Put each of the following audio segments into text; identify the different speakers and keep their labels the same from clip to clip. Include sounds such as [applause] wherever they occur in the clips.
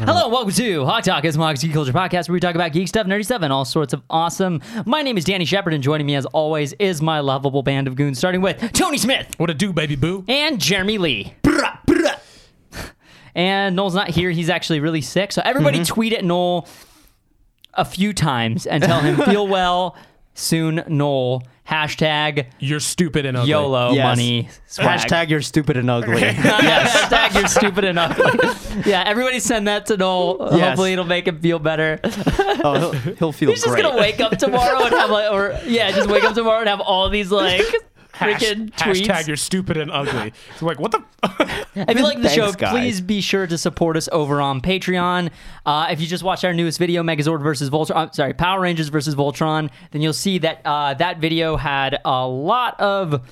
Speaker 1: welcome to Hot Talk. It's Mox Geek Culture Podcast where we talk about geek stuff, nerdy stuff, and all sorts of awesome. My name is Danny Shepard, and joining me as always is my lovable band of goons, starting with Tony Smith
Speaker 2: What it do, baby boo?
Speaker 1: and Jeremy Lee. And Noel's not here. He's actually really sick. So everybody
Speaker 3: Mm-hmm.
Speaker 1: tweet at Noel a few times and tell him,
Speaker 3: [laughs]
Speaker 1: feel well soon, Noel. Hashtag
Speaker 2: You're stupid and ugly.
Speaker 1: YOLO
Speaker 3: Yes.
Speaker 1: money swag. [laughs]
Speaker 3: Hashtag you're stupid and ugly. [laughs]
Speaker 1: Hashtag you're stupid and ugly. [laughs] Yeah, everybody send that to Noel.
Speaker 3: Yes.
Speaker 1: Hopefully it'll make him feel better.
Speaker 3: oh, he'll, he'll feel
Speaker 1: He's just
Speaker 3: great.
Speaker 1: gonna wake up tomorrow and have like, or yeah, just wake up tomorrow and have all these like
Speaker 2: Hash-
Speaker 1: freaking tweets.
Speaker 2: hashtag you're stupid and ugly. It's like, what the?
Speaker 1: If you like the
Speaker 3: Thanks,
Speaker 1: show,
Speaker 3: guys.
Speaker 1: please be sure to support us over on Patreon. Uh, if you just watched our newest video, Megazord versus Voltron, I'm sorry, Power Rangers versus Voltron, then you'll see that uh, that video had a lot of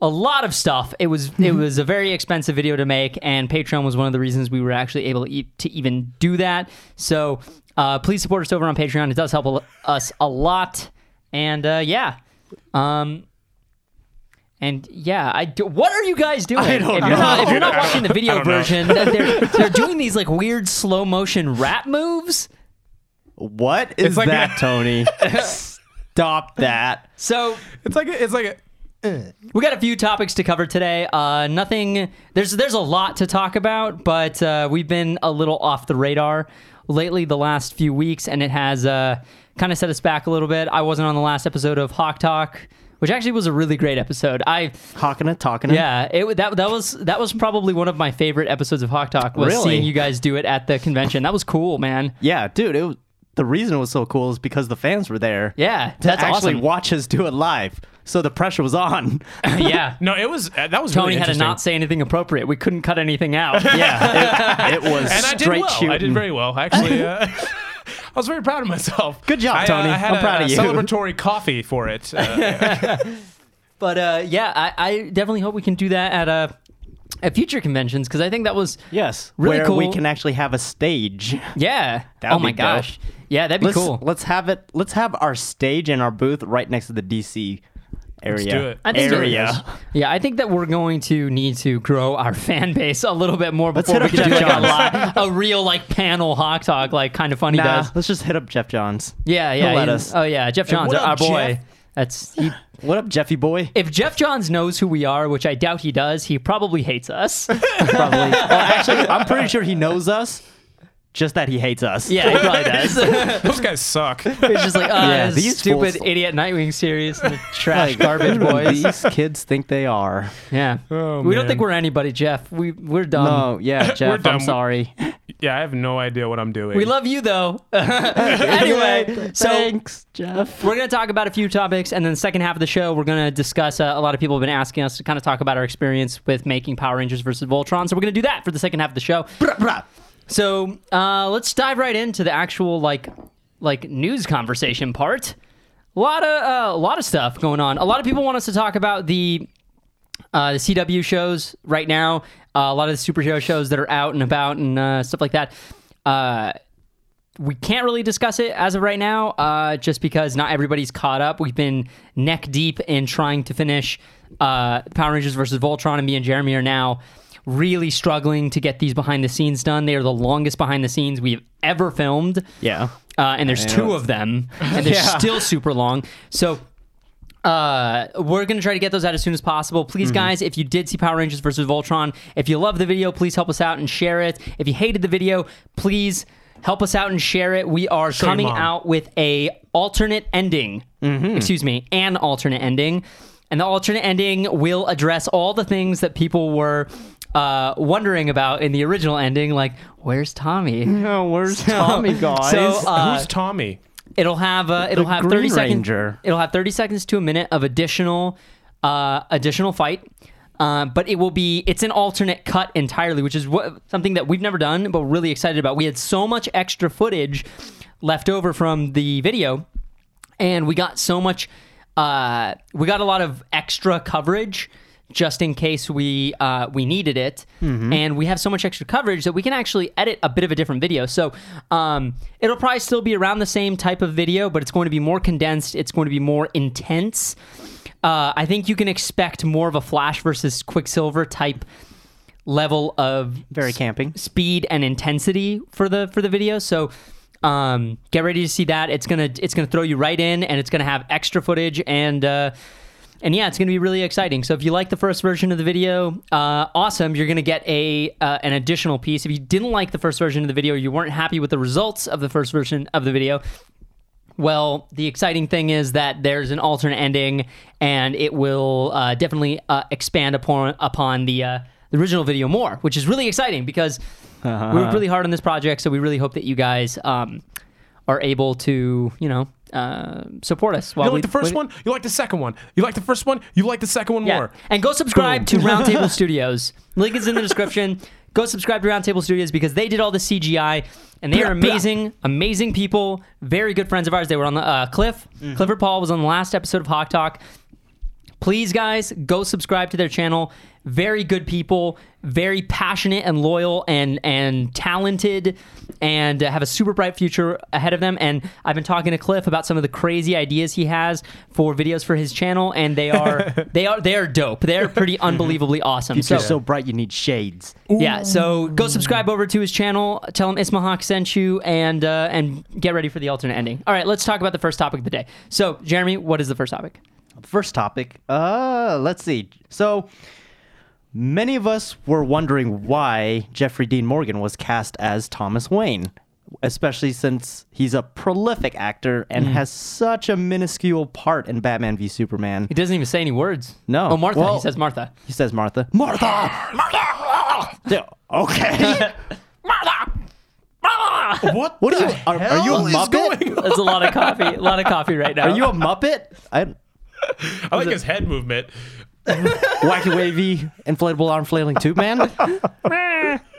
Speaker 1: a lot of stuff. It was it was a very expensive video to make, and Patreon was one of the reasons we were actually able to, e- to even do that. So uh, please support us over on Patreon. It does help a- us a lot, and uh, yeah. Um, and yeah, I do, what are you guys doing?
Speaker 3: I don't
Speaker 1: if, You're
Speaker 3: know.
Speaker 1: not, if you're not watching the
Speaker 2: I
Speaker 1: video
Speaker 2: don't know.
Speaker 1: version, they're, they're doing these like weird slow motion rap moves.
Speaker 3: What is
Speaker 2: like
Speaker 3: that,
Speaker 2: a- [laughs]
Speaker 3: Tony? Stop that.
Speaker 1: So
Speaker 2: It's like a, it's like a,
Speaker 1: We got a few topics to cover today. Uh, nothing. There's there's a lot to talk about, but uh, we've been a little off the radar lately the last few weeks, and it has uh, kind of set us back a little bit. I wasn't on the last episode of Hawk Talk, which actually was a really great episode. I
Speaker 3: Hawking it, talking it.
Speaker 1: yeah, it wa- that that was that was probably one of my favorite episodes of Hawk Talk. Was
Speaker 3: Really?
Speaker 1: seeing you guys do it at the convention. That was cool, man.
Speaker 3: Yeah, dude. It was, the reason it was so cool is because the fans were there.
Speaker 1: Yeah,
Speaker 3: to
Speaker 1: that's
Speaker 3: actually
Speaker 1: awesome.
Speaker 3: watch us do it live. So the pressure was on. [laughs]
Speaker 1: yeah.
Speaker 2: no, it was, uh, that was
Speaker 1: Tony
Speaker 2: really
Speaker 1: had to
Speaker 2: interesting.
Speaker 1: not say anything appropriate. We couldn't cut anything
Speaker 3: [laughs]
Speaker 1: out.
Speaker 3: Yeah, it, it was
Speaker 2: and I did
Speaker 3: straight
Speaker 2: well. I did
Speaker 3: shooting.
Speaker 2: very well, actually.
Speaker 3: [laughs]
Speaker 2: Uh, [laughs] I was very proud of myself.
Speaker 3: Good job,
Speaker 2: I, uh,
Speaker 3: Tony.
Speaker 2: I had
Speaker 3: I'm
Speaker 2: a,
Speaker 3: proud of you.
Speaker 2: Celebratory coffee for it.
Speaker 3: [laughs]
Speaker 2: Uh,
Speaker 1: But uh, yeah, I, I definitely hope we can do that at uh, at future conventions because I think that was
Speaker 3: Yes,
Speaker 1: Really
Speaker 3: where we
Speaker 1: cool.
Speaker 3: can actually have a stage.
Speaker 1: yeah.
Speaker 3: That'd
Speaker 1: oh my
Speaker 3: be dope.
Speaker 1: gosh, yeah, that'd be
Speaker 3: Let's
Speaker 1: cool.
Speaker 3: let's have it. Let's have our stage and our booth right next to the DC area.
Speaker 2: do it. I
Speaker 1: think so.
Speaker 3: area.
Speaker 1: yeah, I think that we're going to need to grow our [laughs] fan base a little bit more before we
Speaker 3: hit
Speaker 1: can
Speaker 3: up
Speaker 1: do like a,
Speaker 3: Jeff
Speaker 1: li- a real like panel hawk talk like kind of funny
Speaker 3: Nah,
Speaker 1: does.
Speaker 3: let's just hit up Jeff Johns.
Speaker 1: Yeah, yeah.
Speaker 3: let
Speaker 1: he's-
Speaker 3: us.
Speaker 1: Oh yeah, Jeff Johns,
Speaker 2: what up,
Speaker 1: our boy.
Speaker 2: Jeff?
Speaker 1: That's he.
Speaker 3: What up, Jeffy boy?
Speaker 1: [laughs] If Jeff Johns knows who we are, which I doubt he does, he probably hates
Speaker 3: [laughs]
Speaker 1: us.
Speaker 3: Probably. well, Oh, actually, I'm pretty sure he knows us, just that he hates us.
Speaker 1: Yeah, he probably does.
Speaker 3: [laughs]
Speaker 2: those guys suck.
Speaker 1: It's just like, uh,
Speaker 3: Yeah, these
Speaker 1: stupid
Speaker 3: fools-
Speaker 1: idiot Nightwing series, and the trash
Speaker 3: Like,
Speaker 1: garbage
Speaker 3: who do
Speaker 1: boys.
Speaker 3: These kids think they are.
Speaker 1: Yeah,
Speaker 2: Oh,
Speaker 1: we don't
Speaker 2: man.
Speaker 1: think we're anybody, Jeff. We [laughs] we're dumb.
Speaker 3: No, yeah, Jeff,
Speaker 2: dumb.
Speaker 3: I'm sorry.
Speaker 2: Yeah, I have no idea what I'm doing.
Speaker 1: We love you though. [laughs] anyway, so
Speaker 3: thanks, Jeff.
Speaker 1: we're gonna talk about a few topics, and then the second half of the show, we're gonna discuss. Uh, a lot of people have been asking us to kind of talk about our experience with making Power Rangers versus Voltron, so we're gonna do that for the second half of the show. So uh, let's dive right into the actual like like news conversation part. A lot of uh, a lot of stuff going on. A lot of people want us to talk about the uh, the CW shows right now. Uh, a lot of the superhero shows that are out and about and uh, stuff like that. Uh, we can't really discuss it as of right now, uh, just because not everybody's caught up. We've been neck deep in trying to finish uh, Power Rangers versus Voltron, and me and Jeremy are now really struggling to get these behind the scenes done. They are the longest behind the scenes we've ever filmed.
Speaker 3: Yeah.
Speaker 1: Uh, and there's two of them, and they're still super long. So uh, we're gonna try to get those out as soon as possible. Please, guys, if you did see Power Rangers versus Voltron, if you love the video, please help us out and share it. If you hated the video, please help us out and share it. We are
Speaker 2: your
Speaker 1: coming
Speaker 2: mom.
Speaker 1: out with a alternate ending. Excuse me, an alternate ending. And the alternate ending will address all the things that people were uh, wondering about in the original ending, like where's Tommy?
Speaker 3: Oh, where's Tommy, guys?
Speaker 1: So uh,
Speaker 2: Who's Tommy?
Speaker 1: It'll have uh, it'll have
Speaker 3: Green
Speaker 1: thirty seconds.
Speaker 3: Ranger.
Speaker 1: It'll have thirty seconds to a minute of additional uh, additional fight. Uh, but it will be it's an alternate cut entirely, which is what, something that we've never done, but we're really excited about. We had so much extra footage left over from the video, and we got so much. Uh, we got a lot of extra coverage just in case we uh, we needed it, and we have so much extra coverage that we can actually edit a bit of a different video. So um, it'll probably still be around the same type of video, but it's going to be more condensed. It's going to be more intense. Uh, I think you can expect more of a Flash versus Quicksilver type level of
Speaker 3: Very camping.
Speaker 1: speed and intensity for the for the video. So um, get ready to see that. It's gonna it's gonna throw you right in, and it's gonna have extra footage and. Uh, and yeah, it's going to be really exciting. So if you like the first version of the video, uh, awesome. You're going to get a uh, an additional piece. If you didn't like the first version of the video, you weren't happy with the results of the first version of the video. Well, the exciting thing is that there's an alternate ending, and it will uh, definitely uh, expand upon upon the uh, the original video more, which is really exciting because
Speaker 2: Uh-huh.
Speaker 1: we worked really hard on this project. So we really hope that you guys um, are able to, you know, uh, support us. While
Speaker 3: oh,
Speaker 2: You like
Speaker 1: we-
Speaker 2: the first
Speaker 1: we-
Speaker 2: one, you like the second one. You like the first one, you like the second one more.
Speaker 1: and go subscribe to Roundtable Studios. Link is in the description. Go subscribe to Roundtable Studios because they did all the CGI and they are amazing, amazing people, very good friends of ours. They were on the uh, Cliff. Clifford Paul was on the last episode of Hawk Talk. Please, guys, go subscribe to their channel. Very good people, very passionate and loyal and and talented, and uh, have a super bright future ahead of them. And I've been talking to Cliff about some of the crazy ideas he has for videos for his channel, and they are they are they are dope. They are pretty unbelievably awesome.
Speaker 3: You're so bright, you need shades.
Speaker 1: yeah, so go subscribe over to his channel. Tell him Ismail Haq sent you, and uh, and get ready for the alternate ending. All right, let's talk about the first topic of the day. So, Jeremy, what is the first topic?
Speaker 3: First topic. Uh, let's see. So many of us were wondering why Jeffrey Dean Morgan was cast as Thomas Wayne, especially since he's a prolific actor and has such a minuscule part in Batman v Superman.
Speaker 1: He doesn't even say any words.
Speaker 3: No.
Speaker 1: Oh, Martha. he
Speaker 3: Well-
Speaker 1: says [laughs] Martha.
Speaker 3: He says Martha. Martha. Martha. okay.
Speaker 2: What?
Speaker 3: [laughs] What
Speaker 2: the
Speaker 3: are you? Are, are you
Speaker 2: hell
Speaker 3: a
Speaker 2: is
Speaker 3: muppet?
Speaker 2: going on?
Speaker 1: That's a lot of coffee. A lot of coffee right now.
Speaker 3: Are you a muppet? I,
Speaker 2: I like his head movement.
Speaker 3: wacky wavy inflatable arm flailing tube [laughs] man.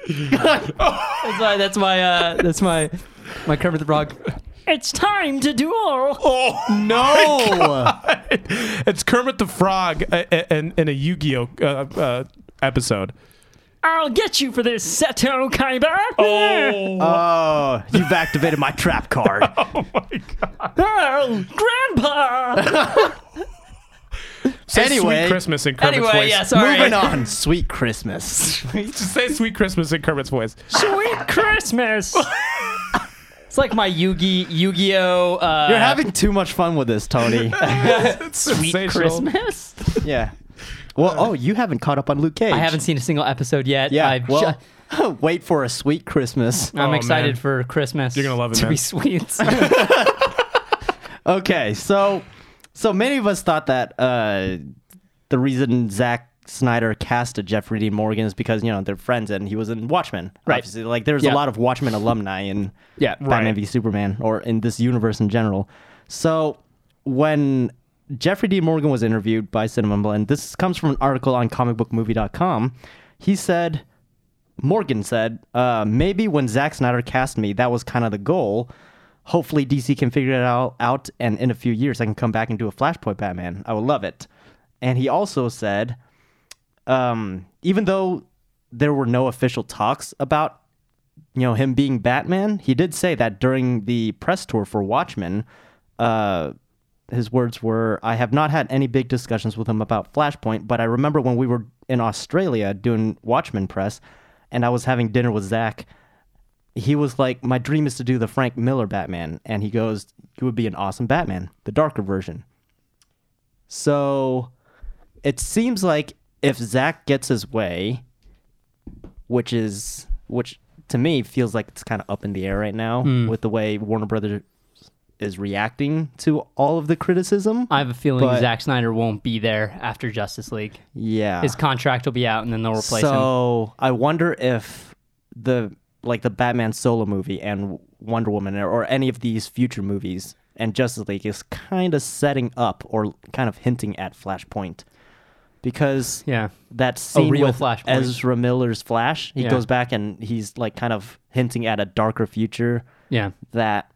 Speaker 1: That's my. That's my. Uh, that's my. My Kermit the Frog. It's time to duel.
Speaker 2: Oh
Speaker 3: No.
Speaker 2: [laughs] it's Kermit the Frog uh, uh, in, in a Yu-Gi-Oh uh, uh, episode.
Speaker 1: I'll get you for this Seto Kaiba.
Speaker 2: Uh,
Speaker 3: Oh, you've activated my trap card. [laughs]
Speaker 1: Oh, [laughs] Grandpa.
Speaker 2: Say
Speaker 3: Anyway.
Speaker 2: sweet Christmas in Kermit's
Speaker 1: anyway,
Speaker 2: voice.
Speaker 1: yeah. Sorry. [laughs]
Speaker 3: Moving on. Sweet [laughs] Christmas.
Speaker 2: Just [laughs] say sweet Christmas in Kermit's voice.
Speaker 1: Sweet Christmas. it's like my Yugi Yu-Gi-Oh. Uh,
Speaker 3: You're having too much fun with
Speaker 1: [laughs]
Speaker 3: this, Tony.
Speaker 2: It's
Speaker 1: Sweet Christmas.
Speaker 3: yeah. Well, oh, you haven't caught up on Luke Cage.
Speaker 1: I haven't seen a single episode yet.
Speaker 3: Yeah.
Speaker 1: I've
Speaker 3: well,
Speaker 1: ju-
Speaker 3: [laughs] wait for a
Speaker 1: [laughs]
Speaker 3: sweet Christmas.
Speaker 1: I'm
Speaker 2: Oh,
Speaker 1: excited
Speaker 2: man.
Speaker 1: for Christmas.
Speaker 2: You're gonna love it,
Speaker 1: to
Speaker 2: man.
Speaker 1: be sweet. [laughs]
Speaker 3: Okay, so so many of us thought that uh, the reason Zack Snyder casted Jeffrey Dean Morgan is because you know they're friends and he was in Watchmen.
Speaker 1: Right.
Speaker 3: Obviously, like there's
Speaker 1: Yeah.
Speaker 3: a lot of Watchmen alumni in
Speaker 1: Yeah.
Speaker 3: Batman
Speaker 2: Right.
Speaker 3: v Superman or in this universe in general. So when Jeffrey Dean Morgan was interviewed by Cinnamon Blend, this comes from an article on comicbookmovie.com. He said. Morgan said, uh, maybe when Zack Snyder cast me, that was kind of the goal. Hopefully, DC can figure it out, out, and in a few years, I can come back and do a Flashpoint Batman. I would love it. And he also said, um, even though there were no official talks about you know him being Batman, he did say that during the press tour for Watchmen, uh, his words were, "I have not had any big discussions with him about Flashpoint, but I remember when we were in Australia doing Watchmen press, and I was having dinner with Zach." He was like, My dream is to do the Frank Miller Batman. And he goes, You would be an awesome Batman, the darker version. So it seems like if Zach gets his way, which is which to me feels like it's kind of up in the air right now with the way Warner Brothers is reacting to all of the criticism.
Speaker 1: I have a feeling
Speaker 3: But-
Speaker 1: Zack Snyder won't be there after Justice League.
Speaker 3: yeah.
Speaker 1: His contract will be out, and then they'll replace him.
Speaker 3: so I wonder if the like the Batman solo movie and Wonder Woman or, or any of these future movies and Justice League is kind of setting up or kind of hinting at Flashpoint because
Speaker 1: Yeah.
Speaker 3: that scene
Speaker 1: real
Speaker 3: with
Speaker 1: Flashpoint.
Speaker 3: Ezra Miller's Flash. He
Speaker 1: Yeah.
Speaker 3: goes back and he's like kind of hinting at a darker future
Speaker 1: Yeah.
Speaker 3: that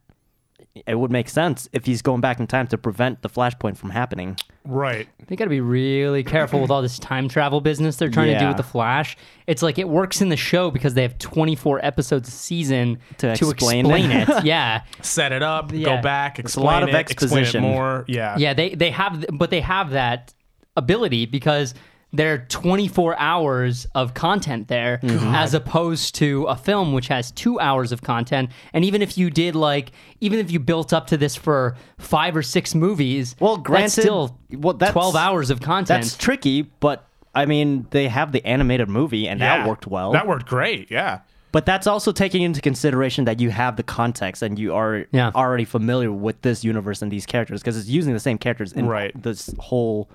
Speaker 3: it would make sense if he's going back in time to prevent the Flashpoint from happening.
Speaker 2: Right.
Speaker 1: They got to be really careful with all this time travel business they're trying to do
Speaker 3: Yeah.
Speaker 1: with the Flash. It's like it works in the show because they have 24 episodes a season
Speaker 3: To explain
Speaker 1: it.
Speaker 3: it. [laughs]
Speaker 1: yeah.
Speaker 2: Set it up,
Speaker 1: Yeah.
Speaker 2: go back,
Speaker 3: It's a
Speaker 2: explain
Speaker 3: lot of
Speaker 2: it, explain it
Speaker 3: exposition.
Speaker 2: more. Yeah.
Speaker 1: Yeah, they they have but they have that ability because there are 24 hours of content there
Speaker 3: Mm-hmm.
Speaker 1: as opposed to a film which has two hours of content and even if you did like even if you built up to this for five or six movies
Speaker 3: Well,
Speaker 1: that's
Speaker 3: granted-
Speaker 1: still
Speaker 3: well, that's-
Speaker 1: 12 hours of content
Speaker 3: That's tricky, but I mean, they have the animated movie, and
Speaker 2: Yeah.
Speaker 3: that worked well.
Speaker 2: That worked great. Yeah.
Speaker 3: But that's also taking into consideration that you have the context and you are
Speaker 1: Yeah.
Speaker 3: already familiar with this universe and these characters because it's using the same characters in
Speaker 2: Right.
Speaker 3: this whole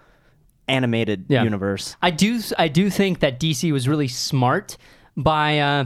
Speaker 3: animated
Speaker 1: Yeah.
Speaker 3: universe.
Speaker 1: I do I do think that DC was really smart by uh,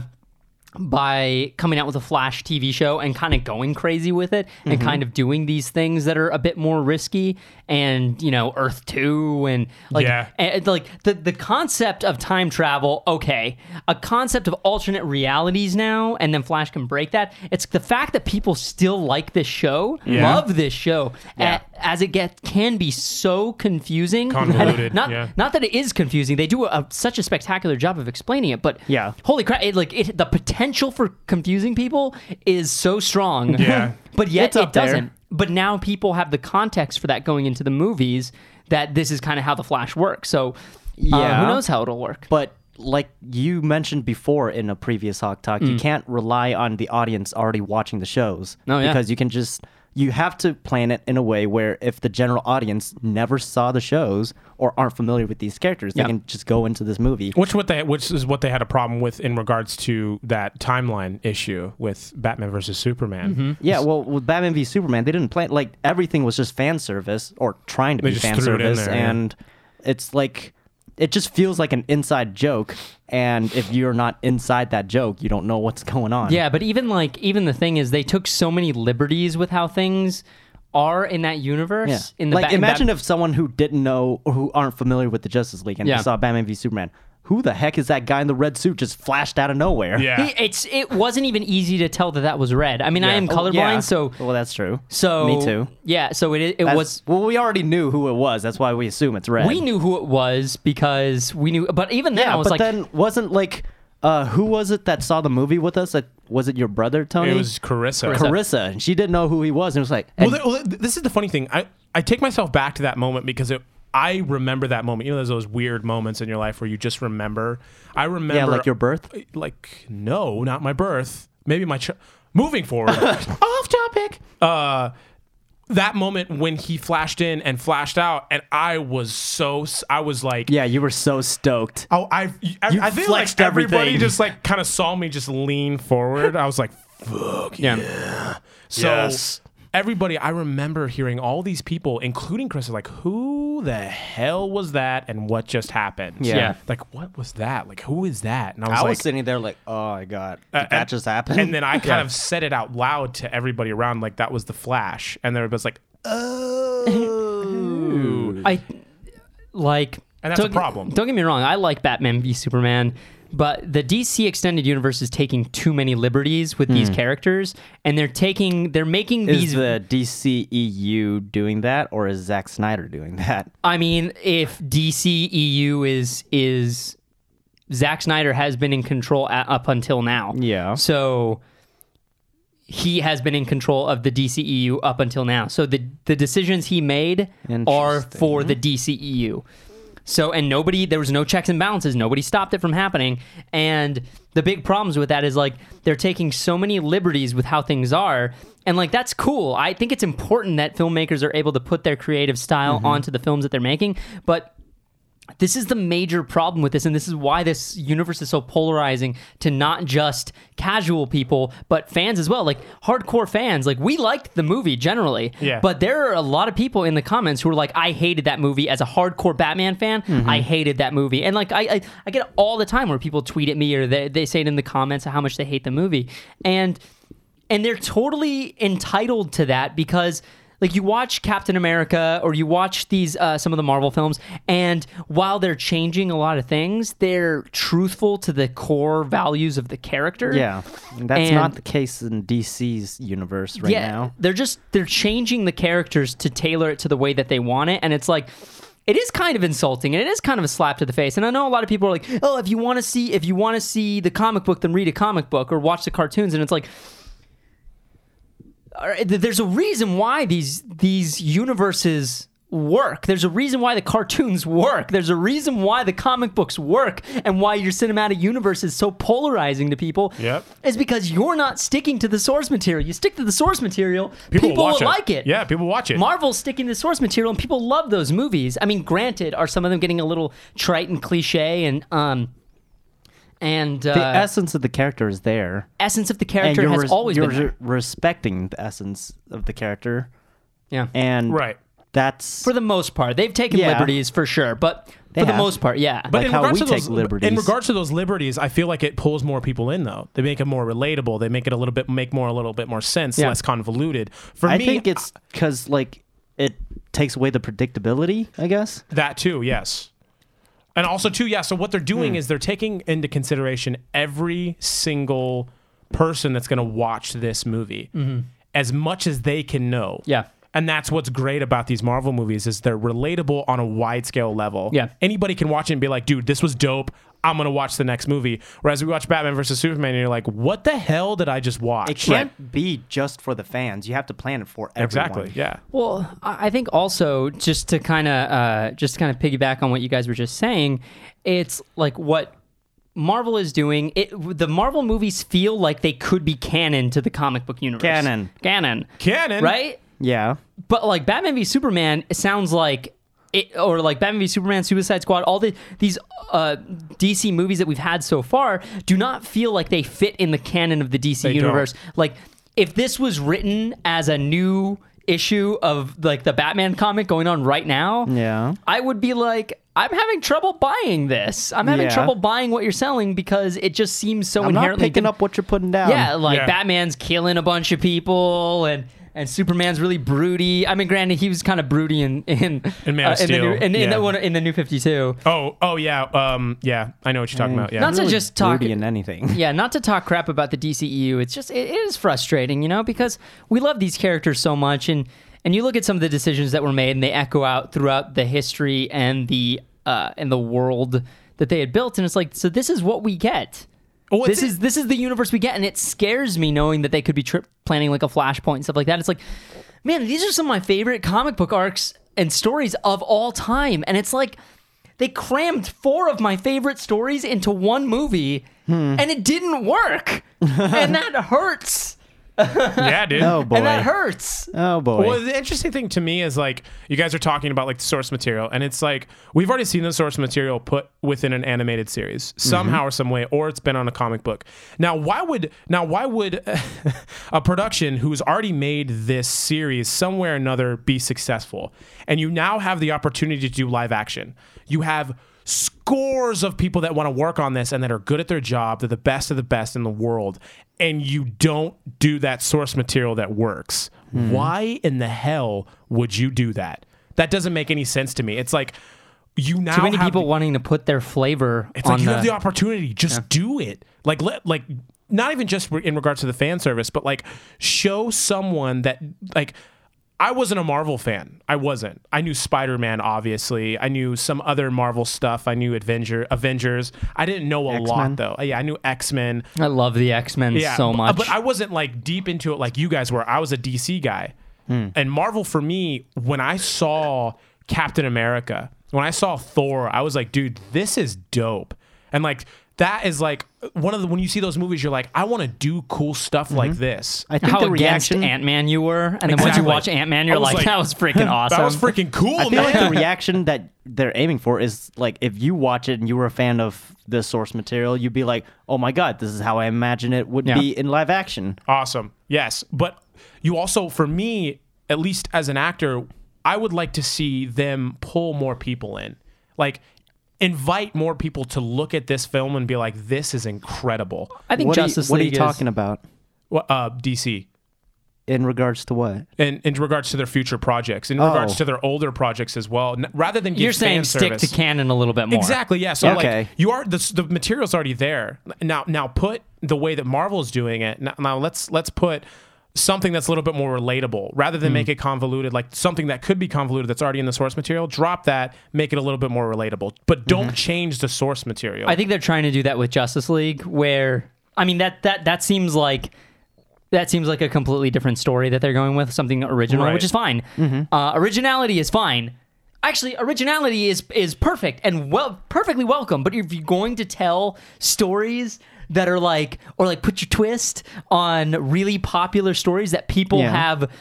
Speaker 1: by coming out with a Flash TV show and kind of going crazy with it and
Speaker 2: Mm-hmm.
Speaker 1: kind of doing these things that are a bit more risky and you know Earth Two and like
Speaker 2: Yeah.
Speaker 1: and, like the the concept of time travel. Okay, a concept of alternate realities now, and then Flash can break that. It's the fact that people still like this show,
Speaker 2: Yeah.
Speaker 1: love this show,
Speaker 3: Yeah.
Speaker 1: a- as it get can be so confusing. And
Speaker 2: Convoluted,
Speaker 1: Not
Speaker 2: yeah.
Speaker 1: not that it is confusing. They do a, such a spectacular job of explaining it, but
Speaker 3: Yeah.
Speaker 1: holy crap! It, like it, the potential for confusing people is so strong.
Speaker 2: Yeah.
Speaker 1: [laughs] but yet
Speaker 3: It's
Speaker 1: it
Speaker 3: up there.
Speaker 1: doesn't. But now people have the context for that going into the movies. That this is kind of how the Flash works. So, yeah,
Speaker 3: Yeah.
Speaker 1: who knows how it'll work?
Speaker 3: But like you mentioned before in a previous Hawk Talk, you can't rely on the audience already watching the shows
Speaker 1: Mm. No, yeah.
Speaker 3: because you can just you have to plan it in a way where if the general audience never saw the shows or aren't familiar with these characters,
Speaker 1: Yeah.
Speaker 3: they can just go into this movie.
Speaker 2: Which what they which is what they had a problem with in regards to that timeline issue with Batman versus Superman.
Speaker 1: Mm-hmm.
Speaker 3: Yeah, well, with Batman v Superman, they didn't plan like everything was just fan service or trying to
Speaker 2: They
Speaker 3: be
Speaker 2: just
Speaker 3: fan
Speaker 2: threw it in
Speaker 3: service,
Speaker 2: there, yeah.
Speaker 3: and it's like it just feels like an inside joke. And if you're not inside that joke, you don't know what's going on.
Speaker 1: Yeah, but even like even the thing is they took so many liberties with how things are in that universe.
Speaker 3: Yeah.
Speaker 1: In the
Speaker 3: like,
Speaker 1: Ba- in Bat-
Speaker 3: imagine if someone who didn't know or who aren't familiar with the Justice League and
Speaker 1: Yeah.
Speaker 3: saw Batman v Superman, who the heck is that guy in the red suit just flashed out of nowhere?
Speaker 2: Yeah.
Speaker 1: He- it's it wasn't even easy to tell that that was red. I mean, I
Speaker 2: Yeah.
Speaker 1: am
Speaker 2: Oh,
Speaker 1: colorblind,
Speaker 3: Yeah.
Speaker 1: so
Speaker 3: well, that's true.
Speaker 1: so
Speaker 3: me too.
Speaker 1: Yeah, so it it
Speaker 3: That's-
Speaker 1: was.
Speaker 3: well, we already knew who it was. That's why we assume it's red.
Speaker 1: We knew who it was because we knew, but even then,
Speaker 3: Yeah,
Speaker 1: I was
Speaker 3: but
Speaker 1: like,
Speaker 3: then wasn't like uh, who was it that saw the movie with us? That was it your brother Tony?
Speaker 2: It was Carissa.
Speaker 3: Carissa, and she didn't know who he was, and it was like,
Speaker 2: Well,
Speaker 3: and-
Speaker 2: th- well, th- this is the funny thing. I, I take myself back to that moment because it, I remember that moment. You know, there's those weird moments in your life where you just remember. I remember. Uh,
Speaker 3: yeah, like your birth.
Speaker 2: Like, no, not my birth. Maybe my. Ch- moving forward.
Speaker 3: [laughs]
Speaker 2: Off topic. Uh, that moment when he flashed in and flashed out, and I was so. s- I was like.
Speaker 3: Yeah, you were so stoked.
Speaker 2: Oh, I, I,
Speaker 3: You
Speaker 2: I feel like
Speaker 3: flexed
Speaker 2: everybody
Speaker 3: everything.
Speaker 2: just like kind of saw me just lean forward. I was like, fuck
Speaker 1: yeah,
Speaker 2: so
Speaker 3: Yes.
Speaker 2: everybody, I remember hearing all these people, including Chris, like, who the hell was that and what just happened?
Speaker 3: Yeah. Yeah.
Speaker 2: Like, what was that? Like, who is that? And I
Speaker 3: I
Speaker 2: was
Speaker 3: was
Speaker 2: like,
Speaker 3: sitting there like, oh my god,
Speaker 2: uh,
Speaker 3: did
Speaker 2: and-
Speaker 3: that just happened.
Speaker 2: And then I kind of said it out loud to everybody around, like, that was the flash. And everybody's
Speaker 3: [laughs]
Speaker 2: like, oh.
Speaker 1: I like.
Speaker 2: And that's a
Speaker 1: don't-
Speaker 2: problem.
Speaker 1: Don't get me wrong. I like Batman v Superman, but the DC extended universe is taking too many liberties with these characters, and they're taking, they're making
Speaker 3: Hmm. is
Speaker 1: these.
Speaker 3: the DCEU doing that, or is Zack Snyder doing that?
Speaker 1: I mean, if DCEU is is Zack Snyder has been in control a up until now.
Speaker 3: Yeah.
Speaker 1: So he has been in control of the DCEU up until now. So the the decisions he made are
Speaker 3: Interesting.
Speaker 1: for the DCEU. So and nobody there was no checks and balances. Nobody stopped it from happening. And the big problems with that is like they're taking so many liberties with how things are. And like that's cool. I think it's important that filmmakers are able to put their creative style onto the films that they're making, but this is the major problem with this and this is why this universe is so polarizing to not just casual people but fans as well like hardcore fans like we liked the movie generally
Speaker 2: Yeah.
Speaker 1: but there are a lot of people in the comments who are like i hated that movie as a hardcore batman fan i hated that movie and like I, I i get it all the time where people tweet at me or they, they say it in the comments how much they hate the movie and and they're totally entitled to that because like you watch Captain America or you watch these uh, some of the Marvel films, and while they're changing a lot of things, they're truthful to the core values of the character.
Speaker 3: Yeah, that's
Speaker 1: And-
Speaker 3: not the case in DC's universe right now.
Speaker 1: They're just they're changing the characters to tailor it to the way that they want it, and it's like it is kind of insulting and it is kind of a slap to the face. And I know a lot of people are like, "Oh, if you want to see if you want to see the comic book, then read a comic book or watch the cartoons." And it's like all right, th- there's a reason why these these universes work. There's a reason why the cartoons work. There's a reason why the comic books work and why your cinematic universe is so polarizing to people.
Speaker 2: Yep.
Speaker 1: Is because you're not sticking to the source material. You stick to the source material, people, will,
Speaker 2: watch
Speaker 1: like it.
Speaker 2: Yeah, people watch it.
Speaker 1: Marvel's sticking to source material, and people love those movies. I mean, granted, are some of them getting a little trite and cliche, and um, and uh,
Speaker 3: The essence of the character is there.
Speaker 1: essence of the
Speaker 3: And
Speaker 1: character
Speaker 3: you're,
Speaker 1: has
Speaker 3: res-
Speaker 1: always
Speaker 3: you're
Speaker 1: been there.
Speaker 3: re- respecting the essence of the character.
Speaker 1: yeah.
Speaker 3: And
Speaker 2: Right.
Speaker 3: that's
Speaker 1: for the most part, they've taken
Speaker 3: Yeah.
Speaker 1: liberties for sure, but for
Speaker 3: They
Speaker 1: the
Speaker 3: have.
Speaker 1: most part, yeah.
Speaker 2: but
Speaker 3: like
Speaker 2: in
Speaker 3: how
Speaker 2: regards
Speaker 3: we
Speaker 2: to those,
Speaker 3: take liberties.
Speaker 2: In regards to those liberties, I feel like it pulls more people in though. They make it more relatable. They make it a little bit make more a little bit more sense,
Speaker 1: Yeah.
Speaker 2: less convoluted. For
Speaker 3: I
Speaker 2: me,
Speaker 3: think it's because like it takes away the predictability. I guess.
Speaker 2: That too, yes. And also too, yeah. So what they're
Speaker 1: Hmm.
Speaker 2: doing is they're taking into consideration every single person that's going to watch this movie, as much as they can know.
Speaker 1: Mm-hmm. Yeah.
Speaker 2: And that's what's great about these Marvel movies is they're relatable on a wide scale level.
Speaker 1: Yeah.
Speaker 2: Anybody can watch it and be like, dude, this was dope. I'm gonna watch the next movie. Whereas we watch Batman versus Superman, and you're like, what the hell did I just watch?
Speaker 3: It can't be just for the fans. You have to plan it for everyone.
Speaker 2: Exactly. Yeah.
Speaker 1: Well, I I think also just to kind of uh, just kind of piggyback on what you guys were just saying, it's like what Marvel is doing. It the Marvel movies feel like they could be canon to the comic book universe.
Speaker 3: Canon.
Speaker 1: canon,
Speaker 2: Canon.
Speaker 1: right?
Speaker 3: Yeah.
Speaker 1: But like Batman v Superman it sounds like it, or like Batman v Superman, Suicide Squad, all the these uh, DC movies that we've had so far do not feel like they fit in the canon of the DC
Speaker 2: don't.
Speaker 1: universe. Like if this was written as a new issue of like the Batman comic going on right now,
Speaker 3: Yeah.
Speaker 1: I would be like. I'm having trouble buying this. I'm having
Speaker 3: Yeah.
Speaker 1: trouble buying what you're selling because it just seems so
Speaker 3: I'm not
Speaker 1: inherently
Speaker 3: picking
Speaker 1: dim-
Speaker 3: up what you're putting down.
Speaker 1: yeah, like
Speaker 2: Yeah.
Speaker 1: Batman's killing a bunch of people, and and Superman's really broody. I mean, granted, he was kind of broody in in
Speaker 2: In Man of
Speaker 1: the
Speaker 2: Steel,
Speaker 1: new, in, in
Speaker 2: yeah.
Speaker 1: the one in the New Fifty Two.
Speaker 2: Oh. Oh yeah. Um. Yeah. I know what you're talking about. Yeah.
Speaker 1: Mm. Not to
Speaker 3: Really
Speaker 1: just talk.
Speaker 3: broody in
Speaker 1: [laughs]
Speaker 3: anything.
Speaker 1: Yeah, not to talk crap about the DCEU. It's just it is frustrating, you know, because we love these characters so much, and and you look at some of the decisions that were made, and they echo out throughout the history and the uh, and the world that they had built, and it's like, so this is what we get.
Speaker 2: Oh, it's
Speaker 1: this is this is the universe we get, and it scares me knowing that they could be tri- planning like a flashpoint and stuff like that. It's like, man, these are some of my favorite comic book arcs and stories of all time, and it's like they crammed four of my favorite stories into one movie,
Speaker 2: Hmm.
Speaker 1: and it didn't
Speaker 2: [laughs]
Speaker 1: work, and that hurts,
Speaker 2: [laughs] yeah, dude.
Speaker 3: Oh boy.
Speaker 1: and that hurts.
Speaker 3: Oh boy.
Speaker 2: Well, the interesting thing to me is like you guys are talking about like the source material, and it's like we've already seen the source material put within an animated series somehow or some way, or it's been on a comic book. Now, why would now why would [laughs] a production who's already made this series somewhere or another be successful, and you now have the opportunity to do live action? You have scores of people that want to work on this and that are good at their job. They're the best of the best in the world. And you don't do that source material that works.
Speaker 1: Mm-hmm.
Speaker 2: Why in the hell would you do that? That doesn't make any sense to me. It's like you now
Speaker 1: Too many
Speaker 2: have
Speaker 1: people
Speaker 2: the-
Speaker 1: wanting to put their flavor
Speaker 2: it's
Speaker 1: on
Speaker 2: like you
Speaker 1: the,
Speaker 2: have the opportunity. Just do it. Like let like not even just re- in regards to the fan service, but like show someone that like I wasn't a Marvel fan. I wasn't. I knew Spider Man, obviously. I knew some other Marvel stuff. I knew Avenger Avengers. I didn't know a lot
Speaker 3: X-Men.
Speaker 2: though. Yeah, I knew X Men.
Speaker 1: I love the X Men
Speaker 2: Yeah,
Speaker 1: so
Speaker 2: b-
Speaker 1: much.
Speaker 2: But I wasn't like deep into it like you guys were. I was a DC guy.
Speaker 3: Hmm.
Speaker 2: And Marvel for me, when I saw Captain America, when I saw Thor, I was like, dude, this is dope. And like that is like one of the when you see those movies, you're like, I want to do cool stuff like this.
Speaker 3: Mm-hmm. I think
Speaker 1: how
Speaker 3: the
Speaker 1: against
Speaker 3: reaction.
Speaker 1: Ant Man you were, and then once you
Speaker 2: Exactly.
Speaker 1: watch Ant Man, you're
Speaker 2: I was
Speaker 1: like,
Speaker 2: like,
Speaker 1: that was freaking awesome.
Speaker 2: [laughs] that was freaking cool,
Speaker 3: I feel
Speaker 2: man.
Speaker 1: [laughs]
Speaker 3: like the reaction that they're aiming for is like if you watch it and you were a fan of the source material, you'd be like, "Oh my god, this is how I imagine it would
Speaker 1: Yeah.
Speaker 3: be in live action."
Speaker 2: Awesome. Yes. But you also, for me, at least as an actor, I would like to see them pull more people in. Like, invite more people to look at this film and be like, this is incredible.
Speaker 1: I think
Speaker 3: What are you,
Speaker 1: Justice
Speaker 3: what are you
Speaker 1: League is-
Speaker 3: talking about
Speaker 2: Wha- Uh, DC.
Speaker 3: in regards to what?
Speaker 2: In, in regards to their future projects, in regards to their older projects as well, N- rather than give
Speaker 1: You're saying
Speaker 2: fan
Speaker 1: stick
Speaker 2: service.
Speaker 1: to canon a little bit more.
Speaker 2: Exactly. Yeah. So like
Speaker 3: Okay.
Speaker 2: you are the the material's already there. Now now put the way that Marvel's doing it. Now, now let's let's put something that's a little bit more relatable rather
Speaker 3: Hmm.
Speaker 2: than make it convoluted like something that could be convoluted that's already in the source material drop that make it a little bit more relatable but
Speaker 3: Mm-hmm.
Speaker 2: don't change the source material
Speaker 1: I think they're trying to do that with Justice League, where I mean that that that seems like that seems like a completely different story that they're going with something original,
Speaker 2: Right.
Speaker 1: which is fine. Uh, originality is fine, actually originality is is perfect and well perfectly welcome but if you're going to tell stories that are like or like put your twist on really popular stories that people
Speaker 3: Yeah.
Speaker 1: have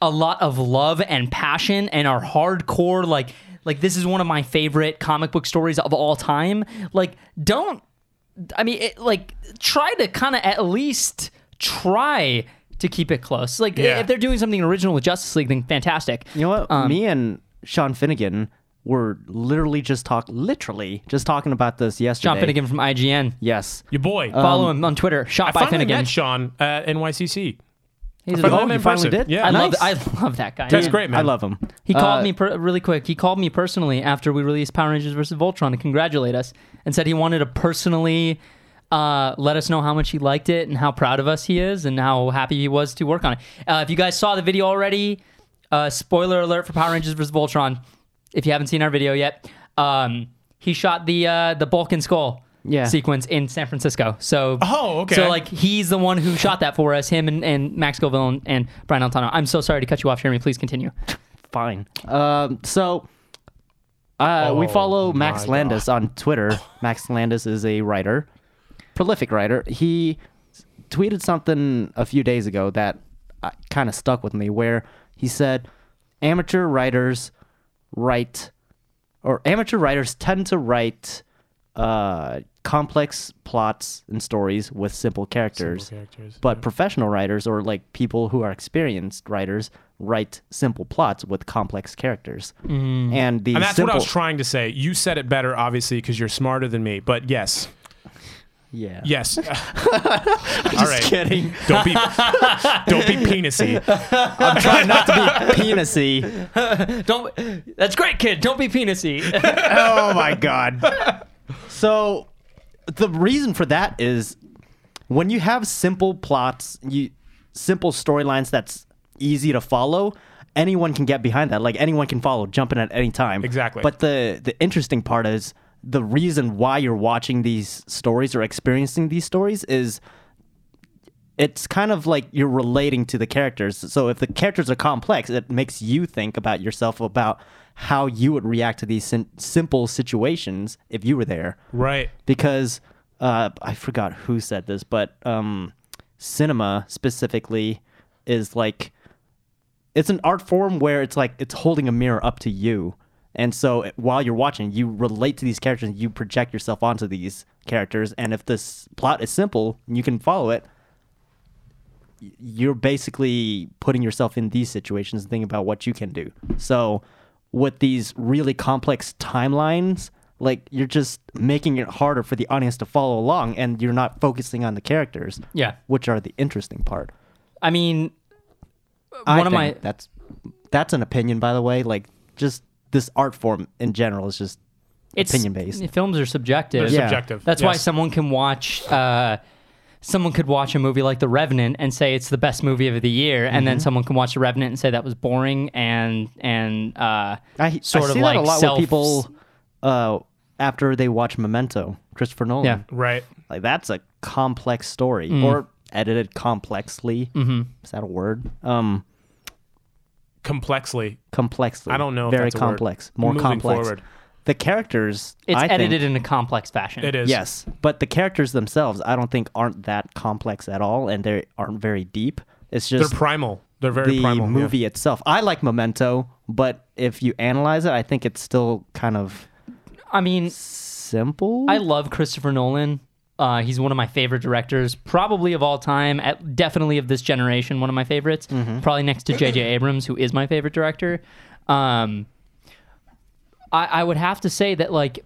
Speaker 1: a lot of love and passion and are hardcore like like this is one of my favorite comic book stories of all time like don't I mean, it, like, try to kind of at least try to keep it close. Like,
Speaker 2: Yeah.
Speaker 1: if they're doing something original with Justice League, then fantastic.
Speaker 3: You know what?
Speaker 1: Um,
Speaker 3: Me and Sean Finnegan were literally just talk, literally just talking about this yesterday.
Speaker 1: Sean Finnegan from IGN.
Speaker 3: Yes.
Speaker 2: Your boy.
Speaker 3: Uh,
Speaker 1: Follow him on Twitter. Shot
Speaker 2: I
Speaker 1: by
Speaker 2: finally
Speaker 1: Finnegan.
Speaker 2: met Sean at NYCC.
Speaker 1: He's
Speaker 2: I
Speaker 1: a,
Speaker 2: finally met
Speaker 3: Oh, you
Speaker 2: him in
Speaker 3: finally
Speaker 2: person.
Speaker 3: did?
Speaker 2: Yeah,
Speaker 1: I love.
Speaker 3: Nice.
Speaker 1: I love that guy.
Speaker 2: That's great, man.
Speaker 3: I love him.
Speaker 1: He
Speaker 3: Uh,
Speaker 1: called me per- really quick. He called me personally after we released Power Rangers versus Voltron to congratulate us and said he wanted to personally uh, let us know how much he liked it and how proud of us he is and how happy he was to work on it. Uh, if you guys saw the video already, uh, spoiler alert for Power Rangers versus Voltron. If you haven't seen our video yet, um, he shot the uh, the Bulk and Skull
Speaker 3: Yeah.
Speaker 1: sequence in San Francisco. So
Speaker 2: Oh, okay.
Speaker 1: So like he's the one who shot that for us. Him and, and Max Scoville and, and Brian Altano. I'm so sorry to cut you off, Jeremy. Please continue.
Speaker 3: Fine. Um, so uh, we
Speaker 2: Oh,
Speaker 3: follow Max
Speaker 2: my
Speaker 3: Landis on Twitter. [laughs] Max Landis is a writer, prolific writer. He tweeted something a few days ago that uh, kind of stuck with me where he said, Amateur writers write, or amateur writers tend to write uh, complex plots and stories with simple characters.
Speaker 2: characters,
Speaker 3: But professional writers or like people who are experienced writers write simple plots with complex characters. And the
Speaker 2: Mm. And that's what
Speaker 3: simple,
Speaker 2: I was trying to say. You said it better, obviously, because you're smarter than me. But yes,
Speaker 3: yeah.
Speaker 2: yes. All right.
Speaker 3: [laughs] kidding.
Speaker 2: Don't
Speaker 3: [laughs]
Speaker 2: be, don't be penisy.
Speaker 3: I'm trying
Speaker 2: [laughs]
Speaker 3: not to be penisy.
Speaker 1: Don't. That's great, kid. Don't be penisy.
Speaker 3: Oh my [laughs] god. So the reason for that is when you have simple plots, you simple storylines that's easy to follow, anyone can get behind that. Like anyone can follow, jump in at any time.
Speaker 2: Exactly.
Speaker 3: But the the interesting part is the reason why you're watching these stories or experiencing these stories is it's kind of like you're relating to the characters. So if the characters are complex, it makes you think about yourself about how you would react to these sim- simple situations if you were there
Speaker 2: Right.
Speaker 3: because uh, I forgot who said this, but um, cinema specifically is like it's an art form where it's like it's holding a mirror up to you, and so it- while you're watching, you relate to these characters, you project yourself onto these characters, and if this plot is simple, and you can follow it. y- You're basically putting yourself in these situations and thinking about what you can do. So, with these really complex timelines, like you're just making it harder for the audience to follow along and you're not focusing on the characters
Speaker 1: Yeah.
Speaker 3: which are the interesting part
Speaker 1: [laughs] I mean,
Speaker 3: I
Speaker 1: one of my
Speaker 3: think that's that's an opinion by the way like just this art form in general is just
Speaker 1: it's
Speaker 3: opinion based
Speaker 1: Films are subjective.
Speaker 2: It's
Speaker 3: Yeah.
Speaker 2: subjective.
Speaker 1: That's why
Speaker 2: Yes.
Speaker 1: someone can watch. Uh, someone could watch a movie like The Revenant and say it's the best movie of the year, and
Speaker 3: Mm-hmm.
Speaker 1: then someone can watch The Revenant and say that was boring and and uh,
Speaker 3: I,
Speaker 1: sort
Speaker 3: I
Speaker 1: of
Speaker 3: see
Speaker 1: like
Speaker 3: that a lot
Speaker 1: self-
Speaker 3: with people uh, after they watch Memento Christopher Nolan
Speaker 1: Yeah. Mm.
Speaker 2: Right.
Speaker 3: like that's a complex story or edited complexly
Speaker 1: Mm-hmm.
Speaker 3: is that a word um
Speaker 2: Complexly.
Speaker 3: complexly.
Speaker 2: I don't know if
Speaker 3: Very
Speaker 2: that's a word.
Speaker 3: complex. More
Speaker 2: Moving
Speaker 3: complex.
Speaker 2: forward.
Speaker 3: The characters.
Speaker 1: It's
Speaker 3: I think-
Speaker 1: edited in a complex fashion.
Speaker 2: It is.
Speaker 3: yes, but the characters themselves, I don't think, aren't that complex at all, and they aren't very deep. It's
Speaker 2: They're
Speaker 3: just
Speaker 2: primal. They're very
Speaker 3: the
Speaker 2: primal. yeah.
Speaker 3: movie itself. I like Memento, but if you analyze it, I think it's still kind of
Speaker 1: I mean,
Speaker 3: simple.
Speaker 1: I love Christopher Nolan. Uh, he's one of my favorite directors, probably of all time, at, definitely of this generation, one of my favorites. Probably next to J.J. Abrams, who is my favorite director. Um, I, I would have to say that, like,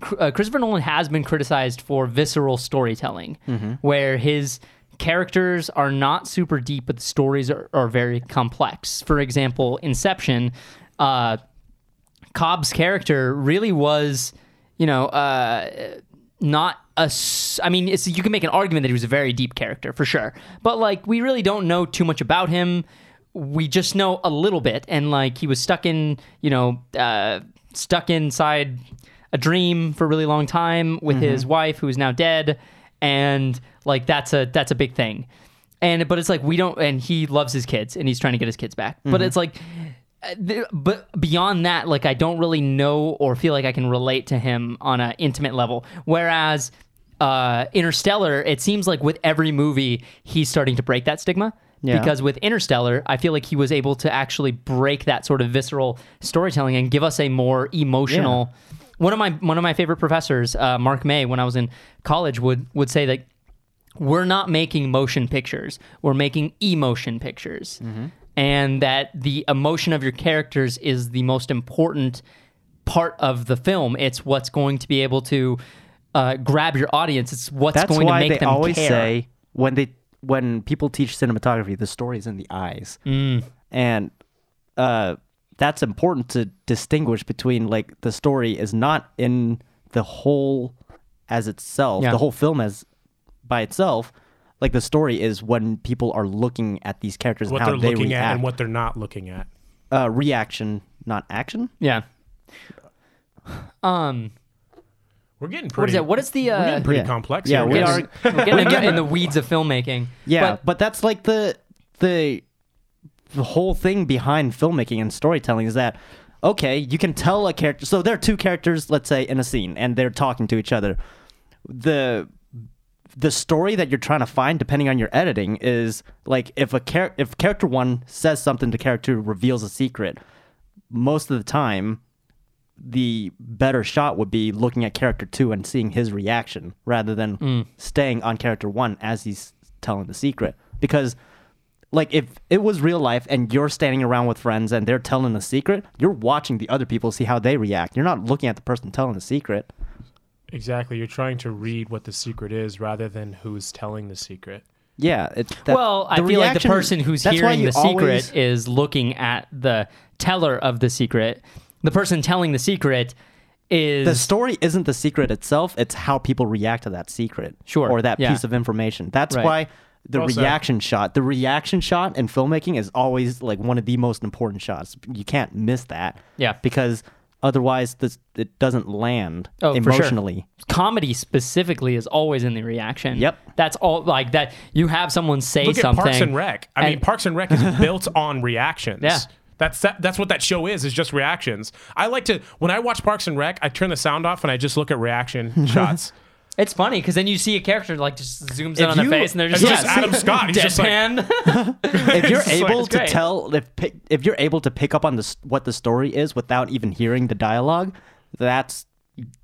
Speaker 1: Cr- uh, Christopher Nolan has been criticized for visceral storytelling, where his characters are not super deep, but the stories are, are very complex. For example, Inception. Uh, Cobb's character really was, you know, uh, not a. s- I mean, it's, you can make an argument that he was a very deep character for sure, but like we really don't know too much about him. We just know a little bit, and like he was stuck in, you know, uh, stuck inside a dream for a really long time with his wife, who is now dead, and like that's a that's a big thing. And but it's like we don't, and he loves his kids, and he's trying to get his kids back. But it's like uh, th- but beyond that, like I don't really know or feel like I can relate to him on an intimate level. Whereas uh, Interstellar, it seems like with every movie, he's starting to break that stigma.
Speaker 3: Yeah.
Speaker 1: Because with Interstellar, I feel like he was able to actually break that sort of visceral storytelling and give us a more emotional. One of my one of my favorite professors, uh, Mark May, when I was in college, would would say that we're not making motion pictures we're making emotion pictures
Speaker 3: Mm-hmm.
Speaker 1: and that the emotion of your characters is the most important part of the film it's what's going to be able to uh, grab your audience it's what's
Speaker 3: That's
Speaker 1: going
Speaker 3: why
Speaker 1: to make
Speaker 3: they
Speaker 1: them
Speaker 3: always
Speaker 1: care.
Speaker 3: say when they when people teach cinematography, the story's in the eyes,
Speaker 1: Mm.
Speaker 3: and uh, that's important to distinguish between like the story is not in the whole as itself,
Speaker 1: Yeah.
Speaker 3: the whole film as by itself. Like the story is when people are looking at these characters
Speaker 2: what
Speaker 3: and how
Speaker 2: they're
Speaker 3: they
Speaker 2: looking
Speaker 3: react.
Speaker 2: at and what they're not looking at.
Speaker 3: uh, reaction, not action.
Speaker 1: yeah um
Speaker 2: We're getting pretty.
Speaker 1: what is that what is the
Speaker 2: We're
Speaker 1: uh
Speaker 2: getting pretty
Speaker 3: Yeah.
Speaker 2: complex.
Speaker 3: Yeah,
Speaker 2: here.
Speaker 3: we
Speaker 2: We're
Speaker 3: are-
Speaker 2: getting-
Speaker 1: we're getting in,
Speaker 3: [laughs]
Speaker 1: the, in the weeds of filmmaking
Speaker 3: Yeah,
Speaker 1: But-
Speaker 3: but, that's like the the the whole thing behind filmmaking and storytelling is that okay, you can tell a character. So there are two characters, let's say, in a scene, and they're talking to each other. The the story that you're trying to find, depending on your editing, is like if a char- if character one says something to character two, reveals a secret. Most of the time, the better shot would be looking at character two and seeing his reaction rather than
Speaker 1: Hmm.
Speaker 3: staying on character one as he's telling the secret. Because, like, if it was real life and you're standing around with friends and they're telling a secret, you're watching the other people see how they react. You're not looking at the person telling the secret.
Speaker 2: Exactly. You're trying to read what the secret is rather than who's telling the secret.
Speaker 3: Yeah, it's
Speaker 1: well, I feel like the person who's hearing the secret is looking at the teller of the secret. The person telling the secret is
Speaker 3: the story isn't the secret itself; it's how people react to that secret,
Speaker 1: Sure,
Speaker 3: or that
Speaker 1: yeah.
Speaker 3: piece of information. That's
Speaker 1: Right.
Speaker 3: why the
Speaker 2: Well said.
Speaker 3: reaction shot, the reaction shot in filmmaking is always like one of the most important shots. You can't miss that,
Speaker 1: Yeah.
Speaker 3: because otherwise this it doesn't land
Speaker 1: Oh, for sure. [laughs]
Speaker 3: emotionally.
Speaker 1: comedy specifically is always in the reaction.
Speaker 3: Yep.
Speaker 1: That's all like that. You have someone say
Speaker 2: Look
Speaker 1: something.
Speaker 2: at Parks and Rec. I mean,
Speaker 1: and-
Speaker 2: Parks and
Speaker 1: [laughs]
Speaker 2: Rec is built on reactions.
Speaker 1: Yeah.
Speaker 2: That's that, that's what that show is is just reactions. I like to when I watch Parks and Rec, I turn the sound off and I just look
Speaker 1: [laughs]
Speaker 2: at reaction shots.
Speaker 1: It's funny because then you see a character like just zooms in
Speaker 3: If
Speaker 1: on the
Speaker 3: you-
Speaker 1: face and they're just,
Speaker 2: It's
Speaker 1: like,
Speaker 2: just Adam Scott. He's just like-
Speaker 1: deadpan.
Speaker 3: If you're
Speaker 2: just like-
Speaker 3: able
Speaker 1: it's
Speaker 3: to
Speaker 1: great.
Speaker 3: tell, if pick- if you're able to pick up on this what the story is without even hearing the dialogue, that's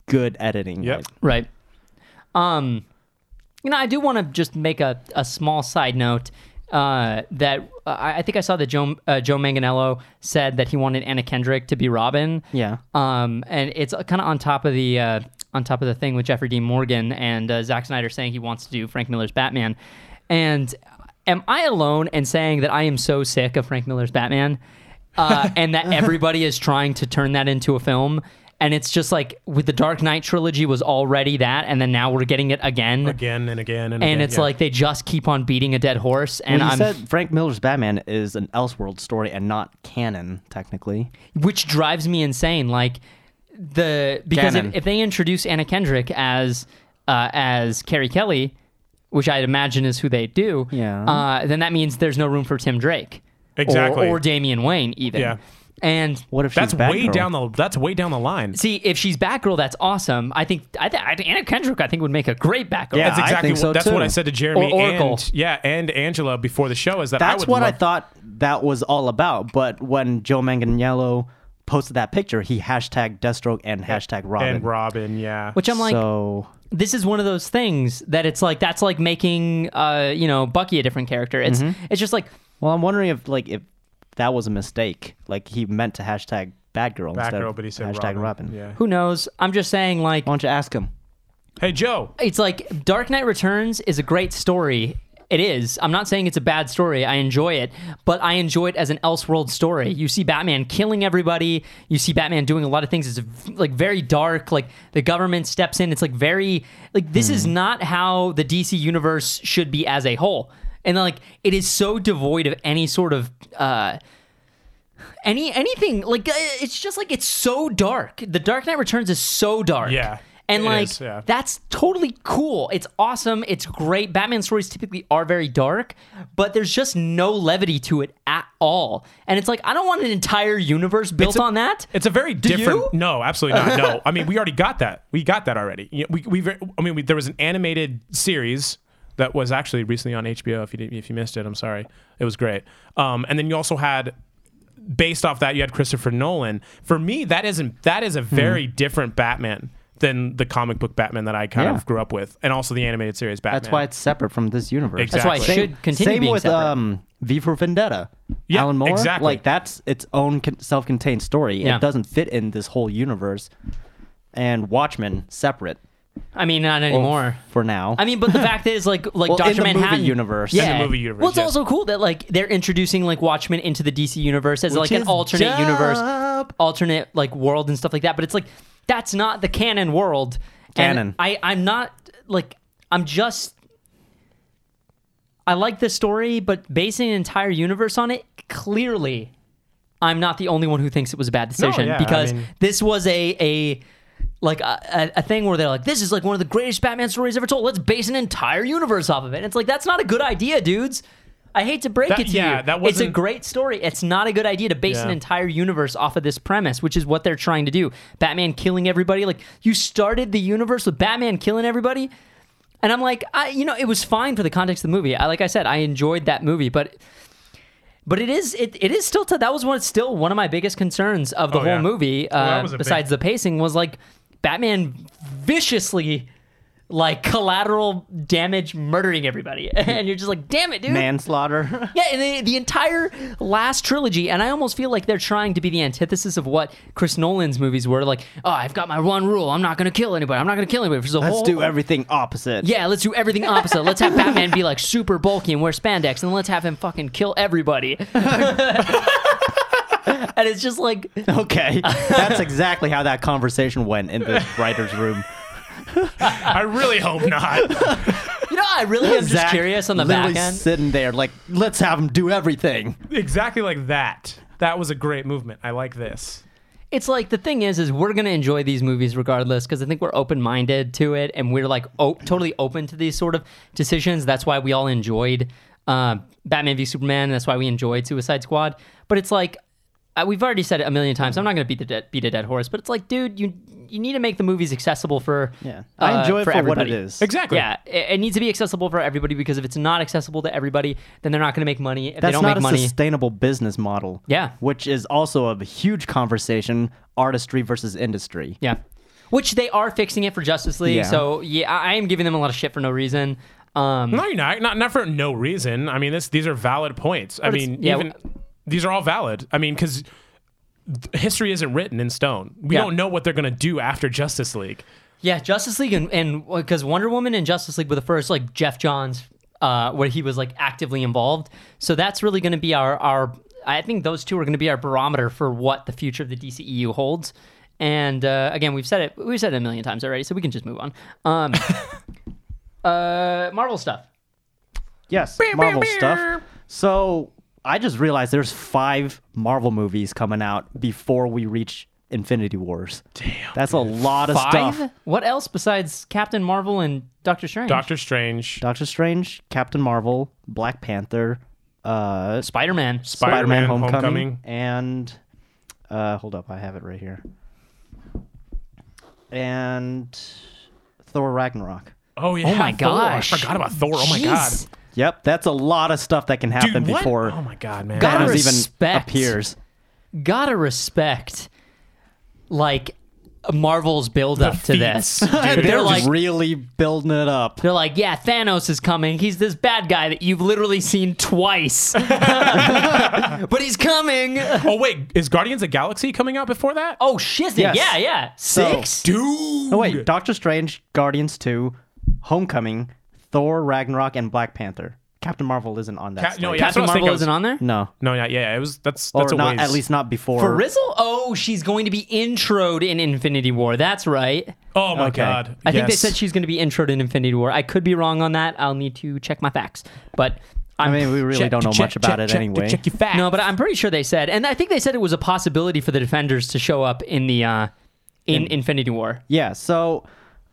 Speaker 3: good editing.
Speaker 2: Yep.
Speaker 3: Like,
Speaker 1: Right. Um, you know, I do want to just make a, a small side note uh, that I, I think I saw that Joe uh, Joe Manganello said that he wanted Anna Kendrick to be Robin.
Speaker 3: Yeah.
Speaker 1: Um, and it's kind of on top of the uh, on top of the thing with Jeffrey Dean Morgan and uh, Zack Snyder saying he wants to do Frank Miller's Batman. And am I alone in saying that I am so sick of Frank Miller's Batman,
Speaker 3: [laughs]
Speaker 1: uh, and that everybody is trying to turn that into a film? And it's just like with the Dark Knight trilogy was already that, and then now we're getting it again.
Speaker 2: Again and again and,
Speaker 1: And
Speaker 2: again,
Speaker 1: it's
Speaker 2: yeah.
Speaker 1: like they just keep on beating a dead horse. And
Speaker 3: And well, you
Speaker 1: I'm
Speaker 3: said Frank Miller's Batman is an Elseworld story and not canon, technically.
Speaker 1: which drives me insane. Like the because
Speaker 3: Canon.
Speaker 1: if, if they introduce Anna Kendrick as uh, as Carrie Kelly, which I'd imagine is who they do,
Speaker 3: Yeah.
Speaker 1: uh, then that means there's no room for Tim Drake, or-
Speaker 2: Exactly.
Speaker 1: or, Damian Wayne even.
Speaker 2: Yeah.
Speaker 1: And
Speaker 3: What if
Speaker 2: that's
Speaker 3: she's
Speaker 2: way
Speaker 3: Batgirl?
Speaker 2: down the that's way down the line.
Speaker 1: see if she's Batgirl, that's awesome. I think I, th- I think Anna Kendrick I think would make a great Batgirl.
Speaker 3: Yeah,
Speaker 2: that's
Speaker 3: I
Speaker 2: exactly
Speaker 3: think so
Speaker 2: what, that's
Speaker 3: too.
Speaker 2: what I said to Jeremy
Speaker 1: Or Oracle.
Speaker 2: and yeah, and Angela before the show is that I
Speaker 3: That's
Speaker 2: would
Speaker 3: what I
Speaker 2: love-
Speaker 3: thought that was all about. But when Joe Manganiello posted that picture, he hashtag Deathstroke and hashtag Robin.
Speaker 2: and Robin, yeah.
Speaker 1: Which I'm like,
Speaker 3: so
Speaker 1: this is one of those things that it's like that's like making uh you know Bucky a different character. It's
Speaker 3: Mm-hmm.
Speaker 1: it's just like
Speaker 3: well, I'm wondering if like if that was a mistake. Like he meant to hashtag Batgirl instead
Speaker 2: Batgirl,
Speaker 3: of
Speaker 2: but he said
Speaker 3: hashtag Robin.
Speaker 2: Yeah.
Speaker 1: who knows? I'm just saying like
Speaker 3: Why don't you ask him?
Speaker 2: Hey Joe,
Speaker 1: it's like Dark Knight Returns is a great story. It is. I'm not saying it's a bad story. I enjoy it, but I enjoy it as an Elseworld story. You see Batman killing everybody. You see Batman doing a lot of things. It's like very dark. Like the government steps in. It's like very like this
Speaker 2: Hmm.
Speaker 1: is not how the DC universe should be as a whole. And like it is so devoid of any sort of uh any anything like uh, it's just like it's so dark. The Dark Knight Returns is so dark.
Speaker 2: Yeah.
Speaker 1: And
Speaker 2: It
Speaker 1: like
Speaker 2: is, yeah.
Speaker 1: that's totally cool. It's awesome. It's great. Batman stories typically are very dark, but there's just no levity to it at all. And it's like I don't want an entire universe built
Speaker 2: a-
Speaker 1: on that.
Speaker 2: It's a very different.
Speaker 1: you?
Speaker 2: No, absolutely not.
Speaker 3: [laughs]
Speaker 2: No, I mean we already got that. We got that already. You know, We we ver- I mean we, there was an animated series that was actually recently on HBO. If you didn't, if you missed it, I'm sorry. It was great. Um, and then you also had. Based off that, you had Christopher Nolan. For me, that isn't that is a
Speaker 3: Hmm.
Speaker 2: very different Batman than the comic book Batman that I kind
Speaker 3: Yeah.
Speaker 2: of grew up with, and also the animated series Batman.
Speaker 3: That's why it's separate from this universe.
Speaker 2: Exactly.
Speaker 1: That's why it
Speaker 2: Same-
Speaker 1: should continue
Speaker 3: Same
Speaker 1: being
Speaker 3: with
Speaker 1: separate.
Speaker 3: um, V for Vendetta.
Speaker 2: Yeah,
Speaker 3: Alan Moore.
Speaker 2: exactly.
Speaker 3: Like that's its own con- self-contained story.
Speaker 1: Yeah.
Speaker 3: It doesn't fit in this whole universe. And Watchmen separate
Speaker 1: I mean, not
Speaker 3: oh.
Speaker 1: anymore.
Speaker 3: for now.
Speaker 1: I mean, but the fact is, like, like
Speaker 3: Well,
Speaker 1: Doctor
Speaker 3: in the movie
Speaker 1: Manhattan
Speaker 3: universe.
Speaker 1: yeah.
Speaker 2: In the movie universe,
Speaker 1: Well, it's
Speaker 2: yes.
Speaker 1: also cool that like they're introducing like Watchmen into the DC universe as like an
Speaker 3: is
Speaker 1: alternate universe,
Speaker 3: dope.
Speaker 1: alternate like world and stuff like that. But it's like that's not the canon world.
Speaker 3: Canon.
Speaker 1: And I I'm not like I'm just. I like this story, but basing an entire universe on it, clearly, I'm not the only one who thinks it was a bad decision
Speaker 2: yeah, I
Speaker 1: because
Speaker 2: mean-
Speaker 1: this was a a like a, a a thing where they're like, this is like one of the greatest Batman stories ever told. Let's base an entire universe off of it. And it's like that's not a good idea, dudes. I hate to break
Speaker 2: That-
Speaker 1: it to
Speaker 2: yeah,
Speaker 1: you.
Speaker 2: that
Speaker 1: it's a
Speaker 2: wasn't-
Speaker 1: great story. It's not a good idea to base an
Speaker 2: Yeah.
Speaker 1: entire universe off of this premise, which is what they're trying to do. Batman killing everybody. Like you started the universe with Batman killing everybody. And I'm like, I, you know, it was fine for the context of the movie. I, like I said, I enjoyed that movie, but but it is it, it is still t- that was one still one of my biggest concerns of the
Speaker 2: Oh,
Speaker 1: whole
Speaker 2: yeah.
Speaker 1: movie.
Speaker 2: Well, that
Speaker 1: Uh,
Speaker 2: was a big-
Speaker 1: besides the pacing, was like Batman viciously like collateral damage murdering everybody, [laughs] and you're just like, damn it, dude. [laughs]
Speaker 3: manslaughter.
Speaker 1: Yeah, and the, the entire last trilogy, and I almost feel like they're trying to be the antithesis of what Chris Nolan's movies were. Like, oh, I've got my one rule: I'm not going to kill anybody. I'm not going to kill anybody. For the
Speaker 3: Let's
Speaker 1: whole,
Speaker 3: do everything opposite.
Speaker 1: yeah, let's do everything opposite. Let's have Batman be like super bulky and wear spandex, and let's have him fucking kill
Speaker 3: [laughs]
Speaker 1: everybody. [laughs] and it's just like,
Speaker 3: [laughs]
Speaker 1: [laughs]
Speaker 3: Okay. That's exactly how that conversation went in the writer's room.
Speaker 2: I really hope
Speaker 3: [laughs]
Speaker 2: not.
Speaker 1: you know, I really am just
Speaker 3: Zach
Speaker 1: curious on the
Speaker 3: literally
Speaker 1: back end.
Speaker 3: sitting there like, let's have him do everything.
Speaker 2: exactly like that. That was a great movement. I like this.
Speaker 1: It's like the thing is, is we're gonna enjoy these movies regardless because I think we're open minded to it, and we're like o- totally open to these sort of decisions. That's why we all enjoyed uh, Batman v Superman. That's why we enjoyed Suicide Squad. But it's like I, we've already said it a million times. I'm not gonna beat the dead, beat a dead horse, but it's like, dude, you you need to make the movies accessible for
Speaker 3: Yeah. I
Speaker 1: uh,
Speaker 3: enjoy it for, what it
Speaker 1: everybody.
Speaker 3: is.
Speaker 2: Exactly.
Speaker 1: Yeah, it, it needs to be accessible for everybody because if it's not accessible to everybody, then they're not going to make money. If they
Speaker 3: That's
Speaker 1: don't
Speaker 3: not
Speaker 1: make
Speaker 3: a
Speaker 1: money,
Speaker 3: sustainable business model.
Speaker 1: Yeah.
Speaker 3: Which is also a huge conversation artistry versus industry.
Speaker 1: Yeah. Which they are fixing it for Justice League.
Speaker 3: Yeah.
Speaker 1: So yeah, I I am giving them a lot of shit for no reason. Um,
Speaker 2: No, you're not. Not not for no reason. I mean, this these are valid points. I
Speaker 1: But it's-
Speaker 2: mean,
Speaker 1: yeah,
Speaker 2: even
Speaker 1: w-
Speaker 2: these are all valid. I mean, because history isn't written in stone. We
Speaker 1: Yeah.
Speaker 2: don't know what they're gonna do after Justice League.
Speaker 1: yeah, Justice League and and because Wonder Woman and Justice League were the first like Jeff Johns uh, where he was like actively involved. So that's really going to be our our. I think those two are going to be our barometer for what the future of the DCEU holds. And uh, again, we've said it we've said it a million times already, so we can just move on.
Speaker 3: [laughs]
Speaker 1: Um, uh, Marvel stuff.
Speaker 3: Yes. Marvel stuff. So I just realized there's five Marvel movies coming out before we reach Infinity Wars. Damn. That's a lot of
Speaker 1: Five.
Speaker 3: stuff.
Speaker 1: What else besides Captain Marvel and Doctor Strange?
Speaker 2: Doctor Strange,
Speaker 3: Doctor Strange, Captain Marvel, Black Panther, uh,
Speaker 1: Spider Man.
Speaker 3: Spider-Man,
Speaker 2: Spider-Man
Speaker 3: Homecoming,
Speaker 2: Homecoming.
Speaker 3: and uh, hold up, I have it right here. And Thor Ragnarok.
Speaker 2: Oh yeah.
Speaker 1: my
Speaker 2: Thor.
Speaker 1: gosh.
Speaker 2: I forgot about Thor. Oh my god.
Speaker 1: Jeez.
Speaker 3: Yep, that's a lot of stuff that can happen
Speaker 2: Dude, what?
Speaker 3: before
Speaker 2: Oh my god, man.
Speaker 1: God.
Speaker 3: Thanos even
Speaker 1: respect.
Speaker 3: appears.
Speaker 1: gotta respect like Marvel's build up to this.
Speaker 2: feats, [laughs]
Speaker 1: They're,
Speaker 3: They're
Speaker 1: like
Speaker 3: really building it up.
Speaker 1: they're like, yeah, Thanos is coming. He's this bad guy that you've literally seen
Speaker 2: [laughs]
Speaker 1: twice. [laughs] but he's coming.
Speaker 2: Oh wait, is Guardians of the Galaxy coming out before that?
Speaker 1: Oh shit.
Speaker 3: Yes.
Speaker 1: Yeah, yeah. Six?
Speaker 2: dude.
Speaker 3: Oh wait, Doctor Strange, Guardians 2, Homecoming, Thor Ragnarok, and Black Panther. Captain Marvel isn't on that.
Speaker 2: Cap- no,
Speaker 3: slate.
Speaker 2: yeah, that's
Speaker 1: Captain
Speaker 2: what I was thinking.
Speaker 1: Marvel
Speaker 2: I was-
Speaker 1: isn't on there?
Speaker 3: no,
Speaker 2: No, not yeah. It was that's
Speaker 3: or
Speaker 2: that's a
Speaker 3: not
Speaker 2: ways.
Speaker 3: at least not before.
Speaker 1: For Rizzle? Oh, she's going to be introed in Infinity War. That's right.
Speaker 2: Oh my
Speaker 3: Okay.
Speaker 2: god.
Speaker 1: I think they
Speaker 2: Yes.
Speaker 1: said she's going to be introed in Infinity War. I could be wrong on that. I'll need to check my facts. But I'm
Speaker 3: I mean, we really
Speaker 1: Check-
Speaker 3: don't know
Speaker 2: Check-
Speaker 3: much about
Speaker 2: check-
Speaker 3: it
Speaker 2: check-
Speaker 3: anyway.
Speaker 2: Check your facts.
Speaker 1: No, but I'm pretty sure they said, and I think they said it was a possibility for the defenders to show up in the uh, in Infinity War.
Speaker 3: Yeah, so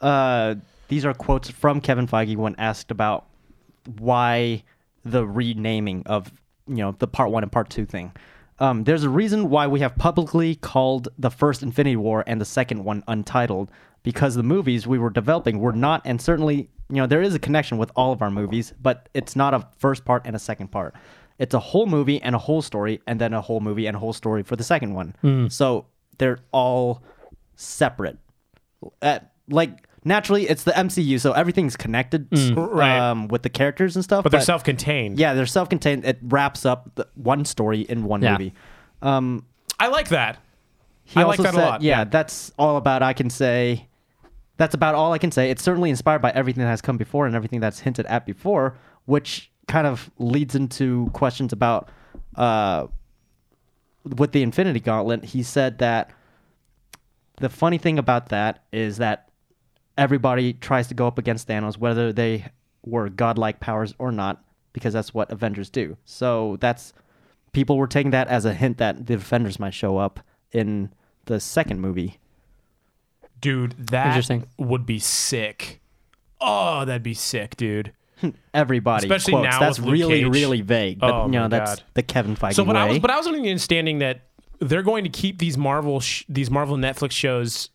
Speaker 3: uh, these are quotes from Kevin Feige when asked about why the renaming of you know the part one and part two thing. Um, there's a reason why we have publicly called the first Infinity War and the second one Untitled because the movies we were developing were not, and certainly you know there is a connection with all of our movies, but it's not a first part and a second part. It's a whole movie and a whole story, and then a whole movie and a whole story for the second one. So they're all separate uh, like naturally it's the MCU, so everything's connected
Speaker 2: right.
Speaker 3: um, with the characters and stuff.
Speaker 2: but they're self-contained.
Speaker 3: Yeah, they're self-contained. It wraps up the, one story in one
Speaker 1: Yeah.
Speaker 3: movie.
Speaker 2: I like that.
Speaker 3: He
Speaker 2: I like
Speaker 3: also
Speaker 2: that a
Speaker 3: said,
Speaker 2: lot.
Speaker 3: Yeah, that's all about. I can say, that's about all I can say. It's certainly inspired by everything that has come before and everything that's hinted at before, which kind of leads into questions about. Uh, with the Infinity Gauntlet, he said that the funny thing about that is that everybody tries to go up against Thanos, whether they were godlike powers or not, because that's what Avengers do. So that's people were taking that as a hint that the Avengers might show up in the second movie.
Speaker 2: Dude, that
Speaker 1: Interesting.
Speaker 2: would be sick. Oh, that'd be sick, dude.
Speaker 3: Everybody,
Speaker 2: Especially
Speaker 3: quotes.
Speaker 2: now
Speaker 3: that's
Speaker 2: with Luke
Speaker 3: really
Speaker 2: Cage.
Speaker 3: really vague. But,
Speaker 2: Oh
Speaker 3: you know,
Speaker 2: my
Speaker 3: that's
Speaker 2: God.
Speaker 3: the Kevin Feige
Speaker 2: So, but
Speaker 3: way.
Speaker 2: I was, but I was under the understanding that they're going to keep these Marvel, sh- these Marvel Netflix shows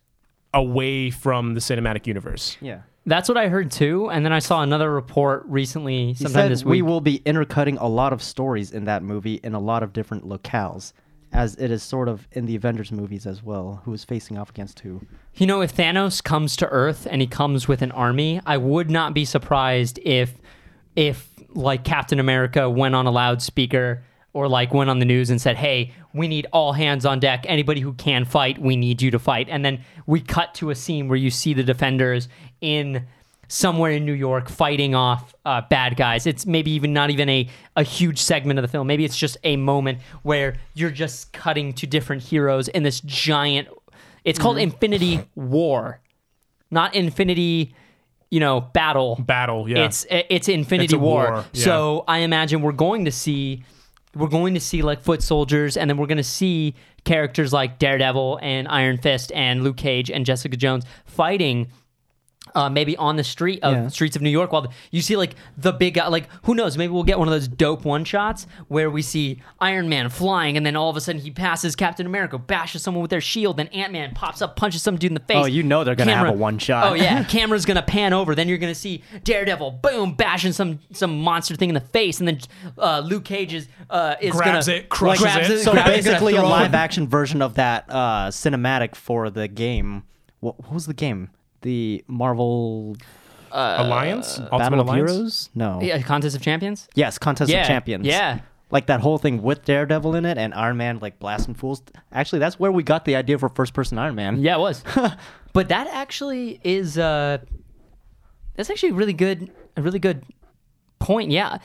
Speaker 2: away from the cinematic universe.
Speaker 3: yeah.
Speaker 1: That's what I heard too. And then I saw another report recently,
Speaker 3: He
Speaker 1: sometime
Speaker 3: said
Speaker 1: this
Speaker 3: we
Speaker 1: week.
Speaker 3: will be intercutting a lot of stories in that movie in a lot of different locales, as it is sort of in the Avengers movies as well, who is facing off against who.
Speaker 1: you know, if Thanos comes to Earth and he comes with an army, I would not be surprised if, if like Captain America went on a loudspeaker or like went on the news and said, "Hey, we need all hands on deck. Anybody who can fight, we need you to fight." And then we cut to a scene where you see the defenders in somewhere in New York fighting off uh, bad guys. It's maybe even not even a, a huge segment of the film. Maybe it's just a moment where you're just cutting to different heroes in this giant. It's called Infinity War, not Infinity, you know, battle.
Speaker 2: Battle, yeah.
Speaker 1: It's eh, it's Infinity
Speaker 2: It's a
Speaker 1: War.
Speaker 2: war, yeah.
Speaker 1: So I imagine we're going to see we're going to see like foot soldiers and then we're going to see characters like Daredevil and Iron Fist and Luke Cage and Jessica Jones fighting uh, maybe on the street of
Speaker 3: Yeah.
Speaker 1: streets of New York, while the, you see like the big guy, like who knows? Maybe we'll get one of those dope one shots where we see Iron Man flying, and then all of a sudden he passes Captain America, bashes someone with their shield, then Ant Man pops up, punches some dude in the face.
Speaker 3: Oh, you know they're gonna have a one shot.
Speaker 1: Oh yeah, camera's gonna pan over, then you're gonna see Daredevil, boom, bashing some some monster thing in the face, and then uh, Luke Cage is uh, is
Speaker 2: Grabs
Speaker 1: gonna,
Speaker 2: it, crushes
Speaker 1: grabs
Speaker 2: it.
Speaker 1: it
Speaker 3: So
Speaker 1: grabs it, gonna
Speaker 3: basically, a
Speaker 1: throw
Speaker 3: live
Speaker 1: him.
Speaker 3: action version of that uh, cinematic for the game. What, what was the game? The Marvel
Speaker 1: uh,
Speaker 2: Alliance, Ultimate
Speaker 3: Battle of
Speaker 2: Alliance?
Speaker 3: Heroes? No.
Speaker 1: Yeah, contest of champions.
Speaker 3: Yes, Contest
Speaker 1: Yeah,
Speaker 3: of Champions.
Speaker 1: yeah.
Speaker 3: Like that whole thing with Daredevil in it and Iron Man, like blasting fools. Actually, that's where we got the idea for first person Iron Man.
Speaker 1: Yeah, it
Speaker 3: [laughs]
Speaker 1: was. but that actually is uh that's actually a really good a really good point. Yeah.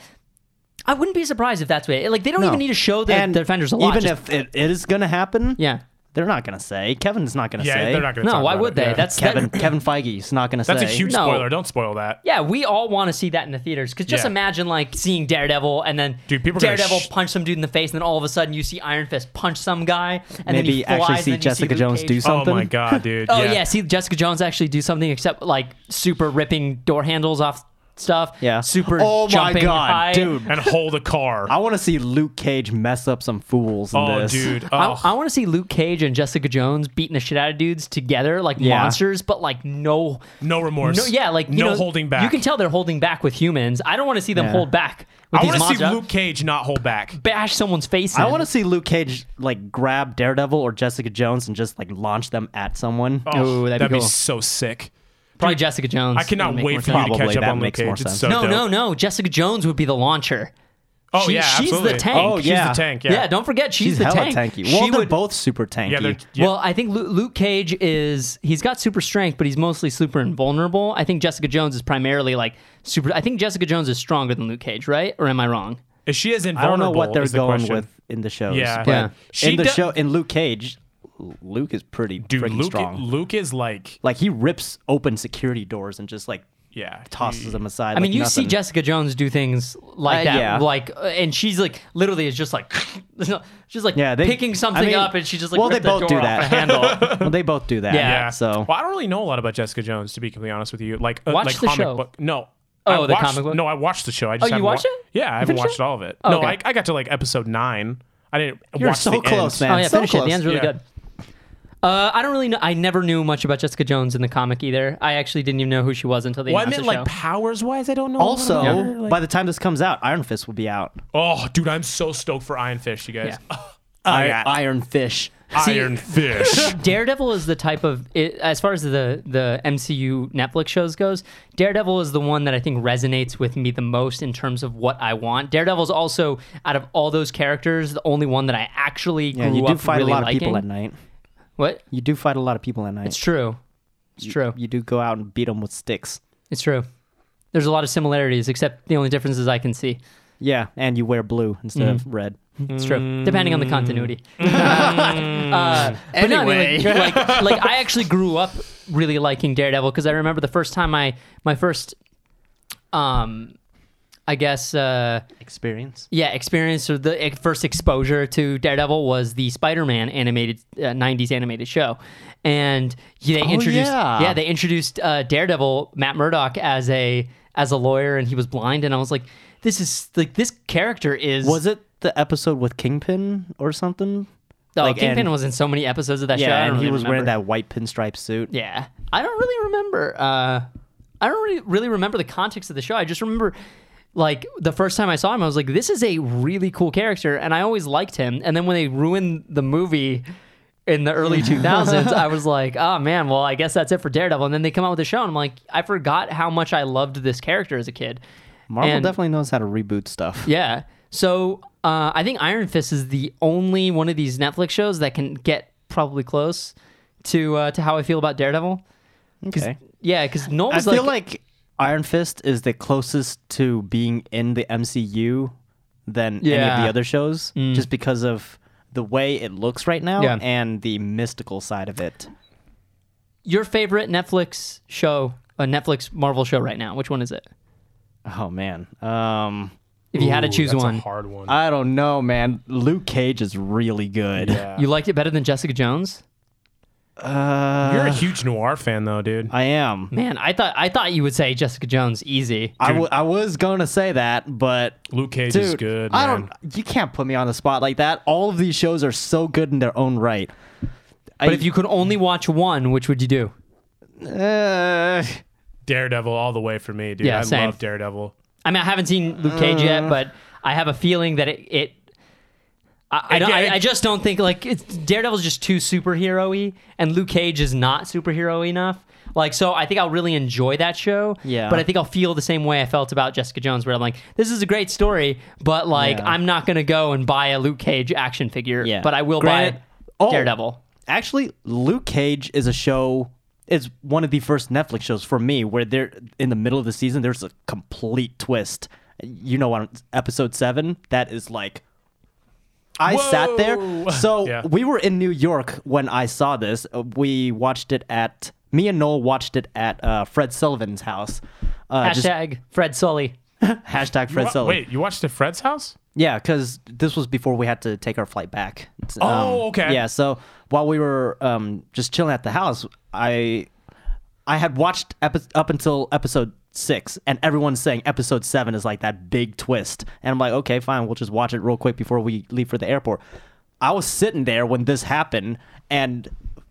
Speaker 1: I wouldn't be surprised if that's what it, like they don't
Speaker 3: No.
Speaker 1: even need to show the,
Speaker 3: And
Speaker 1: the defenders a lot.
Speaker 3: Even
Speaker 1: just-
Speaker 3: if it, it is going to happen,
Speaker 1: Yeah.
Speaker 3: they're not going to say. Kevin's not going to
Speaker 2: Yeah,
Speaker 3: say.
Speaker 2: they're not going to.
Speaker 1: No, why would they?
Speaker 2: Yeah.
Speaker 1: That's
Speaker 3: Kevin,
Speaker 1: that-
Speaker 3: Kevin Feige's not going to say.
Speaker 2: that's a huge
Speaker 1: No.
Speaker 2: spoiler. Don't spoil that.
Speaker 1: yeah, we all want to see that in the theaters because just
Speaker 2: Yeah.
Speaker 1: imagine like seeing Daredevil and then
Speaker 2: Dude, people are gonna
Speaker 1: Daredevil
Speaker 2: sh-
Speaker 1: punch some dude in the face and then all of a sudden you see Iron Fist punch some guy and then he
Speaker 3: Maybe
Speaker 1: flies,
Speaker 3: actually
Speaker 1: and
Speaker 3: see
Speaker 1: then you
Speaker 3: Jessica
Speaker 1: Luke
Speaker 3: Jones
Speaker 1: Cage.
Speaker 3: do something.
Speaker 2: Oh my god,
Speaker 1: [laughs]
Speaker 2: dude.
Speaker 1: Oh yeah. see Jessica Jones actually do something except like super ripping door handles off stuff.
Speaker 3: Yeah.
Speaker 1: super.
Speaker 3: Oh my
Speaker 1: jumping
Speaker 3: God,
Speaker 1: high.
Speaker 3: dude.
Speaker 2: and hold a car.
Speaker 3: I want to see Luke Cage mess up some fools in
Speaker 2: Oh,
Speaker 3: this.
Speaker 2: dude. Oh.
Speaker 1: I, I want to see Luke Cage and Jessica Jones beating the shit out of dudes together like
Speaker 3: Yeah.
Speaker 1: monsters, but like no,
Speaker 2: no remorse.
Speaker 1: no, yeah, like you
Speaker 2: no
Speaker 1: know,
Speaker 2: holding back.
Speaker 1: You can tell they're holding back with humans. I don't want to see them
Speaker 3: Yeah.
Speaker 1: hold back with
Speaker 2: I
Speaker 1: these
Speaker 2: want to see
Speaker 1: monsters.
Speaker 2: Luke Cage not hold back.
Speaker 1: bash someone's face.
Speaker 3: I
Speaker 1: in.
Speaker 3: want to see Luke Cage like grab Daredevil or Jessica Jones and just like launch them at someone.
Speaker 2: Oh,
Speaker 1: Ooh, that'd be
Speaker 2: that'd be
Speaker 1: cool.
Speaker 2: so sick.
Speaker 1: probably Jessica Jones.
Speaker 2: I cannot
Speaker 1: That'd make
Speaker 2: wait
Speaker 1: more
Speaker 2: for
Speaker 1: sense.
Speaker 2: you to
Speaker 3: Probably
Speaker 2: catch up
Speaker 3: that
Speaker 2: on Luke
Speaker 3: makes
Speaker 2: Cage.
Speaker 3: more
Speaker 2: It's
Speaker 3: sense.
Speaker 2: so
Speaker 1: No,
Speaker 2: dope.
Speaker 1: no, no. Jessica Jones would be the launcher.
Speaker 2: Oh
Speaker 1: She-
Speaker 2: yeah,
Speaker 1: she's the
Speaker 2: absolutely.
Speaker 1: tank.
Speaker 3: Oh,
Speaker 2: she's
Speaker 3: yeah.
Speaker 2: the tank.
Speaker 1: Yeah,
Speaker 2: Yeah,
Speaker 1: don't forget she's,
Speaker 3: She's
Speaker 1: the
Speaker 3: hella
Speaker 1: tank.
Speaker 3: tanky. Well,
Speaker 1: she
Speaker 3: they're
Speaker 1: would
Speaker 3: both super tanky.
Speaker 2: yeah, they're- yeah.
Speaker 1: Well, I think Lu- Luke Cage is he's got super strength, but he's mostly super invulnerable. I think Jessica Jones is primarily like super. I think Jessica Jones is stronger than Luke Cage, right? Or am I wrong?
Speaker 2: Is she as
Speaker 3: I don't
Speaker 2: invulnerable?
Speaker 3: know what they're
Speaker 2: is the
Speaker 3: going
Speaker 2: question.
Speaker 3: with in the shows.
Speaker 2: Yeah.
Speaker 3: but
Speaker 1: Yeah.
Speaker 2: She
Speaker 3: in the
Speaker 2: do-
Speaker 3: show in Luke Cage, Luke is pretty
Speaker 2: Dude,
Speaker 3: freaking
Speaker 2: Luke,
Speaker 3: strong.
Speaker 2: Luke is like
Speaker 3: like he rips open security doors and just like
Speaker 2: yeah,
Speaker 3: tosses them aside.
Speaker 1: I mean,
Speaker 3: like
Speaker 1: you
Speaker 3: nothing.
Speaker 1: see Jessica Jones do things like
Speaker 3: Uh,
Speaker 1: that,
Speaker 3: yeah.
Speaker 1: like, uh, and she's like, literally, is just like, [laughs] just like
Speaker 3: Yeah, they-
Speaker 1: picking something
Speaker 3: I mean,
Speaker 1: up, and she just like,
Speaker 3: well, they
Speaker 1: ripped the
Speaker 3: both
Speaker 1: door
Speaker 3: do
Speaker 1: off
Speaker 3: that.
Speaker 1: the
Speaker 3: [laughs]
Speaker 1: handle.
Speaker 3: [laughs]
Speaker 1: Oh,
Speaker 3: well, they both do that.
Speaker 1: Yeah.
Speaker 2: Yeah.
Speaker 3: So
Speaker 2: well, I don't really know a lot about Jessica Jones, to be completely honest with you. Like, uh,
Speaker 1: Watch
Speaker 2: like
Speaker 1: the
Speaker 2: comic
Speaker 1: show.
Speaker 2: book. No.
Speaker 1: Oh,
Speaker 2: I
Speaker 1: the
Speaker 2: watched-
Speaker 1: comic book? Oh,
Speaker 2: No, I watched the show. I just
Speaker 1: you
Speaker 2: haven't
Speaker 1: watched
Speaker 2: wa-
Speaker 1: it?
Speaker 2: Yeah, I haven't
Speaker 1: finished
Speaker 2: watched
Speaker 1: it?
Speaker 2: all of it.
Speaker 1: Oh,
Speaker 2: no,
Speaker 1: okay.
Speaker 2: I, I got to like episode nine. I didn't.
Speaker 3: you're
Speaker 2: watch
Speaker 3: so
Speaker 2: the
Speaker 3: close,
Speaker 2: end.
Speaker 1: oh
Speaker 3: man.
Speaker 1: yeah,
Speaker 3: so
Speaker 1: finish
Speaker 3: close.
Speaker 1: it. The end's really
Speaker 2: Yeah.
Speaker 1: good. Uh, I don't really know. I never knew much about Jessica Jones in the comic either. I actually didn't even know who she was until they
Speaker 2: Well, I
Speaker 1: announced
Speaker 2: meant
Speaker 1: the
Speaker 2: like
Speaker 1: show.
Speaker 2: powers wise, I don't know. a lot
Speaker 3: Also,
Speaker 2: about her, like-
Speaker 3: by the time this comes out, Iron Fist will be out.
Speaker 2: oh, dude, I'm so stoked for Iron Fist, you guys. [laughs]
Speaker 3: Oh,
Speaker 1: Yeah.
Speaker 3: I-
Speaker 2: yeah.
Speaker 3: Iron Fish.
Speaker 1: See-
Speaker 2: Iron Fish.
Speaker 1: Daredevil is the type of it, as far as the the MCU Netflix shows goes. Daredevil is the one that I think resonates with me the most in terms of what I want. Daredevil is also out of all those characters the only one that I actually grew
Speaker 3: Yeah, you do
Speaker 1: up
Speaker 3: fight
Speaker 1: really
Speaker 3: a lot
Speaker 1: liking.
Speaker 3: of people at night.
Speaker 1: What?
Speaker 3: You do fight a lot of people at night.
Speaker 1: It's true. It's true.
Speaker 3: You do go out and beat them with sticks.
Speaker 1: It's true. There's a lot of similarities, except the only differences I can see.
Speaker 3: Yeah, and you wear blue instead
Speaker 1: Mm-hmm.
Speaker 3: of red.
Speaker 1: It's true, depending on the continuity. [laughs] uh, but no, I mean,
Speaker 3: Mm. Anyway.
Speaker 1: like,
Speaker 3: [laughs]
Speaker 1: like, like, I actually grew up really liking Daredevil because I remember the first time I, my first, um, I guess, uh,
Speaker 3: Experience.
Speaker 1: yeah, experience or the ex- first exposure to Daredevil was the Spider-Man animated uh, '90s animated show, and they introduced
Speaker 3: Oh, yeah.
Speaker 1: they introduced uh, Daredevil Matt Murdock as a as a lawyer, and he was blind, and I was like, this is like this character is
Speaker 3: Was it the episode with Kingpin or something?
Speaker 1: Oh,
Speaker 3: Like,
Speaker 1: Kingpin
Speaker 3: and-
Speaker 1: was in so many episodes of that show. I
Speaker 3: Yeah,
Speaker 1: don't
Speaker 3: and he
Speaker 1: really
Speaker 3: was wearing
Speaker 1: remember.
Speaker 3: that white pinstripe suit.
Speaker 1: Yeah, I don't really remember. Uh, I don't really, really remember the context of the show. I just remember, like the first time I saw him, I was like, "This is a really cool character," and I always liked him. And then when they ruined the movie in the
Speaker 3: [laughs]
Speaker 1: early 2000s, I was like, "Oh man, well I guess that's it for Daredevil." And then they come out with the show, and I'm like, I forgot how much I loved this character as a kid.
Speaker 3: Marvel
Speaker 1: And-
Speaker 3: definitely knows how to reboot stuff.
Speaker 1: Yeah. So uh, I think Iron Fist is the only one of these Netflix shows that can get probably close to uh, to how I feel about Daredevil.
Speaker 3: Okay.
Speaker 1: Yeah, because Noel
Speaker 3: I
Speaker 1: was
Speaker 3: feel
Speaker 1: like,
Speaker 3: like Iron Fist is the closest to being in the MCU than any of
Speaker 1: Yeah. Mm.
Speaker 3: the other shows, just because of the way it looks right now
Speaker 1: Yeah.
Speaker 3: and the mystical side of it.
Speaker 1: your favorite Netflix show, a Netflix Marvel show right now. Which one is it?
Speaker 3: Oh man, um,
Speaker 1: If [laughs] you had to
Speaker 2: Ooh,
Speaker 1: choose
Speaker 2: that's a
Speaker 1: one,
Speaker 2: hard one.
Speaker 3: I don't know, man. Luke Cage is really good.
Speaker 2: yeah.
Speaker 1: you liked it better than Jessica Jones.
Speaker 2: You're a
Speaker 3: Uh,
Speaker 2: huge noir fan, though, dude.
Speaker 3: I am.
Speaker 1: Man, I thought I thought you would say Jessica Jones easy.
Speaker 3: I, w- I was gonna say that, but
Speaker 2: Luke Cage
Speaker 3: dude,
Speaker 2: is good.
Speaker 3: I
Speaker 2: man.
Speaker 3: don't. You can't put me on the spot like that. All of these shows are so good in their own right.
Speaker 1: But
Speaker 3: I-
Speaker 1: if you could only watch one, which would you do?
Speaker 3: Uh,
Speaker 2: Daredevil all the way for me, dude.
Speaker 1: Yeah,
Speaker 2: I
Speaker 1: same.
Speaker 2: love Daredevil.
Speaker 1: I mean, I haven't seen Luke Cage yet, but I have a feeling that it. it I, I, don't, I, I just don't think like it's, Daredevil's just too superhero-y, and Luke Cage is not superhero enough. Like, so I think I'll really enjoy that show.
Speaker 3: Yeah.
Speaker 1: But I think I'll feel the same way I felt about Jessica Jones, where I'm like, this is a great story, but like,
Speaker 3: Yeah.
Speaker 1: I'm not gonna go and buy a Luke Cage action figure.
Speaker 3: Yeah.
Speaker 1: But I will
Speaker 3: Granted-
Speaker 1: buy
Speaker 3: Oh.
Speaker 1: Daredevil.
Speaker 3: actually, Luke Cage is a show. Is one of the first Netflix shows for me where they're in the middle of the season. There's a complete twist. You know, on episode seven, that is like. I sat
Speaker 2: Whoa.
Speaker 3: there.
Speaker 2: [laughs]
Speaker 3: So
Speaker 2: Yeah.
Speaker 3: we were in New York when I saw this. Uh, We watched it at. Me and Noel watched it at uh, Fred Sullivan's house. Uh, just-
Speaker 1: Hashtag Fred Sully.
Speaker 3: hashtag Fred
Speaker 2: Wa-
Speaker 3: Sullivan.
Speaker 2: Wait, you watched at Fred's house? [laughs]
Speaker 3: Yeah, because this was before we had to take our flight back. It's,
Speaker 2: Oh,
Speaker 3: um,
Speaker 2: okay.
Speaker 3: Yeah, so while we were um, just chilling at the house, I I had watched epi- up until episode six, and everyone's saying episode seven is like that big twist, and I'm like, okay, fine, we'll just watch it real quick before we leave for the airport. I was sitting there when this happened, and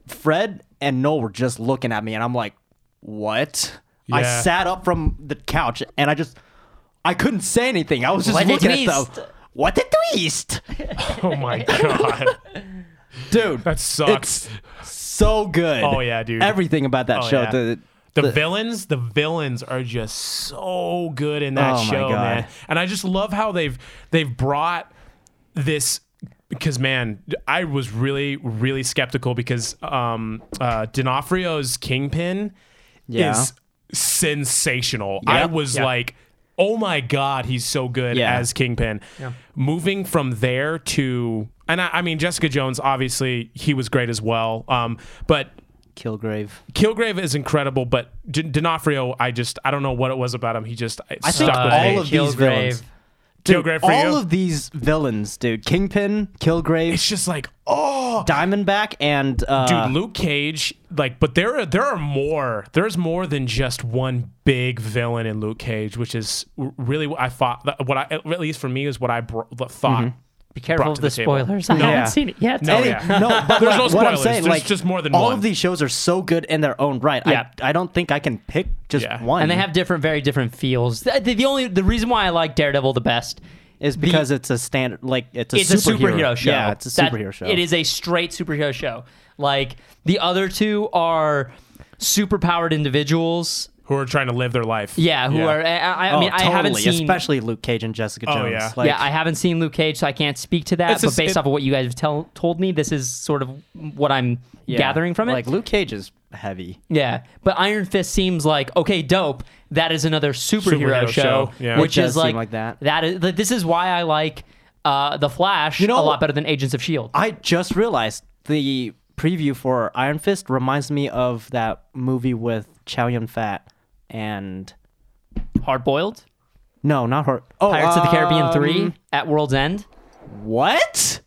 Speaker 3: Fred and Noel were just looking at me, and I'm like, what? I
Speaker 2: Yeah.
Speaker 3: sat up from the couch, and I just. I couldn't say anything. I was just
Speaker 1: What a
Speaker 3: looking at
Speaker 1: twist.
Speaker 3: them. What a twist,
Speaker 2: Oh my
Speaker 1: [laughs]
Speaker 2: god,
Speaker 3: dude!
Speaker 2: that sucks.
Speaker 3: It's so good.
Speaker 2: Oh, yeah, dude.
Speaker 3: Everything about that
Speaker 2: Oh,
Speaker 3: show.
Speaker 2: yeah.
Speaker 3: The,
Speaker 2: The, villains, the villains are just so good in that
Speaker 3: Oh my
Speaker 2: show,
Speaker 3: God.
Speaker 2: man. And I just love how they've they've brought this because man, I was really really skeptical because um uh D'Onofrio's Kingpin
Speaker 3: Yeah.
Speaker 2: is sensational. I was
Speaker 1: Yeah.
Speaker 2: like, "Oh my god, he's so good
Speaker 3: Yeah.
Speaker 2: as Kingpin." Moving from there to and I, I mean Jessica Jones obviously he was great as well. Um but
Speaker 3: Kilgrave.
Speaker 2: Kilgrave is incredible, but D- D'Onofrio, I just I don't know what it was about him. He just it
Speaker 3: I think
Speaker 2: stuck with
Speaker 3: all
Speaker 2: me.
Speaker 3: of these villains. Dude,
Speaker 2: Kilgrave for
Speaker 3: all
Speaker 2: you?
Speaker 3: of these villains, dude. Kingpin, Kilgrave,
Speaker 2: It's just like oh,
Speaker 3: Diamondback, and uh,
Speaker 2: dude, Luke Cage. Like, but there are there are more. There's more than just one big villain in Luke Cage, which is w- really what I thought. What I at least for me is what I bro- thought.
Speaker 3: Mm-hmm.
Speaker 1: Be careful
Speaker 2: brought
Speaker 1: of
Speaker 2: to
Speaker 1: the,
Speaker 2: the table.
Speaker 1: spoilers. I
Speaker 3: Yeah.
Speaker 1: haven't seen it yet.
Speaker 2: No,
Speaker 3: Any-
Speaker 2: yeah.
Speaker 3: [laughs] no, but
Speaker 2: There's
Speaker 3: like,
Speaker 2: no
Speaker 3: What I'm
Speaker 2: spoilers.
Speaker 3: saying,
Speaker 2: There's
Speaker 3: like,
Speaker 2: just more than
Speaker 3: all
Speaker 2: one.
Speaker 3: of these shows are so good in their own right.
Speaker 1: Yeah.
Speaker 3: I, I don't think I can pick just
Speaker 2: Yeah.
Speaker 3: one.
Speaker 1: And they have different, very different feels. The, the- the only the reason why I like Daredevil the best
Speaker 3: is because it's a standard, like it's a
Speaker 1: it's
Speaker 3: superhero.
Speaker 1: a superhero show.
Speaker 3: Yeah, it's a
Speaker 1: That-
Speaker 3: superhero show.
Speaker 1: It is a straight superhero show. Like the other two are superpowered individuals.
Speaker 2: who are trying to live their life.
Speaker 1: Yeah, who are. I, I, I
Speaker 3: Oh,
Speaker 1: mean, I haven't
Speaker 3: totally,
Speaker 1: seen.
Speaker 3: especially Luke Cage and Jessica Jones.
Speaker 2: Oh, yeah.
Speaker 3: Like,
Speaker 1: yeah, I haven't seen Luke Cage, so I can't speak to that.
Speaker 2: It's
Speaker 1: But
Speaker 2: just-
Speaker 1: based
Speaker 2: it-
Speaker 1: off of what you guys have tell, told me, this is sort of what I'm
Speaker 3: yeah.
Speaker 1: gathering from it.
Speaker 3: Like Luke Cage is heavy.
Speaker 1: Yeah, but Iron Fist seems like okay, dope. That is another superhero,
Speaker 2: Superhero
Speaker 1: show,
Speaker 2: show, yeah.
Speaker 1: which
Speaker 3: It does
Speaker 1: is like,
Speaker 3: seem like that.
Speaker 1: That is th- this is why I like uh, the Flash
Speaker 3: know-
Speaker 1: a lot better than Agents of Shield.
Speaker 3: I just realized the preview for Iron Fist reminds me of that movie with Chow Yun Fat and
Speaker 1: Hard boiled
Speaker 3: no, not her. Oh,
Speaker 1: Pirates of the Caribbean three
Speaker 3: um,
Speaker 1: at World's End.
Speaker 3: What?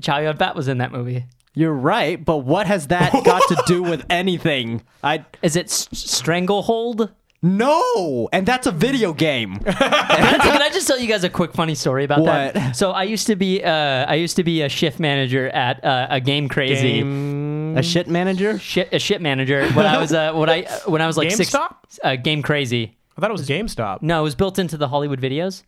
Speaker 1: Chow Yun Fat was in that movie.
Speaker 3: You're right, but what has that got to do
Speaker 1: [laughs]
Speaker 3: with anything? I
Speaker 1: Is it S- Stranglehold? [laughs]
Speaker 3: no, and that's a video game.
Speaker 1: Can I just tell you guys a quick funny story about that?
Speaker 3: What?
Speaker 1: So I used to be uh, I used to be a shift manager at uh, a Game Crazy.
Speaker 3: a shit manager.
Speaker 1: Shit, a shit manager when I was uh, when I when I was like six
Speaker 2: GameStop?
Speaker 1: uh, Game Crazy.
Speaker 2: I thought it was GameStop.
Speaker 1: No, it was built into the Hollywood videos.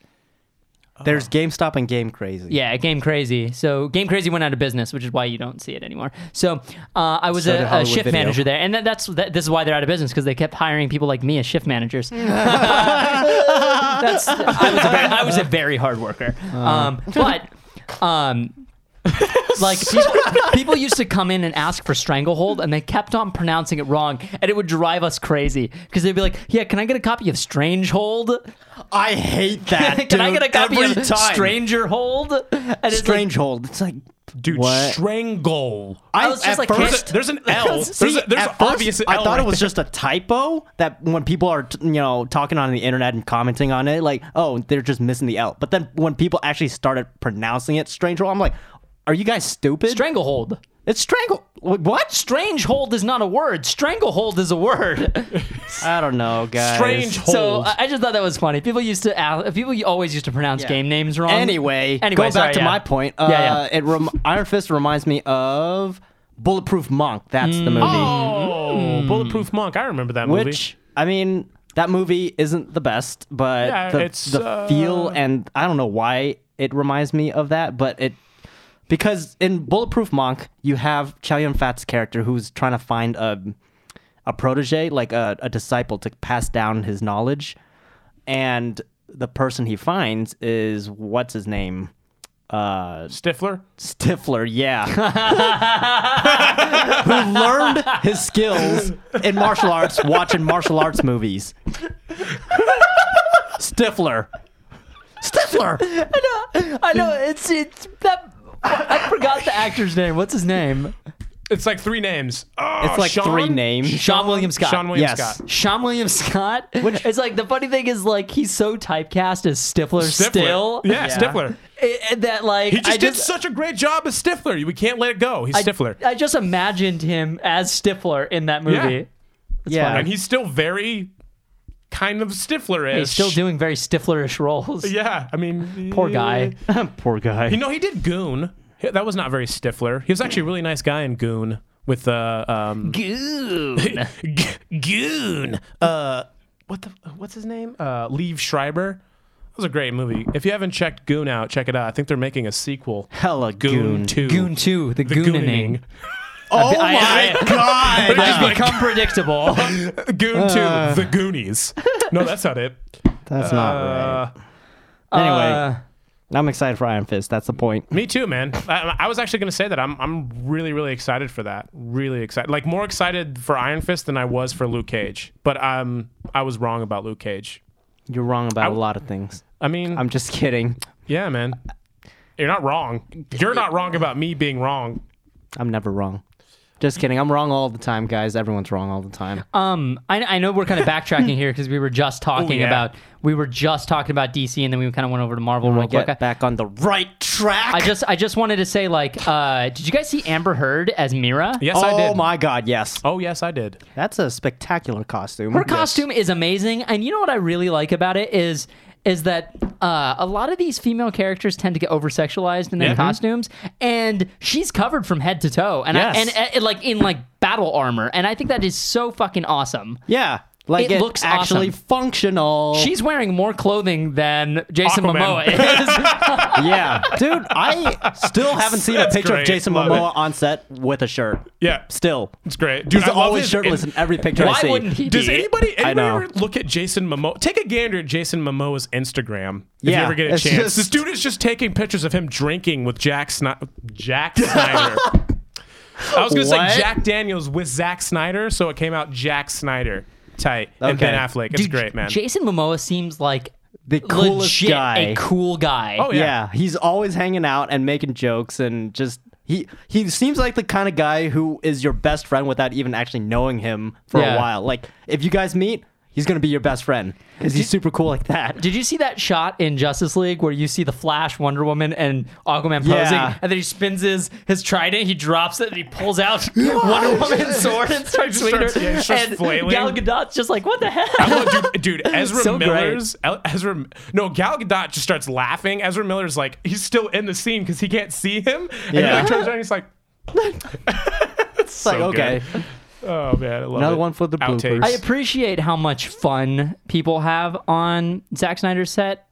Speaker 3: There's GameStop and Game Crazy.
Speaker 1: Uh. Yeah, Game Crazy. So Game Crazy went out of business, which is why you don't see it anymore. So uh, I was
Speaker 3: So did
Speaker 1: a, a
Speaker 3: Hollywood
Speaker 1: shift
Speaker 3: Video.
Speaker 1: manager there, and that, that's that, this is why they're out of business because they kept hiring people like me as shift managers. that's I was, a very, I was a very hard worker, um, but. Um, [laughs] like people, people used to come in and ask for stranglehold and they kept on pronouncing it wrong and it would drive us crazy because they'd be like yeah can i get a copy of strange hold
Speaker 3: I hate that.
Speaker 1: [laughs] Can I
Speaker 3: dude,
Speaker 1: get a copy
Speaker 3: every
Speaker 1: of
Speaker 3: time.
Speaker 1: Stranger Hold? And it's
Speaker 3: Strange hold. It's like
Speaker 2: Dude,
Speaker 3: What?
Speaker 2: strangle.
Speaker 1: I was just
Speaker 3: at
Speaker 1: like,
Speaker 2: There's,
Speaker 1: first,
Speaker 2: a,
Speaker 3: [laughs]
Speaker 2: there's an L.
Speaker 3: See,
Speaker 2: there's a, there's
Speaker 3: at
Speaker 2: an
Speaker 3: first,
Speaker 2: obvious
Speaker 3: I
Speaker 2: L
Speaker 3: thought
Speaker 2: right
Speaker 3: it was
Speaker 2: there.
Speaker 3: just a typo that when people are t- you know talking on the internet and commenting on it, like oh they're just missing the L. But then when people actually started pronouncing it strange hold, I'm like, are you guys stupid?
Speaker 1: Stranglehold.
Speaker 3: it's strangle. wh- What?
Speaker 1: Strange Hold is not a word. Stranglehold is a word.
Speaker 3: [laughs] I don't know, guys.
Speaker 2: strange hold.
Speaker 1: so I I just thought that was funny. People used to ask, people always used to pronounce
Speaker 3: Yeah.
Speaker 1: game names wrong.
Speaker 3: Anyway,
Speaker 1: anyway,
Speaker 3: go back
Speaker 1: sorry,
Speaker 3: to
Speaker 1: yeah.
Speaker 3: my point. Uh,
Speaker 1: yeah, yeah.
Speaker 3: It rem- Iron Fist reminds me of Bulletproof Monk. That's the movie.
Speaker 2: Mm. Oh,
Speaker 1: Hmm.
Speaker 2: Bulletproof Monk. I remember that movie.
Speaker 3: Which I mean, that movie isn't the best, but
Speaker 2: Yeah,
Speaker 3: the,
Speaker 2: it's,
Speaker 3: the
Speaker 2: uh,
Speaker 3: feel and I don't know why it reminds me of that, but it because in Bulletproof Monk you have Chow Yun Fat's character who's trying to find a a protege, like a, a disciple, to pass down his knowledge, and the person he finds is what's his name. Uh,
Speaker 2: Stifler.
Speaker 3: Stifler,
Speaker 2: [laughs]
Speaker 3: yeah. Who learned his skills in martial arts watching martial arts movies. Stifler. Stifler!
Speaker 1: I know it's it's that. I forgot the actor's name. What's his name?
Speaker 2: It's like three names. Oh,
Speaker 3: It's like
Speaker 2: Sean?
Speaker 3: three names.
Speaker 1: Sean William Scott.
Speaker 2: Sean William
Speaker 3: Yes.
Speaker 2: Scott.
Speaker 1: Sean William Scott. Which it's like the funny thing is like he's so typecast as Stifler,
Speaker 2: Stifler.
Speaker 1: still.
Speaker 2: Yeah,
Speaker 3: Yeah.
Speaker 2: Stifler.
Speaker 1: It- that like
Speaker 2: He just
Speaker 1: I
Speaker 2: did
Speaker 1: just
Speaker 2: such a great job as Stifler. We can't let it go. He's
Speaker 1: I-
Speaker 2: Stifler.
Speaker 1: I just imagined him as Stifler in that movie.
Speaker 2: Yeah.
Speaker 3: yeah.
Speaker 2: and he's still very kind of Stifler
Speaker 1: He's
Speaker 2: ish.
Speaker 1: still doing very Stiflerish roles.
Speaker 2: Yeah, I mean.
Speaker 1: Poor guy.
Speaker 3: [laughs] Poor guy.
Speaker 2: You know, he did Goon. He- That was not very Stifler. He was actually a really nice guy in Goon with uh,
Speaker 3: [laughs]
Speaker 2: um,
Speaker 1: Goon.
Speaker 2: [laughs] G- Goon. Uh, what the? What's his name? Uh, Leave Schreiber. That was a great movie. If you haven't checked Goon out, check it out. I think they're making a sequel.
Speaker 3: Hella goon.
Speaker 2: Two.
Speaker 1: Goon 2, the,
Speaker 2: The
Speaker 1: Gooning.
Speaker 2: Gooning.
Speaker 3: [laughs] Oh
Speaker 1: I- I-
Speaker 2: [laughs]
Speaker 3: my god! Uh.
Speaker 1: It's
Speaker 2: Yeah.
Speaker 1: become predictable.
Speaker 3: [laughs]
Speaker 2: Goon Two. The Goonies. No, that's not it.
Speaker 3: That's not
Speaker 2: Uh,
Speaker 3: right. Anyway,
Speaker 1: Uh,
Speaker 3: I'm excited for Iron Fist. That's the point.
Speaker 2: me too, man. I, I was actually going to say that. I'm I'm really really excited for that. Really excited. Like more excited for Iron Fist than I was for Luke Cage. But um, I was wrong about Luke Cage.
Speaker 3: You're wrong about a
Speaker 2: I-
Speaker 3: lot of things.
Speaker 2: I mean,
Speaker 3: I'm just kidding.
Speaker 2: yeah, man. You're not wrong. You're not wrong about me being wrong.
Speaker 3: I'm never wrong. Just kidding. I'm wrong all the time, guys. Everyone's wrong all the time.
Speaker 2: Uh,
Speaker 1: Um, I, I know we're kind of backtracking here because we were just talking
Speaker 2: yeah.
Speaker 1: about we were just talking about DC, and then we kind of went over to Marvel
Speaker 3: We'll
Speaker 1: real quick.
Speaker 3: get back on the right track.
Speaker 1: I just I just wanted to say like, uh, did you guys see Amber Heard as Mira?
Speaker 2: Yes,
Speaker 3: oh
Speaker 2: I did.
Speaker 3: my god, yes.
Speaker 2: Oh yes, I did.
Speaker 3: That's a spectacular costume.
Speaker 1: Her costume is amazing, and you know what I really like about it is is that uh, a lot of these female characters tend to get over sexualized in their
Speaker 3: Mm-hmm.
Speaker 2: Yeah.
Speaker 1: costumes, and she's covered from head to toe, and
Speaker 3: Yes.
Speaker 1: I, and, and like in like battle armor, and I think that is so fucking awesome.
Speaker 3: Yeah. Like
Speaker 1: It
Speaker 3: it,
Speaker 1: looks
Speaker 3: looks actually
Speaker 1: awesome.
Speaker 3: functional.
Speaker 1: She's wearing more clothing than Jason
Speaker 2: Aquaman.
Speaker 1: Momoa is.
Speaker 3: [laughs] [laughs] yeah. Dude, I
Speaker 2: [laughs]
Speaker 3: still haven't seen a
Speaker 2: That's
Speaker 3: picture
Speaker 2: great.
Speaker 3: of Jason
Speaker 2: Love
Speaker 3: Momoa on set with a shirt.
Speaker 2: Yeah,
Speaker 3: Still.
Speaker 2: it's great. Dude, I
Speaker 3: He's
Speaker 2: love
Speaker 3: always
Speaker 2: his-
Speaker 3: shirtless in every picture I
Speaker 1: Why
Speaker 3: see.
Speaker 1: wouldn't he?
Speaker 2: Does
Speaker 1: be?
Speaker 2: anybody,
Speaker 3: I
Speaker 2: anybody
Speaker 3: know.
Speaker 2: ever look at Jason Momoa? Take a gander at Jason Momoa's Instagram if
Speaker 3: Yeah,
Speaker 2: you ever get a
Speaker 3: it's
Speaker 2: chance.
Speaker 3: just-
Speaker 2: this dude is just taking pictures of him drinking with Jack Snyder. Jack Snyder. I was gonna
Speaker 3: What?
Speaker 2: say Jack Daniels with Zack Snyder, so it came out Jack Snyder. Tight and
Speaker 3: Okay.
Speaker 2: Ben Affleck. It's
Speaker 1: Dude,
Speaker 2: great, man.
Speaker 1: Jason Momoa seems like
Speaker 3: The coolest
Speaker 1: legit
Speaker 3: guy.
Speaker 1: a cool guy.
Speaker 2: oh
Speaker 3: yeah.
Speaker 2: yeah.
Speaker 3: he's always hanging out and making jokes and just he he seems like the kind of guy who is your best friend without even actually knowing him for
Speaker 1: Yeah.
Speaker 3: a while. Like if you guys meet, he's gonna be your best friend because he's super cool like that.
Speaker 1: Did you see that shot in Justice League where you see the Flash, Wonder Woman, and Aquaman
Speaker 3: Yeah.
Speaker 1: posing, and then he spins his his trident, he drops it, and he pulls out Wonder Woman's sword and starts swinging her.
Speaker 2: starts- yeah, he starts
Speaker 1: and
Speaker 2: flailing.
Speaker 1: Gal Gadot's just like, what the hell?
Speaker 2: [laughs] I love- dude, dude, Ezra
Speaker 1: So great.
Speaker 2: Miller's El- Ezra no Gal Gadot just starts laughing. Ezra Miller's like he's still in the scene because he can't see him, and
Speaker 3: Yeah.
Speaker 2: he like, turns around and he's like, [laughs]
Speaker 3: It's like
Speaker 2: so
Speaker 3: okay,
Speaker 2: good. Oh man, I love
Speaker 3: Another
Speaker 2: it.
Speaker 3: one for the bloopers.
Speaker 1: I appreciate how much fun people have on Zack Snyder's set.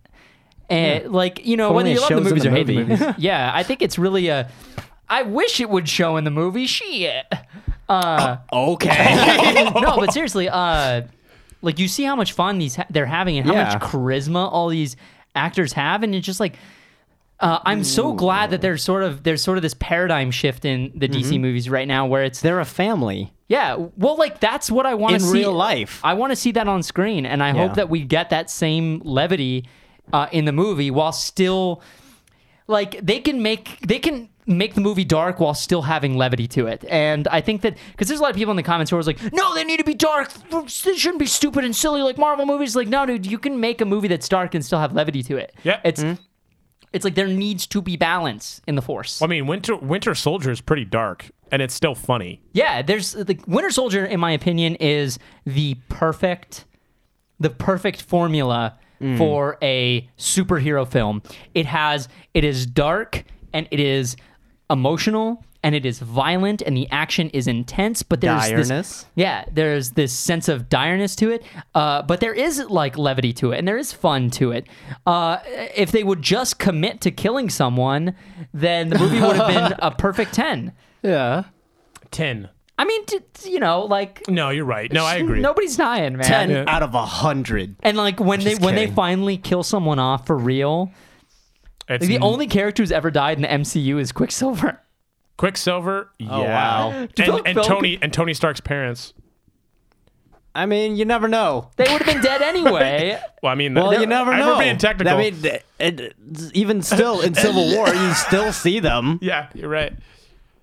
Speaker 1: And like, you know,
Speaker 3: If
Speaker 1: whether
Speaker 3: only
Speaker 1: you
Speaker 3: it
Speaker 1: love the
Speaker 3: shows in
Speaker 1: movies
Speaker 3: the
Speaker 1: or hate the
Speaker 3: movie.
Speaker 1: movies. [laughs] yeah, I think it's really a I wish it would show in the movie. Shit. Uh,
Speaker 3: [laughs] okay.
Speaker 1: [laughs] no, but seriously, uh like you see how much fun these ha- they're having and how
Speaker 3: Yeah.
Speaker 1: much charisma all these actors have and it's just like uh, I'm so glad that there's sort of there's sort of this paradigm shift in the DC movies right now where it's
Speaker 3: They're a family
Speaker 1: yeah, well, like that's what I want
Speaker 3: in
Speaker 1: to see
Speaker 3: real life.
Speaker 1: I want to see that on screen, and I hope
Speaker 3: Yeah.
Speaker 1: that we get that same levity uh, in the movie while still, like, they can make they can make the movie dark while still having levity to it. And I think that because there's a lot of people in the comments who are like, "No, they need to be dark. They shouldn't be stupid and silly like Marvel movies." Like, no, dude, you can make a movie that's dark and still have levity to it.
Speaker 2: Yeah.
Speaker 1: it's
Speaker 3: Mm-hmm.
Speaker 1: it's like there needs to be balance in the force.
Speaker 2: I mean, Winter Winter Soldier is pretty dark, and it's still funny.
Speaker 1: Yeah, there's the Winter Soldier, in my opinion, is the perfect, the perfect formula for a superhero film. It has, it is dark and it is emotional and it is violent and the action is intense, but there's
Speaker 3: Direness?
Speaker 1: this, yeah, there's this sense of direness to it, uh, but there is like levity to it and there is fun to it. Uh, if they would just commit to killing someone, then the movie would have been a perfect ten.
Speaker 3: Yeah.
Speaker 2: Ten.
Speaker 1: I mean, t- t- you know, like
Speaker 2: No, you're right. No, I agree.
Speaker 1: nobody's dying, man.
Speaker 3: Ten
Speaker 2: Yeah.
Speaker 3: out of a hundred.
Speaker 1: And like when they
Speaker 3: Just
Speaker 1: when they
Speaker 3: kidding.
Speaker 1: finally kill someone off for real,
Speaker 2: it's
Speaker 1: like,
Speaker 3: Hmm.
Speaker 1: the only character who's ever died in the MCU is Quicksilver. [laughs]
Speaker 2: Quicksilver. Yeah.
Speaker 3: Oh, wow.
Speaker 2: And,
Speaker 1: Phil-
Speaker 2: and
Speaker 1: Phil-
Speaker 2: Tony and Tony Stark's parents.
Speaker 3: I mean, you never know.
Speaker 1: They would have been dead anyway.
Speaker 2: Well, I mean,
Speaker 3: Well, you never
Speaker 2: I
Speaker 3: know.
Speaker 2: remember being technical.
Speaker 3: I mean, it, it- even still
Speaker 2: [laughs]
Speaker 3: in Civil War, you still see them.
Speaker 2: yeah, you're right.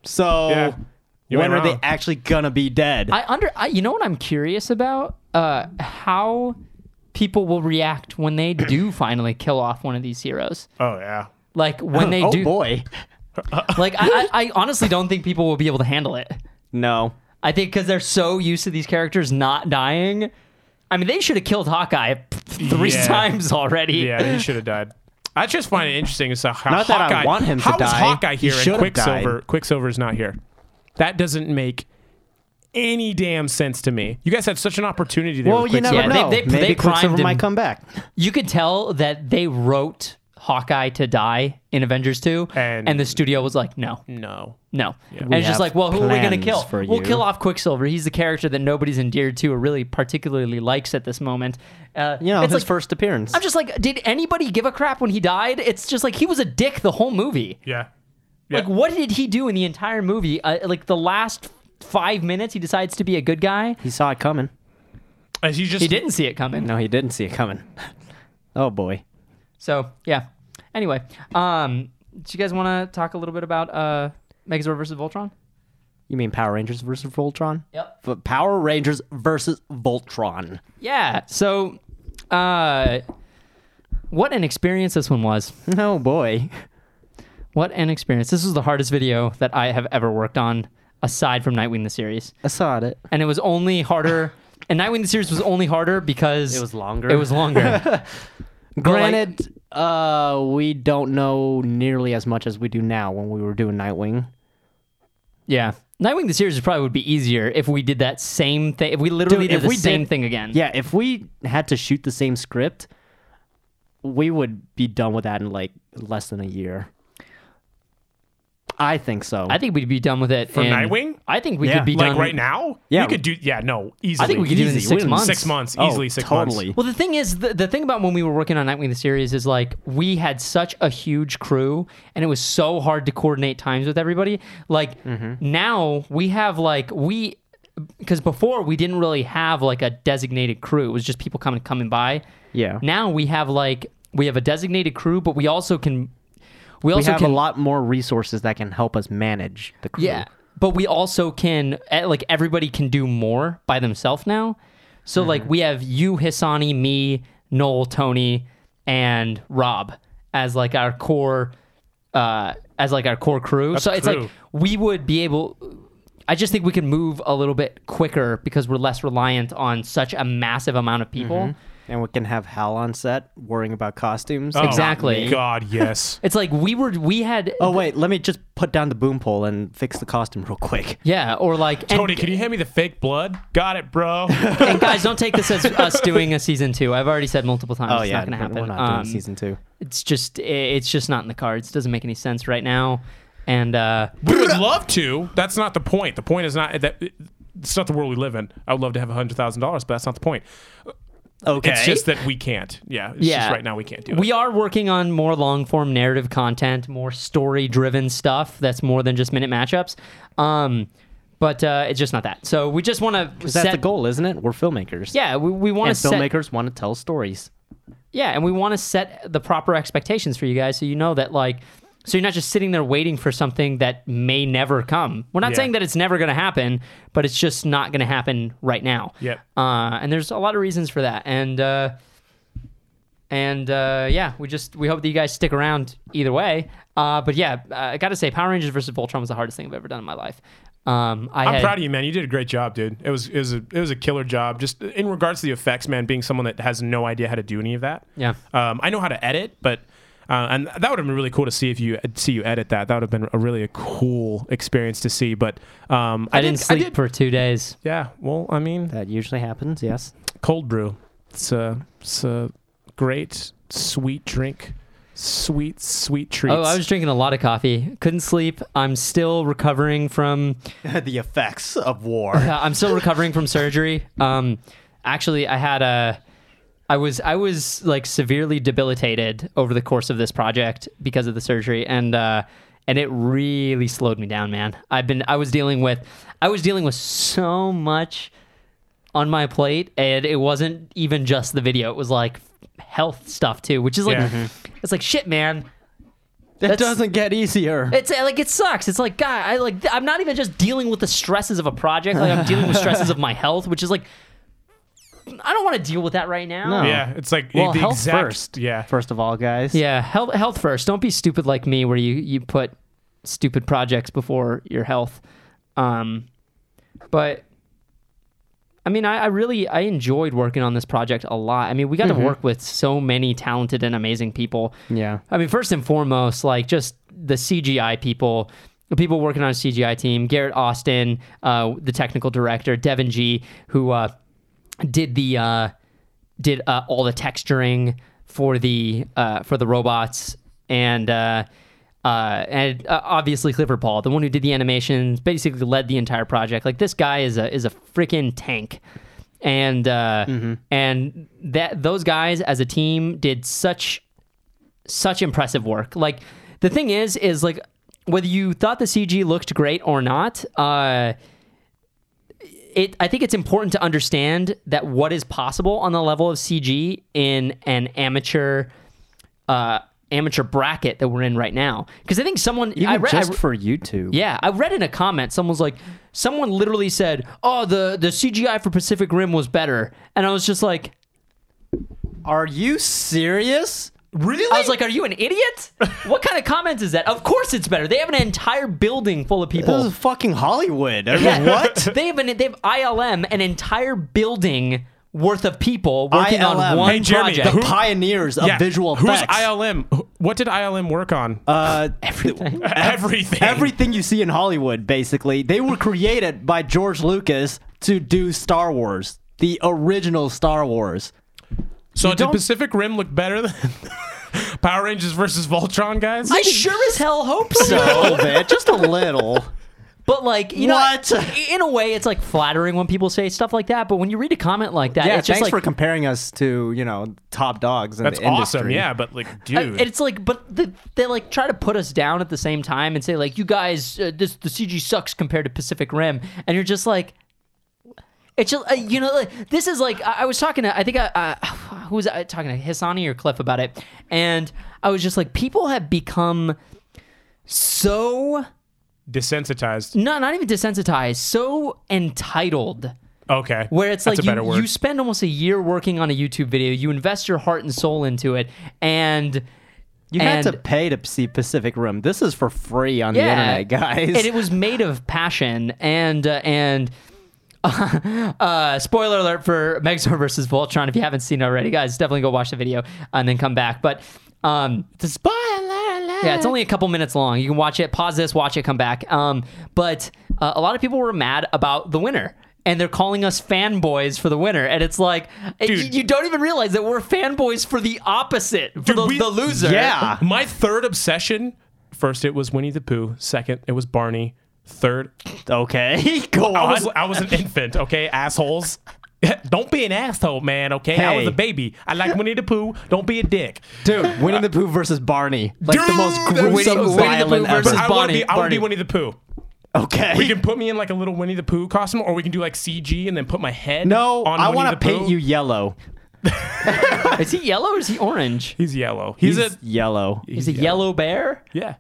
Speaker 3: So
Speaker 2: Yeah. You
Speaker 3: when
Speaker 2: ain't
Speaker 3: are they
Speaker 2: wrong.
Speaker 3: actually gonna be dead?
Speaker 1: I under I, you know what I'm curious about? Uh, how people will react when they
Speaker 3: [clears throat]
Speaker 1: do finally kill off one of these heroes.
Speaker 2: Oh yeah.
Speaker 1: Like
Speaker 3: [laughs]
Speaker 1: when they
Speaker 3: oh
Speaker 1: do,
Speaker 3: boy.
Speaker 1: like I,
Speaker 3: [laughs]
Speaker 1: I, I honestly don't think people will be able to handle it.
Speaker 3: No.
Speaker 1: I think because they're so used to these characters not dying. I mean, they should have killed Hawkeye [laughs] three
Speaker 2: Yeah.
Speaker 1: times already.
Speaker 2: Yeah, he should have died. I just find it interesting is how
Speaker 3: Not that I
Speaker 2: Hawkeye,
Speaker 3: want him to
Speaker 2: how is
Speaker 3: die.
Speaker 2: Hawkeye
Speaker 3: He
Speaker 2: here
Speaker 3: should
Speaker 2: and
Speaker 3: have
Speaker 2: Quicksilver Quicksilver's not here. That doesn't make any damn sense to me. You guys had such an opportunity there.
Speaker 3: Well,
Speaker 2: with
Speaker 3: you never
Speaker 1: Yeah,
Speaker 2: Quicksilver.
Speaker 1: they-
Speaker 3: know.
Speaker 1: they-
Speaker 3: Maybe
Speaker 1: they primed
Speaker 3: Quicksilver
Speaker 1: him.
Speaker 3: might come back.
Speaker 1: You could tell that they wrote Hawkeye to die in Avengers 2,
Speaker 2: And-
Speaker 1: and, the studio was like, no,
Speaker 2: No.
Speaker 1: no. And
Speaker 3: We
Speaker 1: it's just
Speaker 3: have
Speaker 1: like, well, who are we going to
Speaker 3: plans
Speaker 1: kill?
Speaker 3: for
Speaker 1: We'll
Speaker 3: you.
Speaker 1: kill off Quicksilver. He's the character that nobody's endeared to or really particularly likes at this moment. Uh,
Speaker 3: You know,
Speaker 1: it's
Speaker 3: his
Speaker 1: like,
Speaker 3: first appearance.
Speaker 1: I'm just like, did anybody give a crap when he died? It's just like he was a dick the whole movie.
Speaker 2: Yeah.
Speaker 1: Like, what did he do in the entire movie? Uh, like, the last five minutes, he decides to be a good guy.
Speaker 3: he saw it coming.
Speaker 2: As he just
Speaker 1: He didn't see it coming.
Speaker 3: No, he didn't see it coming. Oh boy.
Speaker 1: So yeah. Anyway, um, do you guys want to talk a little bit about uh, Megazord versus Voltron?
Speaker 3: You mean Power Rangers versus Voltron?
Speaker 1: Yep.
Speaker 3: But Power Rangers versus Voltron.
Speaker 1: Yeah. So, uh, what an experience this one was.
Speaker 3: Oh boy.
Speaker 1: What an experience. This was the hardest video that I have ever worked on, aside from Nightwing the series.
Speaker 3: I saw it.
Speaker 1: And it was only harder. and Nightwing the series was only harder because
Speaker 3: It was longer.
Speaker 1: It was
Speaker 3: [laughs]
Speaker 1: longer.
Speaker 3: Granted, uh, we don't know nearly as much as we do now when we were doing Nightwing.
Speaker 1: yeah. Nightwing the series probably would be easier if we did that same thing. If we literally
Speaker 3: Dude,
Speaker 1: did
Speaker 3: if
Speaker 1: the
Speaker 3: we
Speaker 1: same
Speaker 3: did-
Speaker 1: thing again.
Speaker 3: Yeah, if we had to shoot the same script, we would be done with that in like less than a year. I think so.
Speaker 1: I think we'd be done with it for
Speaker 2: Nightwing?
Speaker 1: I think we
Speaker 3: Yeah.
Speaker 1: could be
Speaker 2: like
Speaker 1: done
Speaker 2: right now?
Speaker 3: Yeah.
Speaker 2: We could do, yeah, no, easily.
Speaker 1: I think we could do it in
Speaker 3: Easy,
Speaker 1: six
Speaker 3: win.
Speaker 1: months.
Speaker 2: Six months,
Speaker 3: Oh,
Speaker 2: easily six
Speaker 3: totally.
Speaker 2: months.
Speaker 1: Well, the thing is, the, the thing about when we were working on Nightwing the series is like we had such a huge crew, and it was so hard to coordinate times with everybody. Like
Speaker 3: Mm-hmm.
Speaker 1: now we have like we because before we didn't really have like a designated crew; it was just people coming coming by.
Speaker 3: Yeah.
Speaker 1: Now we have like we have a designated crew, but we also can we
Speaker 3: we
Speaker 1: also
Speaker 3: have
Speaker 1: can
Speaker 3: a lot more resources that can help us manage the crew.
Speaker 1: yeah, but we also can eh, like everybody can do more by themselves now. So
Speaker 3: Mm-hmm.
Speaker 1: like we have you, Hisani, me, Noel, Tony, and Rob as like our core, uh, as like our core crew. so it's
Speaker 2: true.
Speaker 1: like we would be able. I just think we can move a little bit quicker because we're less reliant on such a massive amount of people.
Speaker 3: And we can have Hal on set worrying about costumes.
Speaker 2: Oh,
Speaker 1: Exactly.
Speaker 2: God,
Speaker 3: [laughs]
Speaker 2: yes.
Speaker 1: It's like we were we had
Speaker 3: Oh wait, let me just put down the boom pole and fix the costume real
Speaker 1: [laughs]
Speaker 3: quick.
Speaker 1: yeah or like and-
Speaker 2: Tony, can you hand me the fake blood? Got it, bro.
Speaker 1: and guys, don't take this as us doing a season two. I've already said multiple times it's not going to happen.
Speaker 3: Oh, We're not doing
Speaker 1: Um,
Speaker 3: season two.
Speaker 1: It's just i- it's just not in the cards. Doesn't make any sense right now. And uh,
Speaker 2: we
Speaker 3: [laughs]
Speaker 2: would love to. That's not the point. The point is not that it's not the world we live in. I would love to have hundred thousand dollars, but that's not the point.
Speaker 3: Okay.
Speaker 2: It's just that we can't. Yeah. It's
Speaker 1: yeah,
Speaker 2: just right now we can't do it.
Speaker 1: We are working on more long form narrative content, more story driven stuff that's more than just minute matchups. Um, but uh, it's just not that. So we just want to
Speaker 3: that's
Speaker 1: set
Speaker 3: the goal, isn't it? We're filmmakers.
Speaker 1: Yeah, we, we want to
Speaker 3: And
Speaker 1: set
Speaker 3: filmmakers want to tell stories.
Speaker 1: Yeah, and we want to set the proper expectations for you guys so you know that like so you're not just sitting there waiting for something that may never come. We're not
Speaker 2: Yeah.
Speaker 1: saying that it's never going to happen, but it's just not going to happen right now.
Speaker 2: Yep.
Speaker 1: Uh, and there's a lot of reasons for that, and uh, and uh, yeah, we just we hope that you guys stick around either way. Uh, but yeah, uh, I got to say, Power Rangers versus Voltron was the hardest thing I've ever done in my life. Um, I
Speaker 2: I'm
Speaker 1: had,
Speaker 2: proud of you, man. You did a great job, dude. It was it was a it was a killer job. Just in regards to the effects, man. Being someone that has no idea how to do any of that.
Speaker 1: Yeah.
Speaker 2: Um, I know how to edit, but uh, and that would have been really cool to see if you see you edit that. That would have been a really cool experience to see. But um,
Speaker 1: I, didn't
Speaker 2: did-
Speaker 1: sleep
Speaker 2: did-
Speaker 1: for two days.
Speaker 2: yeah. Well, I mean,
Speaker 3: That usually happens, yes.
Speaker 2: cold brew. It's a it's a great sweet drink. Sweet sweet treats.
Speaker 1: Oh, I was drinking a lot of coffee. Couldn't sleep. I'm still recovering from.
Speaker 3: [laughs] the effects of [laughs] war.
Speaker 1: Uh, I'm still recovering from surgery. Um, actually, I had a. I was I was like severely debilitated over the course of this project because of the surgery, and uh, and it really slowed me down, man. I've been I was dealing with I was dealing with so much on my plate, and it wasn't even just the video. It was like health stuff too, which is like
Speaker 2: Yeah. Mhm.
Speaker 1: it's like shit, man.
Speaker 3: It
Speaker 1: That's-
Speaker 3: doesn't get easier.
Speaker 1: It's uh, like it sucks. It's like God, I like th- I'm not even just dealing with the stresses of a project. Like I'm dealing with stresses of my health, which is like I don't want to deal with that right now.
Speaker 3: No.
Speaker 2: yeah. It's like
Speaker 3: well,
Speaker 2: the
Speaker 3: health
Speaker 2: exact
Speaker 3: first.
Speaker 2: yeah.
Speaker 3: First of all, guys.
Speaker 1: Yeah, health health first. Don't be stupid like me where you you put stupid projects before your health. Um but I mean, I, I really I enjoyed working on this project a lot. I mean, we got to work with so many talented and amazing people.
Speaker 3: Yeah.
Speaker 1: I mean, first and foremost, like just the CGI people, the people working on a CGI team, Garrett Austin, uh, the technical director, Devin G, who uh, did the uh, did uh, all the texturing for the uh, for the robots, and uh, uh, and uh, obviously Clifford Paul, the one who did the animations, basically led the entire project. Like this guy is a is a freaking tank and uh, and that those guys as a team did such such impressive work. Like the thing is, is like whether you thought the CG looked great or not, uh, it I think it's important to understand that what is possible on the level of CG in an amateur uh, amateur bracket that we're in right now. Because I think someone I
Speaker 3: Even
Speaker 1: read, I
Speaker 3: just
Speaker 1: re-
Speaker 3: for YouTube.
Speaker 1: yeah, I read in a comment someone's like, someone literally said, "Oh, the the CGI for Pacific Rim was better," and I was just like,
Speaker 3: Are you serious?
Speaker 2: Really?
Speaker 1: I was like, "Are you an idiot? What kind of comment is that?" Of course, it's better. They have an entire building full of people.
Speaker 3: This is fucking Hollywood. I mean,
Speaker 1: Yeah.
Speaker 3: what?
Speaker 1: [laughs] they have an they have ILM an entire building worth of people working on
Speaker 3: ILM.
Speaker 1: one
Speaker 2: Hey, Jeremy,
Speaker 1: project.
Speaker 2: who-
Speaker 3: the pioneers of
Speaker 2: Yeah.
Speaker 3: visual
Speaker 2: Who's
Speaker 3: effects.
Speaker 2: ILM? Wh- What did ILM work on?
Speaker 3: uh,
Speaker 1: Everything.
Speaker 2: [laughs] everything.
Speaker 3: everything you see in Hollywood, basically, they were created by George Lucas to do Star Wars, the original Star Wars.
Speaker 2: So did
Speaker 3: don't-
Speaker 2: Pacific Rim look better than [laughs] Power Rangers versus Voltron, guys?
Speaker 1: I sure as hell hope
Speaker 3: [laughs] A
Speaker 1: so.
Speaker 3: little bit, just a little.
Speaker 1: But like you
Speaker 3: What?
Speaker 1: know, in a way, it's like flattering when people say stuff like that. But when you read a comment like that,
Speaker 3: Yeah,
Speaker 1: it's just
Speaker 3: thanks
Speaker 1: like
Speaker 3: for comparing us to you know top dogs in
Speaker 2: That's
Speaker 3: the industry.
Speaker 2: awesome. Yeah, but like,
Speaker 1: I-
Speaker 2: dude,
Speaker 1: it's like, but they, they like try to put us down at the same time and say like, you guys, uh, this the CG sucks compared to Pacific Rim, and you're just like, it's just uh, you know, like, this is like I, I was talking to I think I, uh, [sighs] who was I talking to Hisani or Cliff about it, and I was just like, people have become so
Speaker 2: desensitized.
Speaker 1: not not even desensitized, so entitled.
Speaker 2: Okay,
Speaker 1: Where it's
Speaker 2: That's
Speaker 1: like
Speaker 2: a better
Speaker 1: you,
Speaker 2: word.
Speaker 1: you spend almost a year working on a YouTube video, you invest your heart and soul into it, and
Speaker 3: you had to
Speaker 1: And-
Speaker 3: pay to see Pacific Rim. This is for free on the internet, guys.
Speaker 1: And it was made of passion and uh, and [laughs] uh, spoiler alert for Megazord versus Voltron. If you haven't seen it already, guys, definitely go watch the video and then come back. But um,
Speaker 3: the spoiler alert.
Speaker 1: yeah, it's only a couple minutes long. You can watch it, pause this, watch it, come back. Um, but uh, a lot of people were mad about the winner. And they're calling us fanboys for the winner, and it's like it-
Speaker 2: Dude.
Speaker 1: you don't even realize that we're fanboys for the opposite, for the,
Speaker 2: we-
Speaker 1: the loser.
Speaker 3: Yeah.
Speaker 2: My third obsession. First, it was Winnie the Pooh. Second, it was Barney. Third,
Speaker 3: Okay, [laughs] go
Speaker 2: I
Speaker 3: on.
Speaker 2: was
Speaker 1: [laughs]
Speaker 2: I was an infant. Okay, assholes. [laughs] Don't be an asshole, man. Okay, I was
Speaker 3: Hey.
Speaker 2: a baby. I like Winnie the Pooh. Don't be a dick.
Speaker 3: Dude, Winnie the Pooh versus Barney, like the
Speaker 2: Dude,
Speaker 3: most
Speaker 2: that was
Speaker 3: gruesome,
Speaker 2: so
Speaker 1: Winnie the
Speaker 3: violent.
Speaker 1: Pooh versus
Speaker 3: ever.
Speaker 2: I want
Speaker 1: Barney-
Speaker 2: to be I want
Speaker 1: Barney.
Speaker 2: to be Winnie the Pooh.
Speaker 3: Okay,
Speaker 2: You can put me in like a little Winnie the Pooh costume, or we can do like CG and then put my head.
Speaker 3: no,
Speaker 2: on
Speaker 3: I
Speaker 2: Winnie
Speaker 3: want to
Speaker 2: the
Speaker 3: paint
Speaker 2: Pooh.
Speaker 3: you yellow.
Speaker 1: is he yellow or is he orange?
Speaker 2: He's yellow. He's,
Speaker 3: He's
Speaker 2: a
Speaker 3: yellow.
Speaker 1: He's a yellow bear.
Speaker 2: yeah.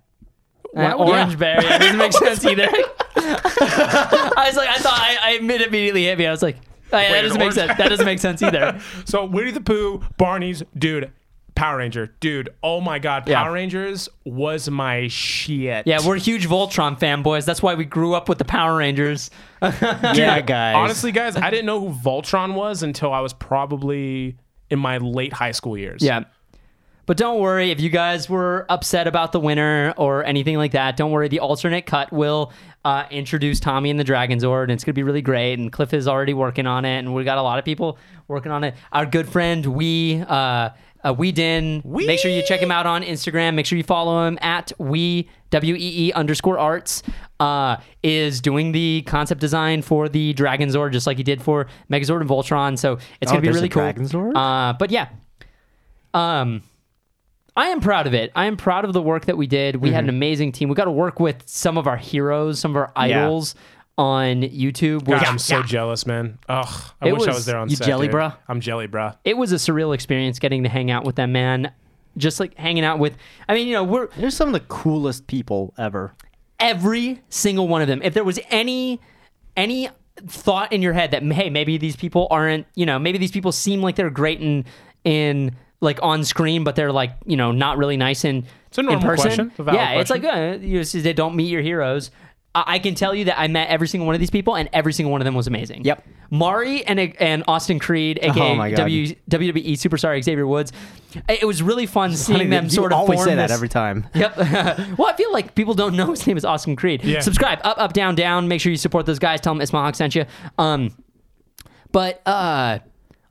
Speaker 1: Uh,
Speaker 2: would-
Speaker 1: orange
Speaker 2: yeah.
Speaker 1: berry. That doesn't make sense either. [laughs] I was like, I thought, I, I it immediately hit me. I was like, oh, yeah, that
Speaker 2: Wait,
Speaker 1: doesn't make
Speaker 2: an orange-
Speaker 1: sense. That doesn't make sense [laughs] either.
Speaker 2: [laughs] So Winnie the Pooh, Barney's, dude, Power Ranger, dude. Oh my God, Power
Speaker 1: Yeah.
Speaker 2: Rangers was my shit.
Speaker 1: Yeah, we're huge Voltron fanboys. That's why we grew up with the Power Rangers.
Speaker 3: Yeah, guys.
Speaker 2: honestly, guys, I didn't know who Voltron was until I was probably in my late high school years.
Speaker 1: Yeah. But don't worry if you guys were upset about the winner or anything like that. Don't worry, the alternate cut will uh, introduce Tommy and the Dragon Zord, and it's gonna be really great. And Cliff is already working on it, and we got a lot of people working on it. Our good friend Wee, uh, uh, Wee Din. Make sure you check him out on Instagram. Make sure you follow him at Wee W E E underscore Arts. Uh, is doing the concept design for the Dragon Zord just like he did for Megazord and Voltron. So it's
Speaker 3: Oh,
Speaker 1: gonna be
Speaker 3: there's a
Speaker 1: really cool.
Speaker 3: Dragon Zord?
Speaker 1: Uh, but yeah, um, I am proud of it. I am proud of the work that we did. We had an amazing team. We got to work with some of our heroes, some of our idols on YouTube.
Speaker 2: God,
Speaker 1: which-
Speaker 2: I'm so jealous, man. Ugh, I
Speaker 1: It
Speaker 2: wish I
Speaker 1: was-
Speaker 2: was there on
Speaker 3: you
Speaker 2: set,
Speaker 3: jelly,
Speaker 2: dude.
Speaker 3: bruh?
Speaker 2: I'm jelly, bruh.
Speaker 1: It was a surreal experience getting to hang out with them, man. Just like hanging out with, I mean, you know, we're
Speaker 3: They're some of the coolest people ever.
Speaker 1: every single one of them. If there was any, any thought in your head that hey, maybe these people aren't, you know, maybe these people seem like they're great in in like on screen, but they're like you know not really nice in
Speaker 2: a normal
Speaker 1: in person.
Speaker 2: question. It's a valid
Speaker 1: yeah, it's like uh, you know, they don't meet your heroes. I I can tell you that I met every single one of these people, and every single one of them was amazing.
Speaker 3: Yep.
Speaker 1: Mari and and Austin Creed,
Speaker 3: Oh
Speaker 1: aka
Speaker 3: my God.
Speaker 1: W- WWE superstar Xavier Woods. It was really fun seeing
Speaker 3: Funny that
Speaker 1: them
Speaker 3: you
Speaker 1: sort of
Speaker 3: always
Speaker 1: form
Speaker 3: say that
Speaker 1: this-
Speaker 3: every time.
Speaker 1: Yep. [laughs] well, I feel like people don't know his name is Austin Creed.
Speaker 2: Yeah.
Speaker 1: Subscribe, up, up, down, down. Make sure you support those guys. Tell them Ismahawk sent you. Um, but uh,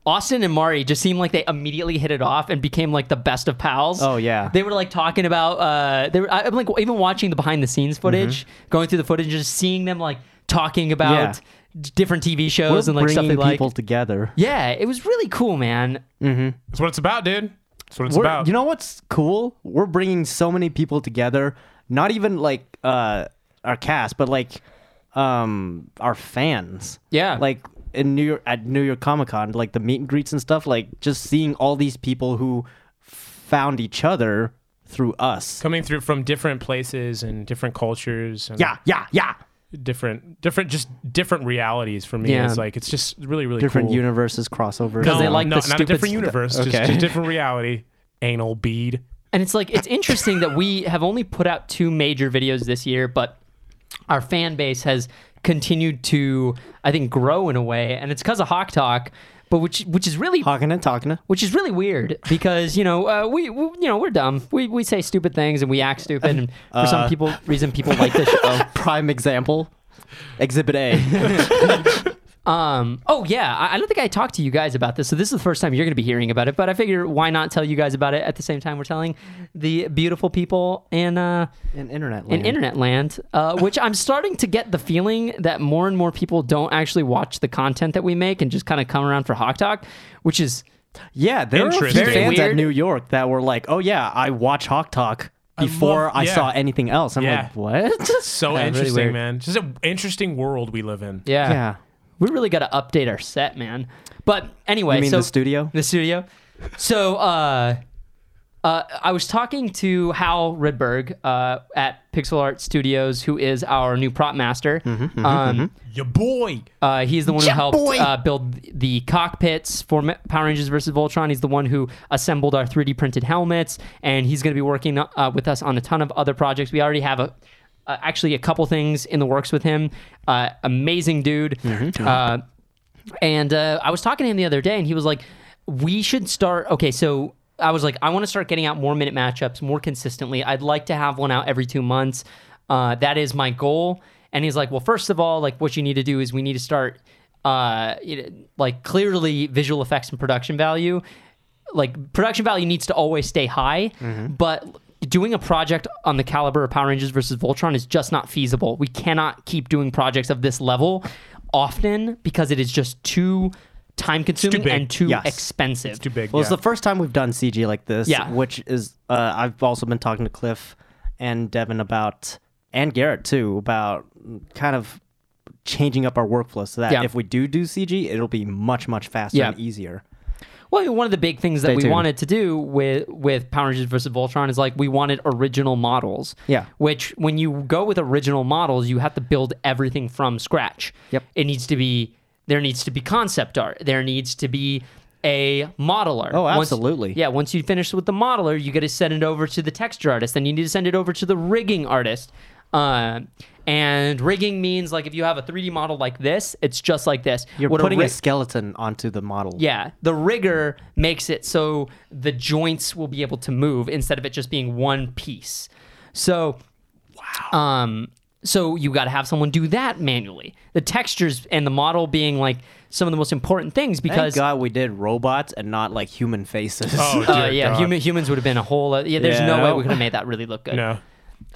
Speaker 1: Austin and Mari just seemed like they immediately hit it off and became like the best of pals.
Speaker 3: Oh, yeah.
Speaker 1: They were like talking about uh, they were. I- I'm like even watching the behind the scenes footage,
Speaker 3: Mm-hmm.
Speaker 1: going through the footage, just seeing them like talking about d- different TV
Speaker 3: We're
Speaker 1: shows and like stuff
Speaker 3: bringing
Speaker 1: they like.
Speaker 3: people together.
Speaker 1: Yeah, it was really cool, man.
Speaker 2: That's what it's about, dude. That's what it's
Speaker 3: We're-
Speaker 2: about.
Speaker 3: You know what's cool? We're bringing so many people together. Not even like uh, our cast, but like um, our fans.
Speaker 1: Yeah.
Speaker 3: Like in New York at New York Comic Con, like the meet and greets and stuff. Like just seeing all these people who found each other through us.
Speaker 2: coming through from different places and different cultures and
Speaker 3: Yeah, yeah, yeah.
Speaker 2: different different just different realities for me
Speaker 1: Yeah.
Speaker 2: it's like it's just really really
Speaker 3: Different
Speaker 2: cool.
Speaker 3: universes crossover.
Speaker 1: No. they like
Speaker 2: no,
Speaker 1: the
Speaker 2: not a
Speaker 1: stupid
Speaker 2: different
Speaker 1: stuff.
Speaker 2: universe
Speaker 3: Okay.
Speaker 2: just,
Speaker 1: [laughs]
Speaker 2: just different reality anal bead
Speaker 1: And it's like it's interesting that we have only put out two major videos this year, but our fan base has continued to, I think, grow in a way, and it's because of Hawk Talk, but which which is really
Speaker 3: talking
Speaker 1: [laughs]
Speaker 3: and talking.
Speaker 1: which is really weird because you know uh, we, we you know we're dumb, we we say stupid things and we act stupid, and for some people reason people like the
Speaker 3: [laughs]
Speaker 1: show.
Speaker 3: Prime example,
Speaker 1: [laughs]
Speaker 3: Exhibit A.
Speaker 1: Um, oh yeah, I, I don't think I talked to you guys about this, so this is the first time you're going to be hearing about it. But I figure why not tell you guys about it at the same time we're telling the beautiful people in uh,
Speaker 3: in internet
Speaker 1: in
Speaker 3: land.
Speaker 1: internet land, uh, which I'm starting to get the feeling that more and more people don't actually watch the content that we make and just kind of come around for Hawk Talk, which is
Speaker 3: Yeah, there were a few
Speaker 2: Interesting. Very
Speaker 3: fans at
Speaker 1: weird.
Speaker 3: New York that were like, "Oh yeah, I watch Hawk Talk before I,
Speaker 2: love- yeah.
Speaker 3: saw anything else." I'm
Speaker 2: Yeah.
Speaker 3: like, "What?" [laughs]
Speaker 2: so
Speaker 1: really
Speaker 2: interesting
Speaker 1: weird.
Speaker 2: man just an interesting world we live in
Speaker 1: yeah,
Speaker 3: yeah.
Speaker 1: we really got to update our set, man. But anyway,
Speaker 3: I mean,
Speaker 1: so
Speaker 3: the studio.
Speaker 1: the studio. So uh, uh, I was talking to Hal Redberg uh, at Pixel Art Studios, who is our new prop master.
Speaker 3: Mm-hmm,
Speaker 1: um,
Speaker 2: your boy
Speaker 1: Uh, he's the one who
Speaker 3: Yeah,
Speaker 1: helped
Speaker 3: boy.
Speaker 1: uh, build the cockpits for Ma- Power Rangers versus Voltron. He's the one who assembled our 3D printed helmets, and he's going to be working uh, with us on a ton of other projects. We already have a, uh, actually a couple things in the works with him. Uh, amazing dude. Uh, and uh, I was talking to him the other day, and he was like, "We should start." Okay, so I was like, "I want to start getting out more minute matchups more consistently. I'd like to have one out every two months. Uh, that is my goal." And he's like, "Well, first of all, like what you need to do is we need to start, uh, you know, like clearly visual effects and production value. Like production value needs to always stay high, but." Doing a project on the caliber of Power Rangers versus Voltron is just not feasible. We cannot keep doing projects of this level often because it is just too time consuming
Speaker 2: big.
Speaker 1: and too
Speaker 3: Yes.
Speaker 1: expensive.
Speaker 2: too big
Speaker 3: Well,
Speaker 2: yeah.
Speaker 3: it's the first time we've done CG like this.
Speaker 1: Yeah.
Speaker 3: Which is, uh, I've also been talking to Cliff and Devin about, and Garrett too, about kind of changing up our workflow so that
Speaker 1: Yeah.
Speaker 3: if we do do CG, it'll be much, much faster
Speaker 1: Yeah.
Speaker 3: and easier.
Speaker 1: Well, one of the big things that we
Speaker 3: tuned.
Speaker 1: wanted to do with with Power Rangers versus Voltron is like we wanted original models.
Speaker 3: Yeah.
Speaker 1: Which, when you go with original models, you have to build everything from scratch.
Speaker 3: Yep.
Speaker 1: It needs to be there needs to be concept art. There needs to be a modeler.
Speaker 3: Oh,
Speaker 1: Once-
Speaker 3: absolutely.
Speaker 1: yeah. Once you finish with the modeler, you got to send it over to the texture artist. Then you need to send it over to the rigging artist. Uh, and rigging means like if you have a 3D model like this, it's just like this.
Speaker 3: You're
Speaker 1: What
Speaker 3: putting a,
Speaker 1: rig-
Speaker 3: skeleton onto the model.
Speaker 1: yeah, the rigor makes it so the joints will be able to move instead of it just being one piece. So, wow. Um, so you got to have someone do that manually. The textures and the model being like some of the most important things
Speaker 3: Thank
Speaker 1: because
Speaker 3: God we did robots and not like human faces. [laughs]
Speaker 2: oh
Speaker 1: [laughs]
Speaker 2: dear
Speaker 1: uh, yeah,
Speaker 2: God.
Speaker 1: human, humans would have been a whole. oth- yeah, there's no
Speaker 3: Yeah.
Speaker 1: way we could have made that really look good.
Speaker 2: no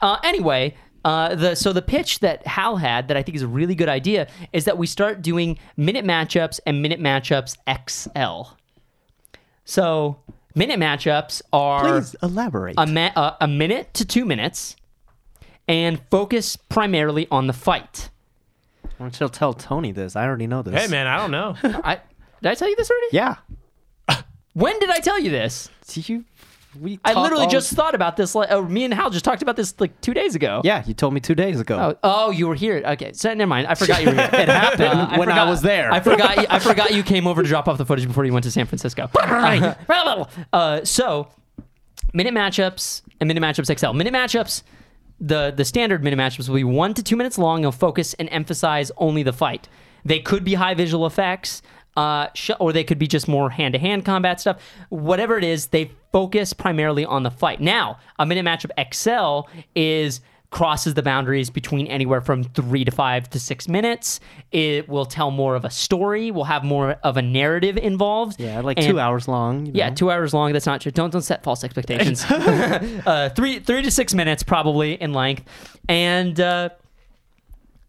Speaker 1: Uh, anyway, uh, the so the pitch that Hal had that I think is a really good idea is that we start doing minute matchups and minute matchups XL. So minute matchups are
Speaker 3: Please elaborate.
Speaker 1: a, ma- uh, a minute to two minutes, and focus primarily on the fight.
Speaker 3: Why don't you tell Tony this? I already know this.
Speaker 2: hey man i don't know
Speaker 1: [laughs] I did I tell you this already?
Speaker 3: Yeah.
Speaker 1: When did I tell you this?
Speaker 3: See, you, we
Speaker 1: I
Speaker 3: talk
Speaker 1: literally
Speaker 3: all-
Speaker 1: just thought about this. Like, oh, me and Hal just talked about this like two days ago.
Speaker 3: Yeah, you told me two days ago.
Speaker 1: Oh, oh, you were here. Okay, so never mind. I forgot you were here. it happened
Speaker 3: when I was
Speaker 1: [laughs]
Speaker 3: there.
Speaker 1: I forgot. I forgot you came over to drop off the footage before you went to San Francisco.
Speaker 3: [laughs]
Speaker 1: [laughs] uh, so, minute matchups and minute matchups XL. Minute matchups. The the standard minute matchups will be one to two minutes long. They'll focus and emphasize only the fight. They could be high visual effects, uh, sh- or they could be just more hand to hand combat stuff. Whatever it is, they focus primarily on the fight. Now, a minute matchup XL is crosses the boundaries between anywhere from three to five to six minutes. It will tell more of a story. We'll have more of a narrative involved.
Speaker 3: yeah, like
Speaker 1: And-
Speaker 3: two hours long. you
Speaker 1: yeah,
Speaker 3: know.
Speaker 1: two hours long. That's not true. Don't don't set false
Speaker 3: [laughs]
Speaker 1: expectations. [laughs] uh, three three to six minutes probably in length, and uh,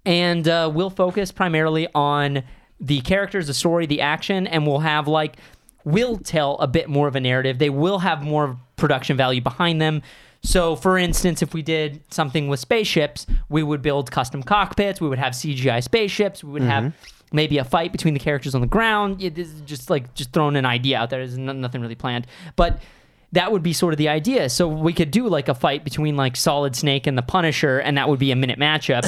Speaker 1: and uh, we'll focus primarily on the characters, the story, the action, and we'll have like will tell a bit more of a narrative. They will have more production value behind them. So, for instance, if we did something with spaceships, we would build custom cockpits. We would have CGI spaceships. We would have maybe a fight between the characters on the ground. Yeah, this is just like just throwing an idea out there. There's no- nothing really planned, but that would be sort of the idea. So we could do like a fight between like Solid Snake and the Punisher, and that would be a minute matchup.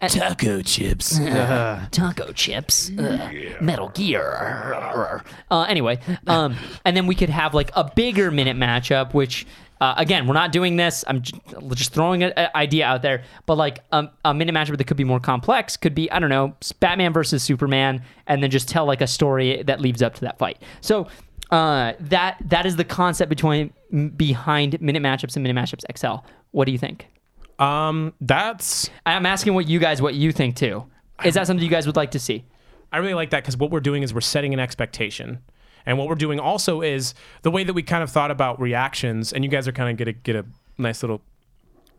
Speaker 4: Taco chips.
Speaker 1: Uh,
Speaker 4: [laughs]
Speaker 1: Taco chips, Ugh. Metal Gear. Uh, anyway, um, and then we could have like a bigger minute matchup, which. Uh, again, we're not doing this. I'm j- just throwing an idea out there, but like um, a minute matchup that could be more complex could be I don't know Batman versus Superman, and then just tell like a story that leads up to that fight. So uh, that that is the concept between behind minute matchups and minute matchups XL. What do you think?
Speaker 2: Um, that's
Speaker 1: I'm asking what you guys what you think too. Is that something you guys would like to see?
Speaker 2: I really like that because what we're doing is we're setting an expectation. And what we're doing also is the way that we kind of thought about reactions, and you guys are kind of gonna get a nice little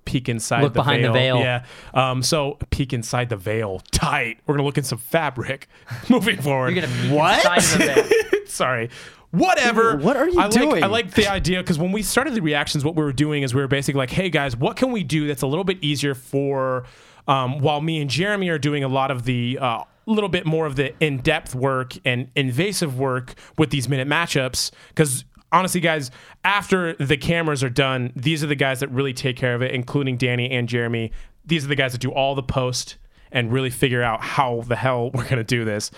Speaker 2: peek inside
Speaker 1: Look
Speaker 2: the
Speaker 1: behind the
Speaker 2: veil.
Speaker 1: veil.
Speaker 2: Yeah. Um, so peek inside the veil, tight. We're gonna look in some fabric. [laughs] Moving forward.
Speaker 1: You're gonna what?
Speaker 2: [laughs] Sorry. Whatever.
Speaker 3: What are you
Speaker 2: I like,
Speaker 3: doing?
Speaker 2: I like the idea because when we started the reactions, what we were doing is we were basically like, "Hey guys, what can we do that's a little bit easier for?" Um, while me and Jeremy are doing a lot of the uh, little bit more of the in-depth work and invasive work with these minute matchups, because honestly, guys, after the cameras are done, these are the guys that really take care of it, including Danny and Jeremy. These are the guys that do all the post and really figure out how the hell we're gonna do this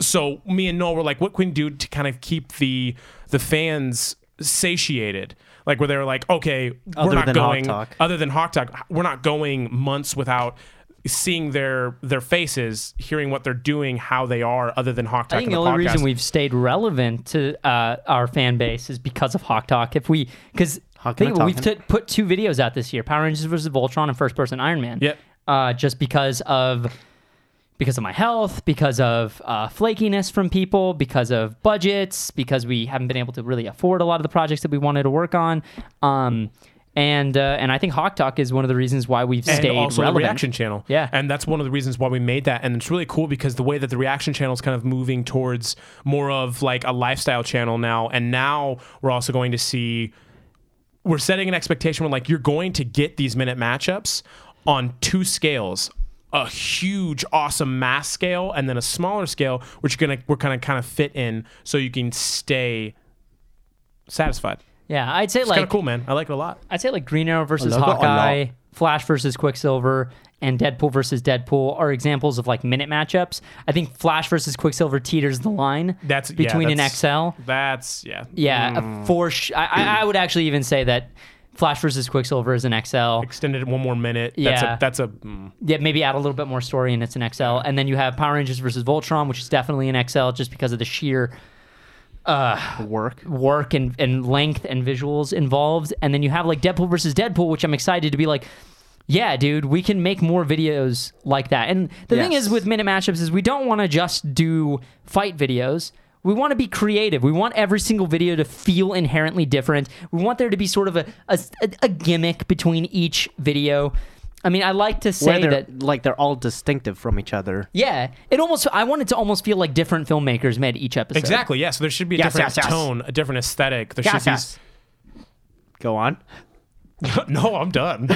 Speaker 2: so me and Noel were like, what can we do to kind of keep the the fans satiated? Like where they were like, okay, we're
Speaker 3: Other
Speaker 2: not
Speaker 3: than Hawk
Speaker 2: going
Speaker 3: Talk.
Speaker 2: other than Hawk Talk, we're not going months without seeing their their faces, hearing what they're doing, how they are, other than Hawk Talk.
Speaker 1: I think
Speaker 2: and
Speaker 1: the
Speaker 2: the
Speaker 1: only
Speaker 2: podcast.
Speaker 1: reason we've stayed relevant to uh, our fan base is because of Hawk Talk. If we, because
Speaker 3: Hawk and
Speaker 1: we've
Speaker 3: Talkin'.
Speaker 1: t- put two videos out this year: Power Rangers versus Voltron and First Person Iron Man.
Speaker 2: Yep.
Speaker 1: Uh, just because of because of my health, because of uh, flakiness from people, because of budgets, because we haven't been able to really afford a lot of the projects that we wanted to work on. Um, and uh, and I think Hawk Talk is one of the reasons why we've
Speaker 2: and
Speaker 1: stayed
Speaker 2: also the
Speaker 1: relevant.
Speaker 2: reaction channel.
Speaker 1: Yeah.
Speaker 2: And that's one of the reasons why we made that. And it's really cool because the way that the reaction channel is kind of moving towards more of like a lifestyle channel now. And now we're also going to see we're setting an expectation where like you're going to get these minute matchups on two scales a huge awesome mass scale and then a smaller scale which you're gonna we're gonna kind of fit in so you can stay satisfied
Speaker 1: yeah, I'd say
Speaker 2: it's kind
Speaker 1: like
Speaker 2: of cool man i like it a lot
Speaker 1: I'd say like Green Arrow versus
Speaker 3: Logo or
Speaker 1: Hawkeye, Flash versus Quicksilver, and Deadpool versus Deadpool are examples of like minute matchups. I think Flash versus Quicksilver teeters the line.
Speaker 2: that's yeah,
Speaker 1: between
Speaker 2: that's-
Speaker 1: an XL.
Speaker 2: that's yeah
Speaker 1: Yeah, uh, for sh- I- I, I would actually even say that Flash versus Quicksilver is an XL.
Speaker 2: extended it one more minute.
Speaker 1: Yeah.
Speaker 2: That's a, that's a mm.
Speaker 1: Yeah, maybe add a little bit more story and it's an XL. And then you have Power Rangers versus Voltron, which is definitely an XL just because of the sheer
Speaker 3: Work.
Speaker 1: work and, and length and visuals involved. And then you have like Deadpool versus Deadpool, which I'm excited to be like, yeah, dude, we can make more videos like that. And the thing
Speaker 3: Yes.
Speaker 1: is with minute matchups is we don't want to just do fight videos. We want to be creative. We want every single video to feel inherently different. We want there to be sort of a, a, a gimmick between each video. I mean, I like to
Speaker 3: Where
Speaker 1: say
Speaker 3: they're
Speaker 1: that
Speaker 3: like they're all distinctive from each other.
Speaker 1: yeah, it almost I want it to almost feel like different filmmakers made each episode.
Speaker 2: exactly. Yeah. So there should be a
Speaker 3: Yes,
Speaker 2: different
Speaker 3: yes, yes.
Speaker 2: tone, a different aesthetic. There should
Speaker 3: Go on.
Speaker 2: be. s- [laughs] no,
Speaker 1: [laughs]
Speaker 2: I'm done.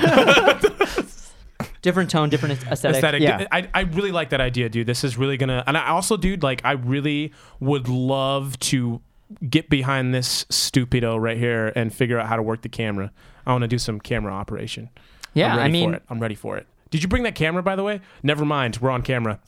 Speaker 1: Different tone, different aesthetic.
Speaker 2: aesthetic.
Speaker 3: Yeah.
Speaker 2: I, I really like that idea, dude. This is really gonna. And I also, dude, like I really would love to get behind this stupido right here and figure out how to work the camera. I want to do some camera operation.
Speaker 1: Yeah,
Speaker 2: I'm
Speaker 1: I
Speaker 2: ready
Speaker 1: mean,
Speaker 2: for it. I'm ready for it. Did you bring that camera, by the way? Never mind, we're on camera.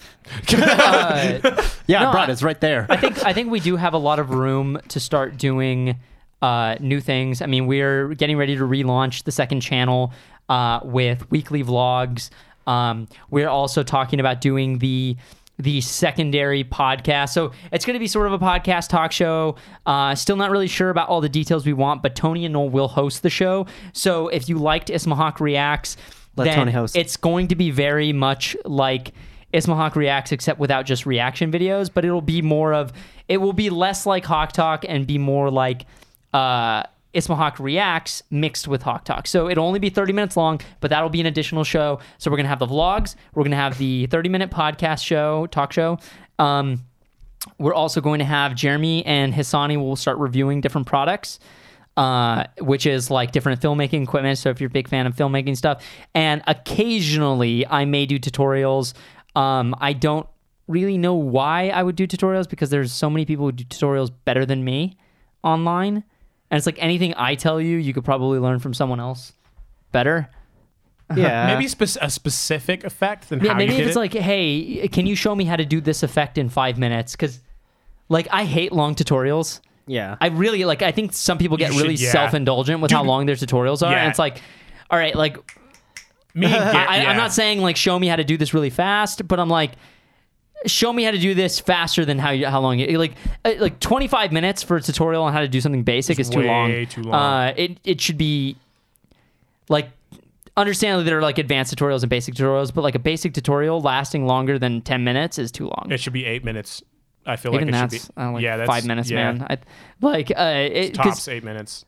Speaker 1: uh,
Speaker 3: Yeah,
Speaker 1: No,
Speaker 3: I brought
Speaker 1: I-
Speaker 3: it. It's right there.
Speaker 1: I think I think we do have a lot of room to start doing uh, new things. I mean, we're getting ready to relaunch the second channel uh, with weekly vlogs. Um, we're also talking about doing the the secondary podcast. So it's going to be sort of a podcast talk show. Uh, still not really sure about all the details we want, but Tony and Noel will host the show. So if you liked Ismahawk Reacts,
Speaker 3: Let
Speaker 1: then
Speaker 3: Tony host.
Speaker 1: It's it's going to be very much like Isma Hawk Reacts, except without just reaction videos, but it'll be more of, it will be less like Hawk Talk and be more like uh, Isma Hawk Reacts mixed with Hawk Talk. So it'll only be 30 minutes long, but that'll be an additional show. So we're going to have the vlogs, we're going to have the 30 minute podcast show, talk show. Um, we're also going to have Jeremy and Hassani will start reviewing different products, uh, which is like different filmmaking equipment. So if you're a big fan of filmmaking stuff, and occasionally I may do tutorials. Um, I don't really know why I would do tutorials because there's so many people who do tutorials better than me online. And it's like anything I tell you, you could probably learn from someone else better.
Speaker 3: [laughs] Yeah. [laughs]
Speaker 2: Maybe spec- a specific effect than
Speaker 1: Uh, Yeah,
Speaker 2: how
Speaker 1: maybe
Speaker 2: you
Speaker 1: if
Speaker 2: did
Speaker 1: it's
Speaker 2: it.
Speaker 1: like, hey, can you show me how to do this effect in five minutes? Because, like, I hate long tutorials.
Speaker 3: Yeah.
Speaker 1: I really like. I think some people get
Speaker 2: should-
Speaker 1: really
Speaker 2: yeah.
Speaker 1: self indulgent with how
Speaker 2: Dude.
Speaker 1: long their tutorials are,
Speaker 2: Yeah.
Speaker 1: and it's like, all right, like [laughs]
Speaker 2: Me and Garrett-
Speaker 1: I,
Speaker 2: yeah.
Speaker 1: I'm not saying like show me how to do this really fast, but I'm like, show me how to do this faster than how you, how long you like uh, like 25 minutes for a tutorial on how to do something basic
Speaker 2: It's
Speaker 1: is too long.
Speaker 2: way too long.
Speaker 1: Uh, it it should be like understandably there are like advanced tutorials and basic tutorials, but like a basic tutorial lasting longer than 10 minutes is too long.
Speaker 2: it should be eight minutes. I feel
Speaker 1: Even
Speaker 2: like it
Speaker 1: that's
Speaker 2: should be
Speaker 1: uh, like
Speaker 2: yeah, that's,
Speaker 1: five minutes,
Speaker 2: yeah,
Speaker 1: man. I, like uh, it, 'cause-
Speaker 2: Tops eight minutes.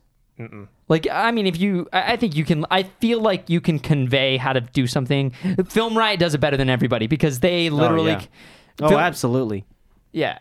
Speaker 1: like, I mean, if you, I I think you can, I feel like you can convey how to do something. Film Riot does it better than everybody because they literally,
Speaker 3: yeah.
Speaker 1: c-
Speaker 3: oh,
Speaker 1: Phil-
Speaker 3: absolutely.
Speaker 1: yeah.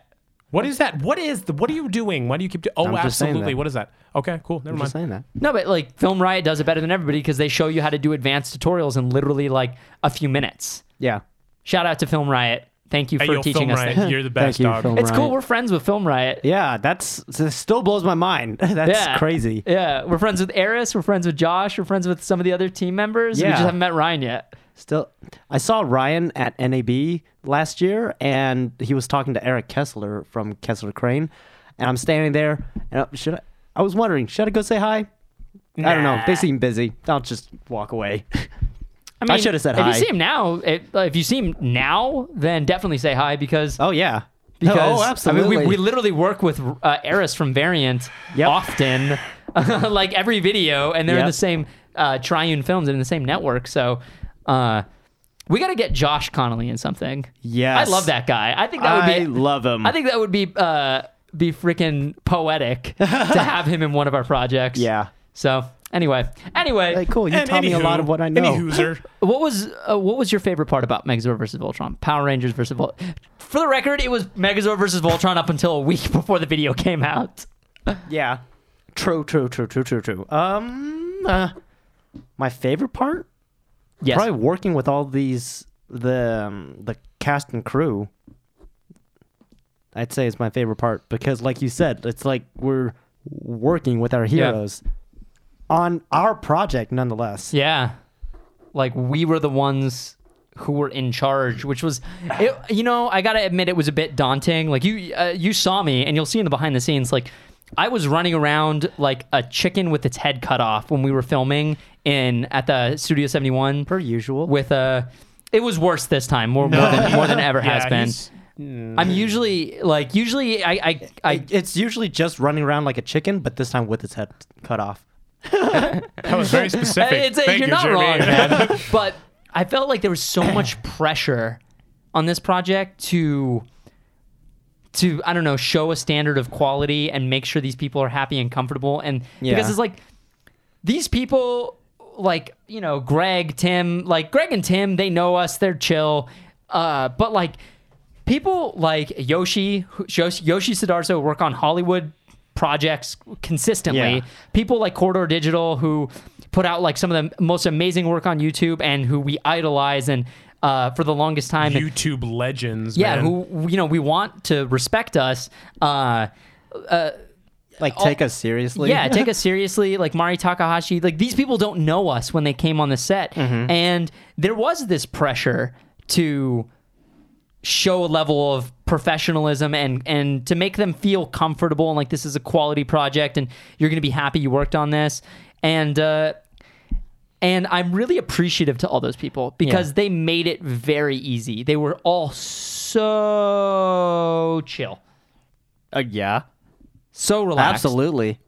Speaker 2: What is that? What is the? What are you doing? Why do you keep? Do- oh,
Speaker 3: I'm just saying
Speaker 2: absolutely.
Speaker 3: that.
Speaker 2: What is that? Okay, cool. Never
Speaker 3: I'm
Speaker 2: mind.
Speaker 3: just saying that.
Speaker 1: No, but like Film Riot does it better than everybody because they show you how to do advanced tutorials in literally like a few minutes.
Speaker 3: Yeah.
Speaker 1: Shout out to Film Riot. Thank you
Speaker 2: Hey,
Speaker 1: for
Speaker 2: yo,
Speaker 1: teaching
Speaker 2: Film
Speaker 1: us
Speaker 2: Riot,
Speaker 1: things.
Speaker 2: you're the best
Speaker 3: you,
Speaker 2: dog.
Speaker 3: Film
Speaker 1: It's cool.
Speaker 3: Riot.
Speaker 1: We're friends with Film Riot.
Speaker 3: Yeah, that's this still blows my mind. [laughs] that's
Speaker 1: Yeah.
Speaker 3: crazy.
Speaker 1: Yeah. We're friends with Eris. We're friends with Josh. We're friends with some of the other team members. We
Speaker 3: Yeah.
Speaker 1: just haven't met Ryan yet.
Speaker 3: Still, I saw Ryan at NAB last year, and he was talking to Eric Kessler from Kessler Crane, and I'm standing there, and I, should I? I was wondering, should I go say hi? I don't know. They seem busy. I'll just walk away. [laughs]
Speaker 1: I
Speaker 3: I should've said
Speaker 1: if
Speaker 3: hi.
Speaker 1: you see him now, it, if you see him now, then definitely say hi because
Speaker 3: oh yeah.
Speaker 1: because
Speaker 3: oh, absolutely.
Speaker 1: I mean, we, we literally work with uh, Eris from Variant
Speaker 3: Yep.
Speaker 1: often, [laughs] like every video, and they're in
Speaker 3: Yep.
Speaker 1: the same uh, Triune Films and in the same network. So uh, we got to get Josh Connolly in something.
Speaker 3: Yes.
Speaker 1: I love that guy. I think that would
Speaker 3: I
Speaker 1: be.
Speaker 3: love him.
Speaker 1: I think that would be uh, be freaking
Speaker 3: [laughs]
Speaker 1: poetic to have him in one of our projects.
Speaker 3: Yeah.
Speaker 1: So anyway, anyway,
Speaker 3: Like, cool. You
Speaker 2: And
Speaker 3: taught me a
Speaker 2: anywho-
Speaker 3: lot of what I know.
Speaker 2: Anywhoser,
Speaker 1: what was uh, what was your favorite part about Megazord versus Voltron? Power Rangers versus Voltron. For the record, it was Megazord versus Voltron up until a week [laughs] before the video came out.
Speaker 3: Yeah. True. True. True. True. True. True. Um. Uh, my favorite part.
Speaker 1: Yes.
Speaker 3: probably working with all these the um, the cast and crew i'd say is my favorite part because like you said it's like we're working with our heroes on our project nonetheless
Speaker 1: Yeah. Like we were the ones who were in charge, which was, it, you know, I gotta admit it was a bit daunting. Like you, uh, you saw me, and you'll see in the behind the scenes, like I was running around like a chicken with its head cut off when we were filming in at the Studio Seventy One.
Speaker 3: per usual
Speaker 1: with a. It was worse this time, more, more than more than it
Speaker 2: [laughs]
Speaker 1: ever
Speaker 2: Yeah,
Speaker 1: has
Speaker 2: he's-
Speaker 1: been. I'm usually like usually I I, I
Speaker 3: it's usually just running around like a chicken but this time with its head cut off
Speaker 2: that was very specific.
Speaker 1: it's,
Speaker 2: Thank
Speaker 1: you're
Speaker 2: you,
Speaker 1: not
Speaker 2: Jeremy.
Speaker 1: wrong, man. but I felt like there was so
Speaker 2: [clears throat]
Speaker 1: much pressure on this project to to I don't know show a standard of quality and make sure these people are happy and comfortable and
Speaker 3: Yeah.
Speaker 1: because it's like these people like you know Greg, Tim, like Greg and Tim, they know us, they're chill, uh, but like people like Yoshi, who- Yoshi, Yoshi Sidarso work on Hollywood projects consistently.
Speaker 3: Yeah.
Speaker 1: People like Corridor Digital who put out like some of the most amazing work on YouTube and who we idolize and uh, for the longest time. And-
Speaker 2: [laughs] YouTube legends.
Speaker 1: yeah,
Speaker 2: man.
Speaker 1: who you know we want to respect us. Uh,
Speaker 3: like take us seriously
Speaker 1: Oh, yeah, take us seriously. Like Mari Takahashi, like these people don't know us when they came on the set, and there was this pressure to show a level of professionalism and and to make them feel comfortable and like this is a quality project and you're gonna be happy you worked on this and uh and I'm really appreciative to all those people because they made it very easy. They were all so chill,
Speaker 3: [laughs] Uh, yeah
Speaker 1: so relaxed.
Speaker 3: absolutely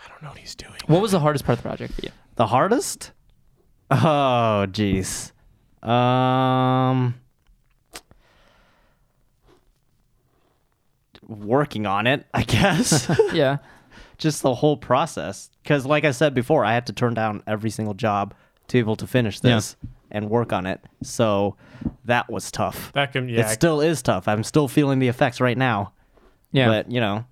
Speaker 2: I don't know what he's doing.
Speaker 1: What was the hardest part of the project for you?
Speaker 3: The hardest? Oh, jeez. Um, working on it, I guess.
Speaker 1: Yeah.
Speaker 3: Just the whole process. Because, like I said before, I had to turn down every single job to be able to finish this and work on it. So that was tough.
Speaker 2: That can yeah.
Speaker 3: It still is tough. I'm still feeling the effects right now.
Speaker 1: Yeah.
Speaker 3: But, you know,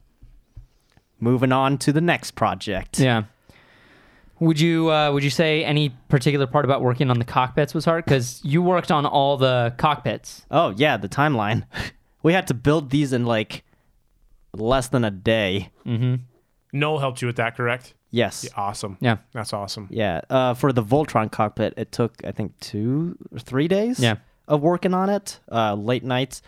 Speaker 3: moving on to the next project.
Speaker 1: Yeah. Would you uh, would you say any particular part about working on the cockpits was hard? Because you worked on all the cockpits.
Speaker 3: Oh yeah, the [laughs] timeline. we had to build these in like less than a day. Mm-hmm.
Speaker 2: Noel helped you with that, correct?
Speaker 3: Yes.
Speaker 2: Yeah, awesome.
Speaker 1: Yeah.
Speaker 2: That's awesome.
Speaker 3: Yeah, uh, for the Voltron cockpit, it took I think two or three days.
Speaker 1: Yeah.
Speaker 3: of working on it, uh, late nights.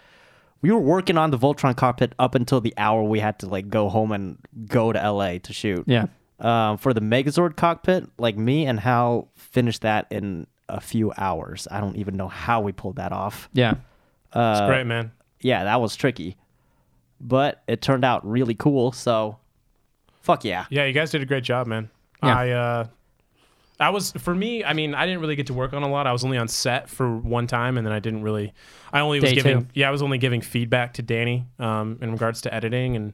Speaker 3: We were working on the Voltron cockpit up until the hour we had to like go home and go to LA to shoot.
Speaker 1: Yeah.
Speaker 3: Um, for the Megazord cockpit, like me and Hal finished that in a few hours. I don't even know how we pulled that off.
Speaker 1: Yeah.
Speaker 2: It's great, man.
Speaker 3: Yeah, that was tricky, but it turned out really cool. So, fuck yeah.
Speaker 2: Yeah, you guys did a great job, man.
Speaker 1: Yeah.
Speaker 2: I uh I was for me, I mean, I didn't really get to work on a lot. I was only on set for one time and then I didn't really I only was
Speaker 1: Day
Speaker 2: giving
Speaker 1: two.
Speaker 2: yeah, I was only giving feedback to Danny um in regards to editing and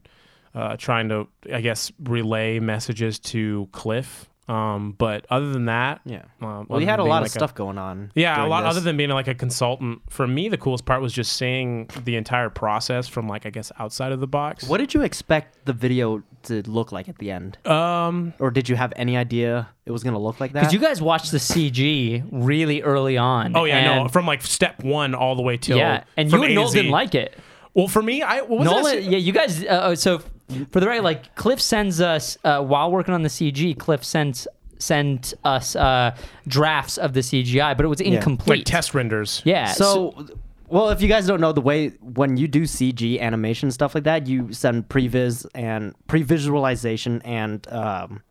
Speaker 2: uh trying to I guess relay messages to Cliff. Um but other than that,
Speaker 3: Yeah.
Speaker 2: um,
Speaker 3: Well,
Speaker 2: other
Speaker 3: you had
Speaker 2: than
Speaker 3: a
Speaker 2: being
Speaker 3: lot
Speaker 2: like
Speaker 3: of stuff going on.
Speaker 2: yeah, a
Speaker 3: during
Speaker 2: lot.
Speaker 3: this.
Speaker 2: Other than being like a consultant, for me, the coolest part was just seeing the entire process from like I guess outside of the box.
Speaker 3: What did you expect the video to look like at the end?
Speaker 2: Um,
Speaker 3: or did you have any idea it was going to look like that?
Speaker 1: Because you guys watched the CG really early on.
Speaker 2: Oh yeah,
Speaker 1: and,
Speaker 2: no. From like step one all the way till
Speaker 1: yeah, and
Speaker 2: from
Speaker 1: you and
Speaker 2: A
Speaker 1: Noel
Speaker 2: to Z.
Speaker 1: didn't like it.
Speaker 2: Well, for me, I what was
Speaker 1: Noel,
Speaker 2: this?
Speaker 1: yeah, you guys. Uh, oh, so for the right, like Cliff sends us uh, while working on the CG. Cliff sends sent us uh, drafts of the CGI, but it was incomplete.
Speaker 2: like test renders.
Speaker 1: Yeah.
Speaker 3: so, well, if you guys don't know the way when you do CG animation stuff like that, you send previs and pre-visualization and um,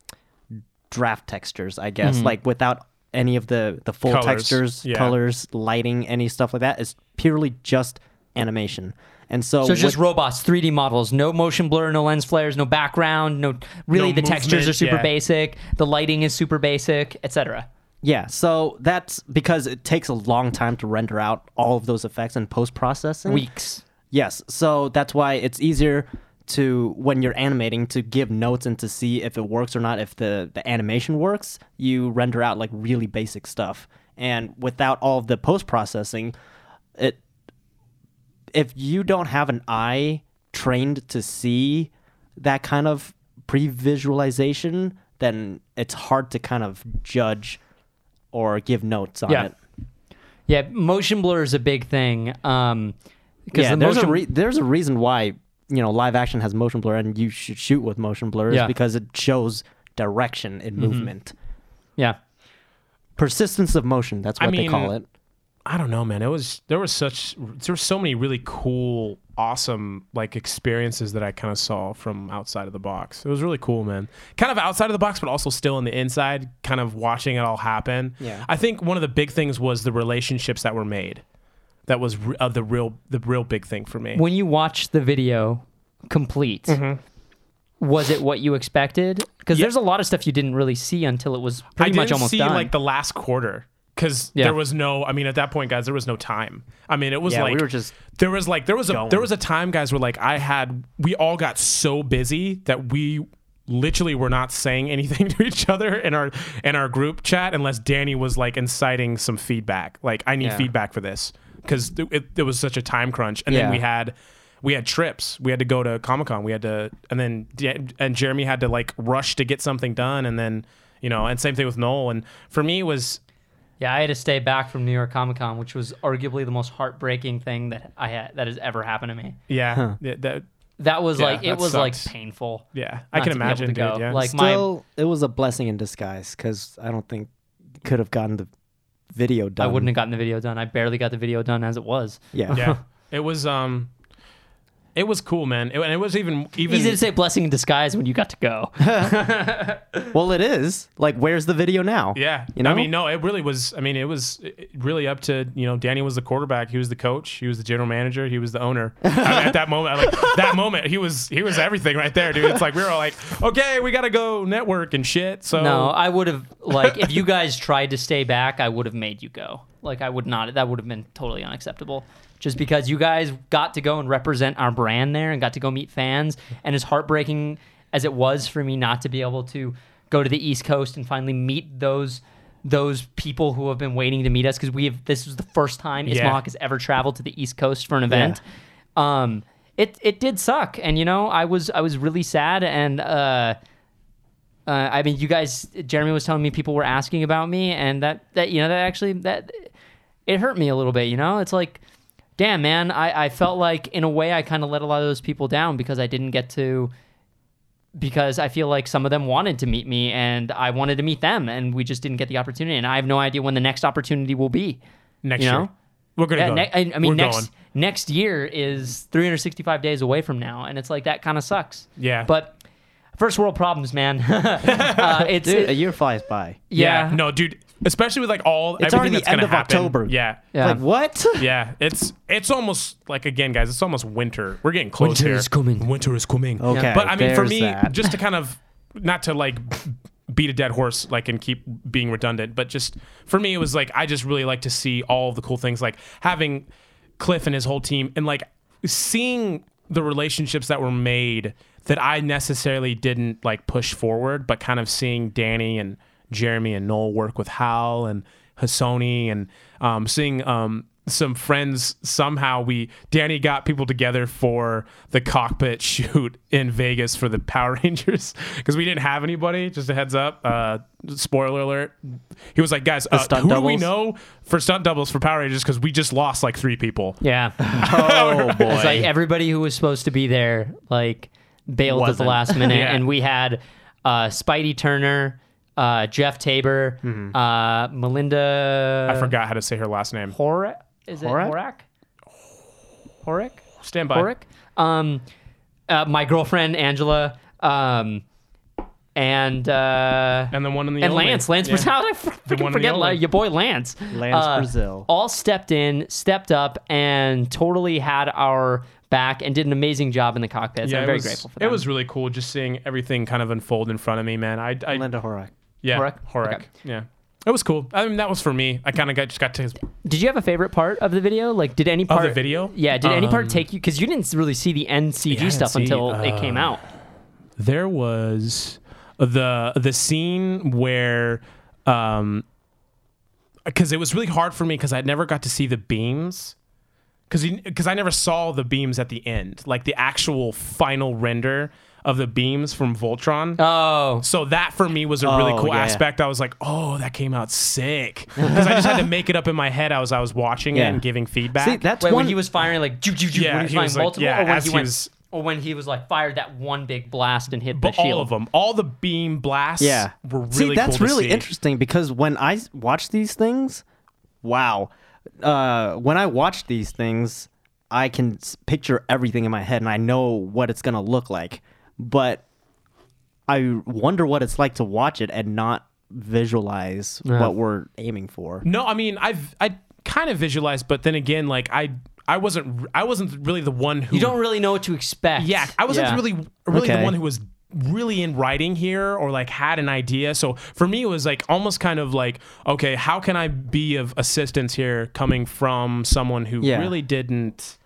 Speaker 3: draft textures, I guess, like without any of the the full
Speaker 2: Colors,
Speaker 3: textures,
Speaker 2: yeah.
Speaker 3: colors, lighting, any stuff like that. It's purely just animation, and so,
Speaker 1: So it's
Speaker 3: with-
Speaker 1: just robots, 3D models, no motion blur, no lens flares, no background, no really
Speaker 2: No
Speaker 1: the textures
Speaker 2: movement,
Speaker 1: are super
Speaker 2: yeah.
Speaker 1: basic, the lighting is super basic, etc.
Speaker 3: Yeah, so that's because it takes a long time to render out all of those effects in post processing.
Speaker 1: Weeks.
Speaker 3: Yes, so that's why it's easier to when you're animating to give notes and to see if it works or not. If the the animation works, you render out like really basic stuff, and without all of the post processing, it if you don't have an eye trained to see that kind of pre-visualization, then it's hard to kind of judge or give notes on
Speaker 1: Yeah.
Speaker 3: it.
Speaker 1: Yeah, motion blur is a big thing. Um because
Speaker 3: yeah,
Speaker 1: the
Speaker 3: there's
Speaker 1: motion
Speaker 3: a re- there's a reason why you know live action has motion blur and you should shoot with motion blur is
Speaker 1: Yeah.
Speaker 3: because it shows direction in
Speaker 2: Mm-hmm.
Speaker 3: movement,
Speaker 1: Yeah.
Speaker 3: persistence of motion. That's
Speaker 2: I
Speaker 3: what they
Speaker 2: mean,
Speaker 3: call it.
Speaker 2: I don't know, man. It was there was such there were so many really cool, awesome like experiences that I kind of saw from outside of the box. It was really cool, man. Kind of outside of the box, but also still in the inside, kind of watching it all happen.
Speaker 3: Yeah.
Speaker 2: I think one of the big things was the relationships that were made. That was re- uh, the real the real big thing for me.
Speaker 1: When you watch the video complete, was it what you expected? Because
Speaker 2: Mm-hmm. Yeah.
Speaker 1: there's a lot of stuff you didn't really see until it was pretty
Speaker 2: I
Speaker 1: much
Speaker 2: didn't
Speaker 1: almost
Speaker 2: see
Speaker 1: done.
Speaker 2: like the last quarter because
Speaker 1: Yeah.
Speaker 2: there was no. I mean, at that point, guys, there was no time. I mean, it was
Speaker 3: Yeah,
Speaker 2: like
Speaker 3: we were just
Speaker 2: there was like there was a
Speaker 3: going.
Speaker 2: there was a time, guys, where like I had we all got so busy that we literally were not saying [laughs] anything to each other in our in our group chat unless Danny was like inciting some feedback. Like I need
Speaker 3: Yeah.
Speaker 2: feedback for this because th- it, there was such a time crunch, and
Speaker 3: Yeah.
Speaker 2: then we had. We had trips. We had to go to Comic Con. We had to, and then Da- and Jeremy had to like rush to get something done, and then you know, and same thing with Noel. And for me, it was
Speaker 1: Yeah, I had to stay back from New York Comic Con, which was arguably the most heartbreaking thing that I had that has ever happened to me.
Speaker 2: yeah, th- that
Speaker 1: That was
Speaker 2: Yeah,
Speaker 1: like it
Speaker 2: that
Speaker 1: was
Speaker 2: sucks.
Speaker 1: like painful.
Speaker 2: yeah, I
Speaker 1: Not
Speaker 2: can
Speaker 1: to be able
Speaker 2: imagine,
Speaker 1: to
Speaker 2: dude.
Speaker 1: go,
Speaker 2: Yeah,
Speaker 1: like- my-
Speaker 3: Still, it was a blessing in disguise because I don't think could have gotten the video done.
Speaker 1: I wouldn't have gotten the video done. I barely got the video done as it was.
Speaker 3: Yeah.
Speaker 1: [laughs]
Speaker 2: yeah, it was um, it was cool, man. It, and it was even even
Speaker 1: Easy to say blessing in disguise when you got to go.
Speaker 3: [laughs] well, it is. Like, where's the video now?
Speaker 2: yeah.
Speaker 3: You know.
Speaker 2: I mean, no, it really was. I mean, it was it- really up to you know. Danny was the quarterback. He was the coach. He was the general manager. He was the owner. I mean,
Speaker 1: [laughs]
Speaker 2: at that moment, I like that moment, he was he was everything right there, dude. It's like we were all like, okay, we gotta go network and shit. So
Speaker 1: [laughs] No, I would have like
Speaker 2: [laughs]
Speaker 1: if you guys tried to stay back, I would have made you go. Like I would not. That would have been totally unacceptable. Just because you guys got to go and represent our brand there and got to go meet fans, and as heartbreaking as it was for me not to be able to go to the East Coast and finally meet those those people who have been waiting to meet us because we have this was the first time
Speaker 2: Yeah.
Speaker 1: Ismahawk has ever traveled to the East Coast for an event. Um, it it did suck, and you know I was I was really sad and. uh uh, I mean, you guys, Jeremy was telling me people were asking about me, and that that you know that actually that it hurt me a little bit. You know, it's like, damn, man, I I felt like in a way I kind of let a lot of those people down because I didn't get to because I feel like some of them wanted to meet me and I wanted to meet them and we just didn't get the opportunity. And I have no idea when the next opportunity will be.
Speaker 2: next
Speaker 1: you know?
Speaker 2: year. We're gonna
Speaker 1: Yeah,
Speaker 2: go.
Speaker 1: ne- I, I mean,
Speaker 2: We're
Speaker 1: next
Speaker 2: going.
Speaker 1: next year is 365 days away from now, and it's like that kind of sucks.
Speaker 2: Yeah.
Speaker 1: But first world problems, man. [laughs] uh, it's
Speaker 3: Dude,
Speaker 1: it-
Speaker 3: a year flies by.
Speaker 1: yeah,
Speaker 2: No, dude. Especially with like all
Speaker 3: It's
Speaker 2: everything
Speaker 3: already
Speaker 2: that's
Speaker 3: the end
Speaker 2: gonna
Speaker 3: of
Speaker 2: happen.
Speaker 3: October.
Speaker 2: Yeah.
Speaker 1: Yeah.
Speaker 3: Like what?
Speaker 2: Yeah, it's it's almost like again, guys. It's almost winter. We're getting close
Speaker 1: Winter
Speaker 2: here.
Speaker 1: is coming.
Speaker 2: Winter is coming.
Speaker 3: Okay,
Speaker 2: but I mean, for
Speaker 3: there's
Speaker 2: me,
Speaker 3: that.
Speaker 2: just to kind
Speaker 3: [laughs]
Speaker 2: of not to like beat a dead horse, like and keep being redundant, but just for me, it was like I just really like to see all of the cool things, like having Cliff and his whole team, and like seeing the relationships that were made that I necessarily didn't like push forward, but kind of seeing Danny and Jeremy and Noel work with Hal and Hassoni and um, seeing um, some friends somehow we Danny got people together for the cockpit [laughs] shoot in Vegas for the Power [laughs] Rangers because we didn't have anybody. Just a heads up, uh, spoiler alert. He was like, guys, uh,
Speaker 3: stunt
Speaker 2: who do we
Speaker 3: doubles?
Speaker 2: know for stunt doubles for Power Rangers? Because we just lost like three people. [laughs]
Speaker 1: yeah.
Speaker 3: Oh boy.
Speaker 1: [laughs] It's like everybody who was supposed to be there like bailed at the
Speaker 2: Wasn't.
Speaker 1: last minute,
Speaker 2: [laughs] Yeah.
Speaker 1: and we had uh, Spidey Turner, uh, Jeff Tabor, uh, Melinda.
Speaker 2: Mm-hmm. I forgot how to say her last name.
Speaker 1: Horak. Is it
Speaker 3: Horak?
Speaker 1: Horak? Horak.
Speaker 2: Stand by.
Speaker 1: Horak. Um, uh, my girlfriend Angela. Um, and uh,
Speaker 2: And the one in the
Speaker 1: and
Speaker 2: only.
Speaker 1: Lance, Lance,
Speaker 2: Yeah.
Speaker 1: was how did [laughs] I f-
Speaker 2: The one
Speaker 1: freaking
Speaker 2: and the
Speaker 1: forget
Speaker 2: only.
Speaker 1: Lan- your boy Lance? Uh,
Speaker 3: Lance Brazil.
Speaker 1: All stepped in, stepped up, and totally had our back and did an amazing job in the cockpit. So
Speaker 2: Yeah,
Speaker 1: I'm
Speaker 2: it
Speaker 1: very
Speaker 2: was,
Speaker 1: grateful for
Speaker 2: It
Speaker 1: that.
Speaker 2: was really cool just seeing everything kind of unfold in front of me, man. I, I
Speaker 3: Linda Horak.
Speaker 2: yeah,
Speaker 1: Horak?
Speaker 2: Horak.
Speaker 1: Okay.
Speaker 2: Yeah, it was cool. I mean, that was for me. I kind of got just got to
Speaker 1: Did you have a favorite part of the video? Like, did any
Speaker 2: of
Speaker 1: part
Speaker 2: the video.
Speaker 1: Yeah, did any part
Speaker 2: Um,
Speaker 1: take you? Because you didn't really see the end CG
Speaker 2: I didn't
Speaker 1: stuff
Speaker 2: see,
Speaker 1: until it came
Speaker 2: uh,
Speaker 1: out.
Speaker 2: there was the the scene where um because it was really hard for me because I never got to see the beams because because I never saw the beams at the end like the actual final render of the beams from Voltron.
Speaker 1: Oh,
Speaker 2: So that for me was a really
Speaker 3: Oh,
Speaker 2: cool
Speaker 3: yeah.
Speaker 2: aspect. I was like, "Oh, that came out sick!" Because I just had to make it up in my head. I was I was watching it
Speaker 3: Yeah.
Speaker 2: and giving feedback.
Speaker 3: See, that's
Speaker 1: Wait,
Speaker 3: one.
Speaker 1: when he was firing like ju- ju- ju,
Speaker 2: Yeah,
Speaker 1: when he was
Speaker 2: he
Speaker 1: firing
Speaker 2: was, like,
Speaker 1: multiple,
Speaker 2: yeah,
Speaker 1: or when
Speaker 2: as
Speaker 1: he
Speaker 2: he
Speaker 1: went,
Speaker 2: was-
Speaker 1: or when he was like fired that one big blast and hit
Speaker 2: but
Speaker 1: the shield.
Speaker 2: all of them, all the beam blasts,
Speaker 3: yeah.
Speaker 2: were really
Speaker 3: see, that's
Speaker 2: cool to
Speaker 3: really
Speaker 2: see.
Speaker 3: interesting because when I s- watch these things, wow. Uh, when I watch these things, I can s- picture everything in my head and I know what it's gonna look like. But I wonder what it's like to watch it and not visualize what we're aiming for.
Speaker 2: No, I mean, I've I kind of visualized, but then again, like I I wasn't I wasn't really the one who
Speaker 1: You don't really know what to expect.
Speaker 2: yeah I wasn't
Speaker 3: Yeah.
Speaker 2: really really the
Speaker 3: Okay.
Speaker 2: one who was really in writing here or like had an idea. So for me, it was like almost kind of like okay, how can I be of assistance here, coming from someone who
Speaker 3: Yeah.
Speaker 2: really didn't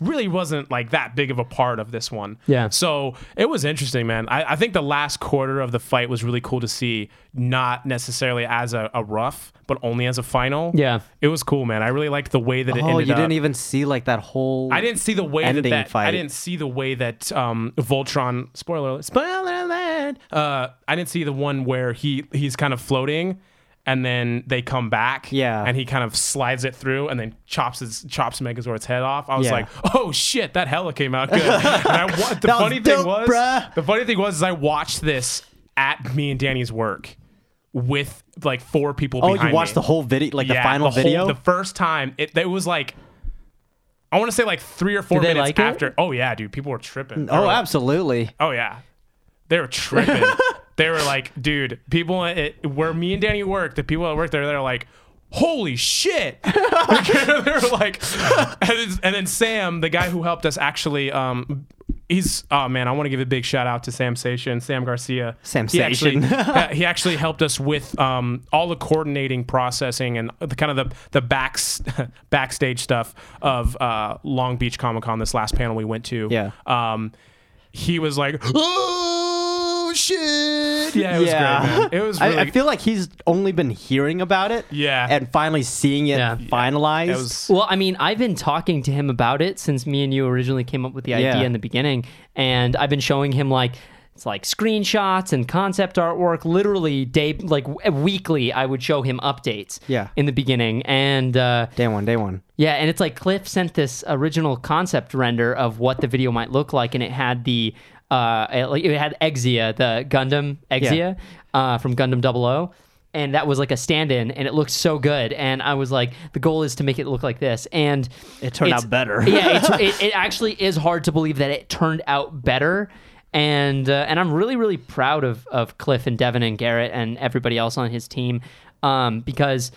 Speaker 2: really wasn't like that big of a part of this one.
Speaker 1: Yeah.
Speaker 2: So it was interesting, man. I, I think the last quarter of the fight was really cool to see, not necessarily as a, a rough, but only as a final.
Speaker 1: Yeah.
Speaker 2: It was cool, man. I really liked the way that it
Speaker 3: Oh,
Speaker 2: ended
Speaker 3: you
Speaker 2: up.
Speaker 3: didn't even see like that whole.
Speaker 2: I didn't see the way that,
Speaker 3: ending
Speaker 2: that I
Speaker 3: fight.
Speaker 2: didn't see the way that um, Voltron spoiler alert, spoiler alert uh, I didn't see the one where he he's kind of floating and then they come back
Speaker 3: Yeah.
Speaker 2: and he kind of slides it through and then chops his chops Megazord's head off. I was
Speaker 3: Yeah.
Speaker 2: like, oh shit, that hella came out
Speaker 3: [laughs]
Speaker 2: good. and I, wa- the
Speaker 3: That was
Speaker 2: funny thing
Speaker 3: dope,
Speaker 2: was
Speaker 3: bruh.
Speaker 2: the funny thing was is I watched this at me and Danny's work with like four people.
Speaker 3: Oh, you
Speaker 2: behind
Speaker 3: watched
Speaker 2: me
Speaker 3: the whole video, like the
Speaker 2: yeah,
Speaker 3: final
Speaker 2: whole-
Speaker 3: video.
Speaker 2: the first time it, it was like i want to say like three or four
Speaker 1: Did they
Speaker 2: minutes
Speaker 1: like it?
Speaker 2: after oh yeah dude people were tripping They were
Speaker 3: oh,
Speaker 2: like-
Speaker 3: absolutely.
Speaker 2: oh yeah they were tripping they were like dude people it, where me and danny work the people that work there they're like holy shit [laughs] they're like and, it's- and then sam the guy who helped us actually um He's oh man, I want to give a big shout out to Sam Station, Sam Garcia. He actually, [laughs]
Speaker 3: Samsation.
Speaker 2: uh, he actually helped us with um, all the coordinating, processing, and the kind of the the backs [laughs] backstage stuff of uh, Long Beach Comic Con. This last panel we went to,
Speaker 3: Yeah.
Speaker 2: Um, he was like, "Oh shit!" Yeah, it was great. Man. It was.
Speaker 3: I-
Speaker 2: Really,
Speaker 3: I, feel like he's only been hearing about it.
Speaker 2: Yeah.
Speaker 3: And finally seeing it
Speaker 1: Yeah.
Speaker 3: finalized.
Speaker 2: it was.
Speaker 1: Well, I mean, I've been talking to him about it since me and you originally came up with the idea
Speaker 3: Yeah.
Speaker 1: in the beginning, and I've been showing him like it's like screenshots and concept artwork. Literally, day like w- weekly, I would show him updates.
Speaker 3: Yeah.
Speaker 1: In the beginning, and uh,
Speaker 3: day one, day one.
Speaker 1: Yeah, and it's like Cliff sent this original concept render of what the video might look like, and it had the uh, it, like it had Exia, the Gundam Exia uh, from Gundam 00. And that was like a stand-in, and it looked so good. And I was like, the goal is to make it look like this, and
Speaker 3: It turned
Speaker 1: it's-
Speaker 5: [laughs]
Speaker 3: out better.
Speaker 1: yeah, it's, it, it actually is hard to believe that it turned out better. And uh, and I'm really really proud of of Cliff and Devin and Garrett and everybody else on his team um, because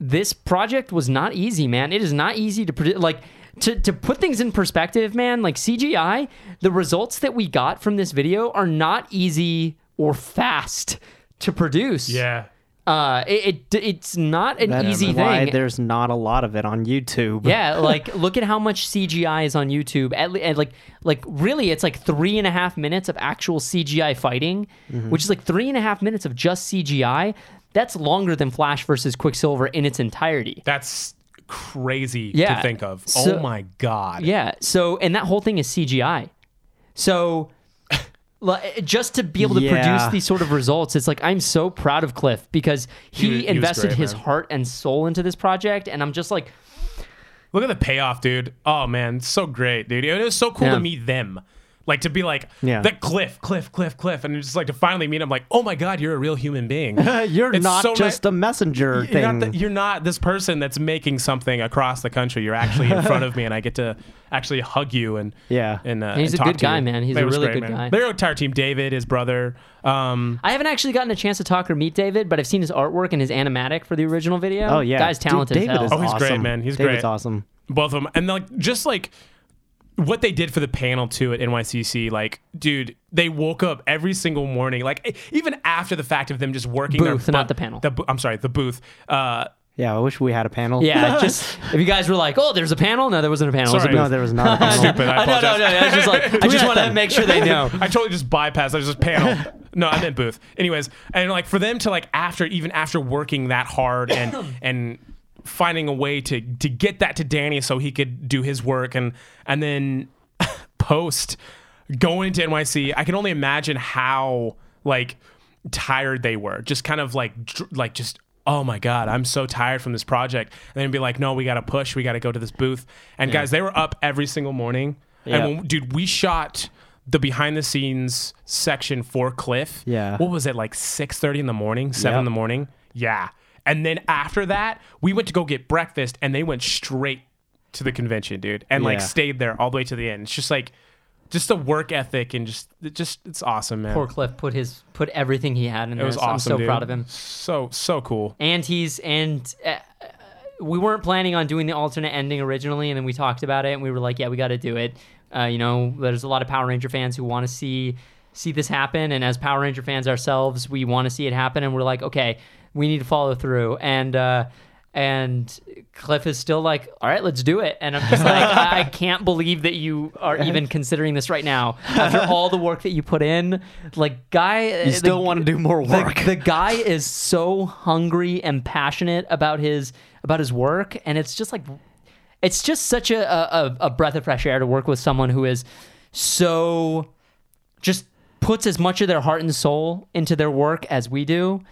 Speaker 1: this project was not easy, man. It is not easy to predict. Like to to put things in perspective, man. Like CGI, the results that we got from this video are not easy or fast to produce.
Speaker 2: Yeah.
Speaker 1: Uh, it, it it's not an
Speaker 5: That is
Speaker 1: easy thing.
Speaker 5: why there's not a lot of it on YouTube.
Speaker 1: Yeah, like look at how much CGI is on YouTube. At, le- and like like really, it's like three and a half minutes of actual CGI fighting,
Speaker 2: Mm-hmm.
Speaker 1: which is like three and a half minutes of just CGI. That's longer than Flash versus Quicksilver in its entirety.
Speaker 2: That's crazy
Speaker 1: Yeah.
Speaker 2: to think of.
Speaker 1: So-
Speaker 2: oh my god.
Speaker 1: Yeah. So and that whole thing is CGI. So. [laughs] li- Just to be able to produce
Speaker 5: Yeah.
Speaker 1: these sort of results, it's like I'm so proud of Cliff because
Speaker 2: He-
Speaker 1: he,
Speaker 2: he was
Speaker 1: invested
Speaker 2: great,
Speaker 1: his
Speaker 2: man.
Speaker 1: heart and soul into this project, and I'm just like,
Speaker 2: Look at the payoff, dude. Oh man, so great, dude. It was so cool
Speaker 1: Yeah.
Speaker 2: to meet them. Like to be like
Speaker 5: Yeah.
Speaker 2: that Cliff, Cliff, Cliff, Cliff, and just like to finally meet him. Like, oh my God, you're a real human being.
Speaker 5: [laughs] You're
Speaker 2: It's
Speaker 5: not
Speaker 2: so ni-
Speaker 5: just a messenger
Speaker 2: You're
Speaker 5: thing.
Speaker 2: not, the- you're not this person that's making something across the country. You're actually in front of me, and I get to actually hug you and
Speaker 5: Yeah.
Speaker 2: And, uh,
Speaker 1: He's
Speaker 2: and
Speaker 1: a
Speaker 2: talk
Speaker 1: good
Speaker 2: to you.
Speaker 1: guy, man. He's
Speaker 2: It
Speaker 1: a
Speaker 2: was
Speaker 1: really
Speaker 2: great,
Speaker 1: good
Speaker 2: man.
Speaker 1: guy.
Speaker 2: Their entire team, David, his brother. Um,
Speaker 1: I haven't actually gotten a chance to talk or meet David, but I've seen his artwork and his animatic for the original video.
Speaker 5: Oh yeah,
Speaker 1: guy's talented
Speaker 5: Dude, David
Speaker 1: as
Speaker 5: is
Speaker 2: [laughs]
Speaker 1: hell.
Speaker 2: Oh, he's great,
Speaker 5: awesome.
Speaker 2: man. He's
Speaker 5: David's
Speaker 2: great.
Speaker 5: awesome.
Speaker 2: both of them, and like just like what they did for the panel too at NYCC. Like, dude, they woke up every single morning. Like, e- even after the fact of them just working their
Speaker 1: Booth, not
Speaker 2: butt-
Speaker 1: the panel.
Speaker 2: The, bo- I'm sorry, the booth. Uh,
Speaker 5: Yeah, I wish we had a panel. [laughs]
Speaker 1: yeah, just if you guys were like, "Oh, there's a panel," no, there wasn't a panel. It was a
Speaker 2: Sorry.
Speaker 5: no,
Speaker 1: booth.
Speaker 5: there was not.
Speaker 1: [laughs]
Speaker 5: A panel.
Speaker 2: stupid. I
Speaker 1: Uh, no, no,
Speaker 2: apologize.
Speaker 1: no. I was just
Speaker 2: [laughs]
Speaker 1: like, I just want to make sure they know.
Speaker 2: I totally just bypassed. I was just panel. No, I meant booth. Anyways, and like for them to like after even after working that hard and and finding a way to to get that to Danny so he could do his work and and then post going to NYC. I can only imagine how like tired they were. Just kind of like dr- like just oh my god, I'm so tired from this project. And then be like, no, we got to push. We got to go to this booth. And guys, they were up every single morning.
Speaker 5: Yeah.
Speaker 2: And when, dude, we shot the behind the scenes section for Cliff.
Speaker 5: Yeah.
Speaker 2: What was it like 6:30 in the morning, 7 in
Speaker 5: Yep.
Speaker 2: the morning? Yeah. And then after that, we went to go get breakfast and they went straight to the convention, dude. And like
Speaker 5: Yeah.
Speaker 2: stayed there all the way to the end. It's just like just the work ethic and just it just it's awesome, man.
Speaker 1: Poor Cliff put his put everything he had in
Speaker 2: it
Speaker 1: this.
Speaker 2: was awesome.
Speaker 1: I'm so
Speaker 2: dude.
Speaker 1: proud of him.
Speaker 2: So so cool.
Speaker 1: And he's and uh, uh, we weren't planning on doing the alternate ending originally, and then we talked about it, and we were like, "Yeah, we got to do it." Uh, you know, there's a lot of Power Ranger fans who want to see see this happen, and as Power Ranger fans ourselves, we want to see it happen, and we're like, "Okay, we need to follow through." And uh, and Cliff is still like, "All right, let's do it," and I'm just like, I, "I can't believe that you are even considering this right now after all the work that you put in." Like, guy,
Speaker 5: You still want to do more
Speaker 1: the-
Speaker 5: work.
Speaker 1: The, guy is so hungry and passionate about his about his work, and it's just like, it's just such a a, a breath of fresh air to work with someone who is so just puts as much of their heart and soul into their work as we do.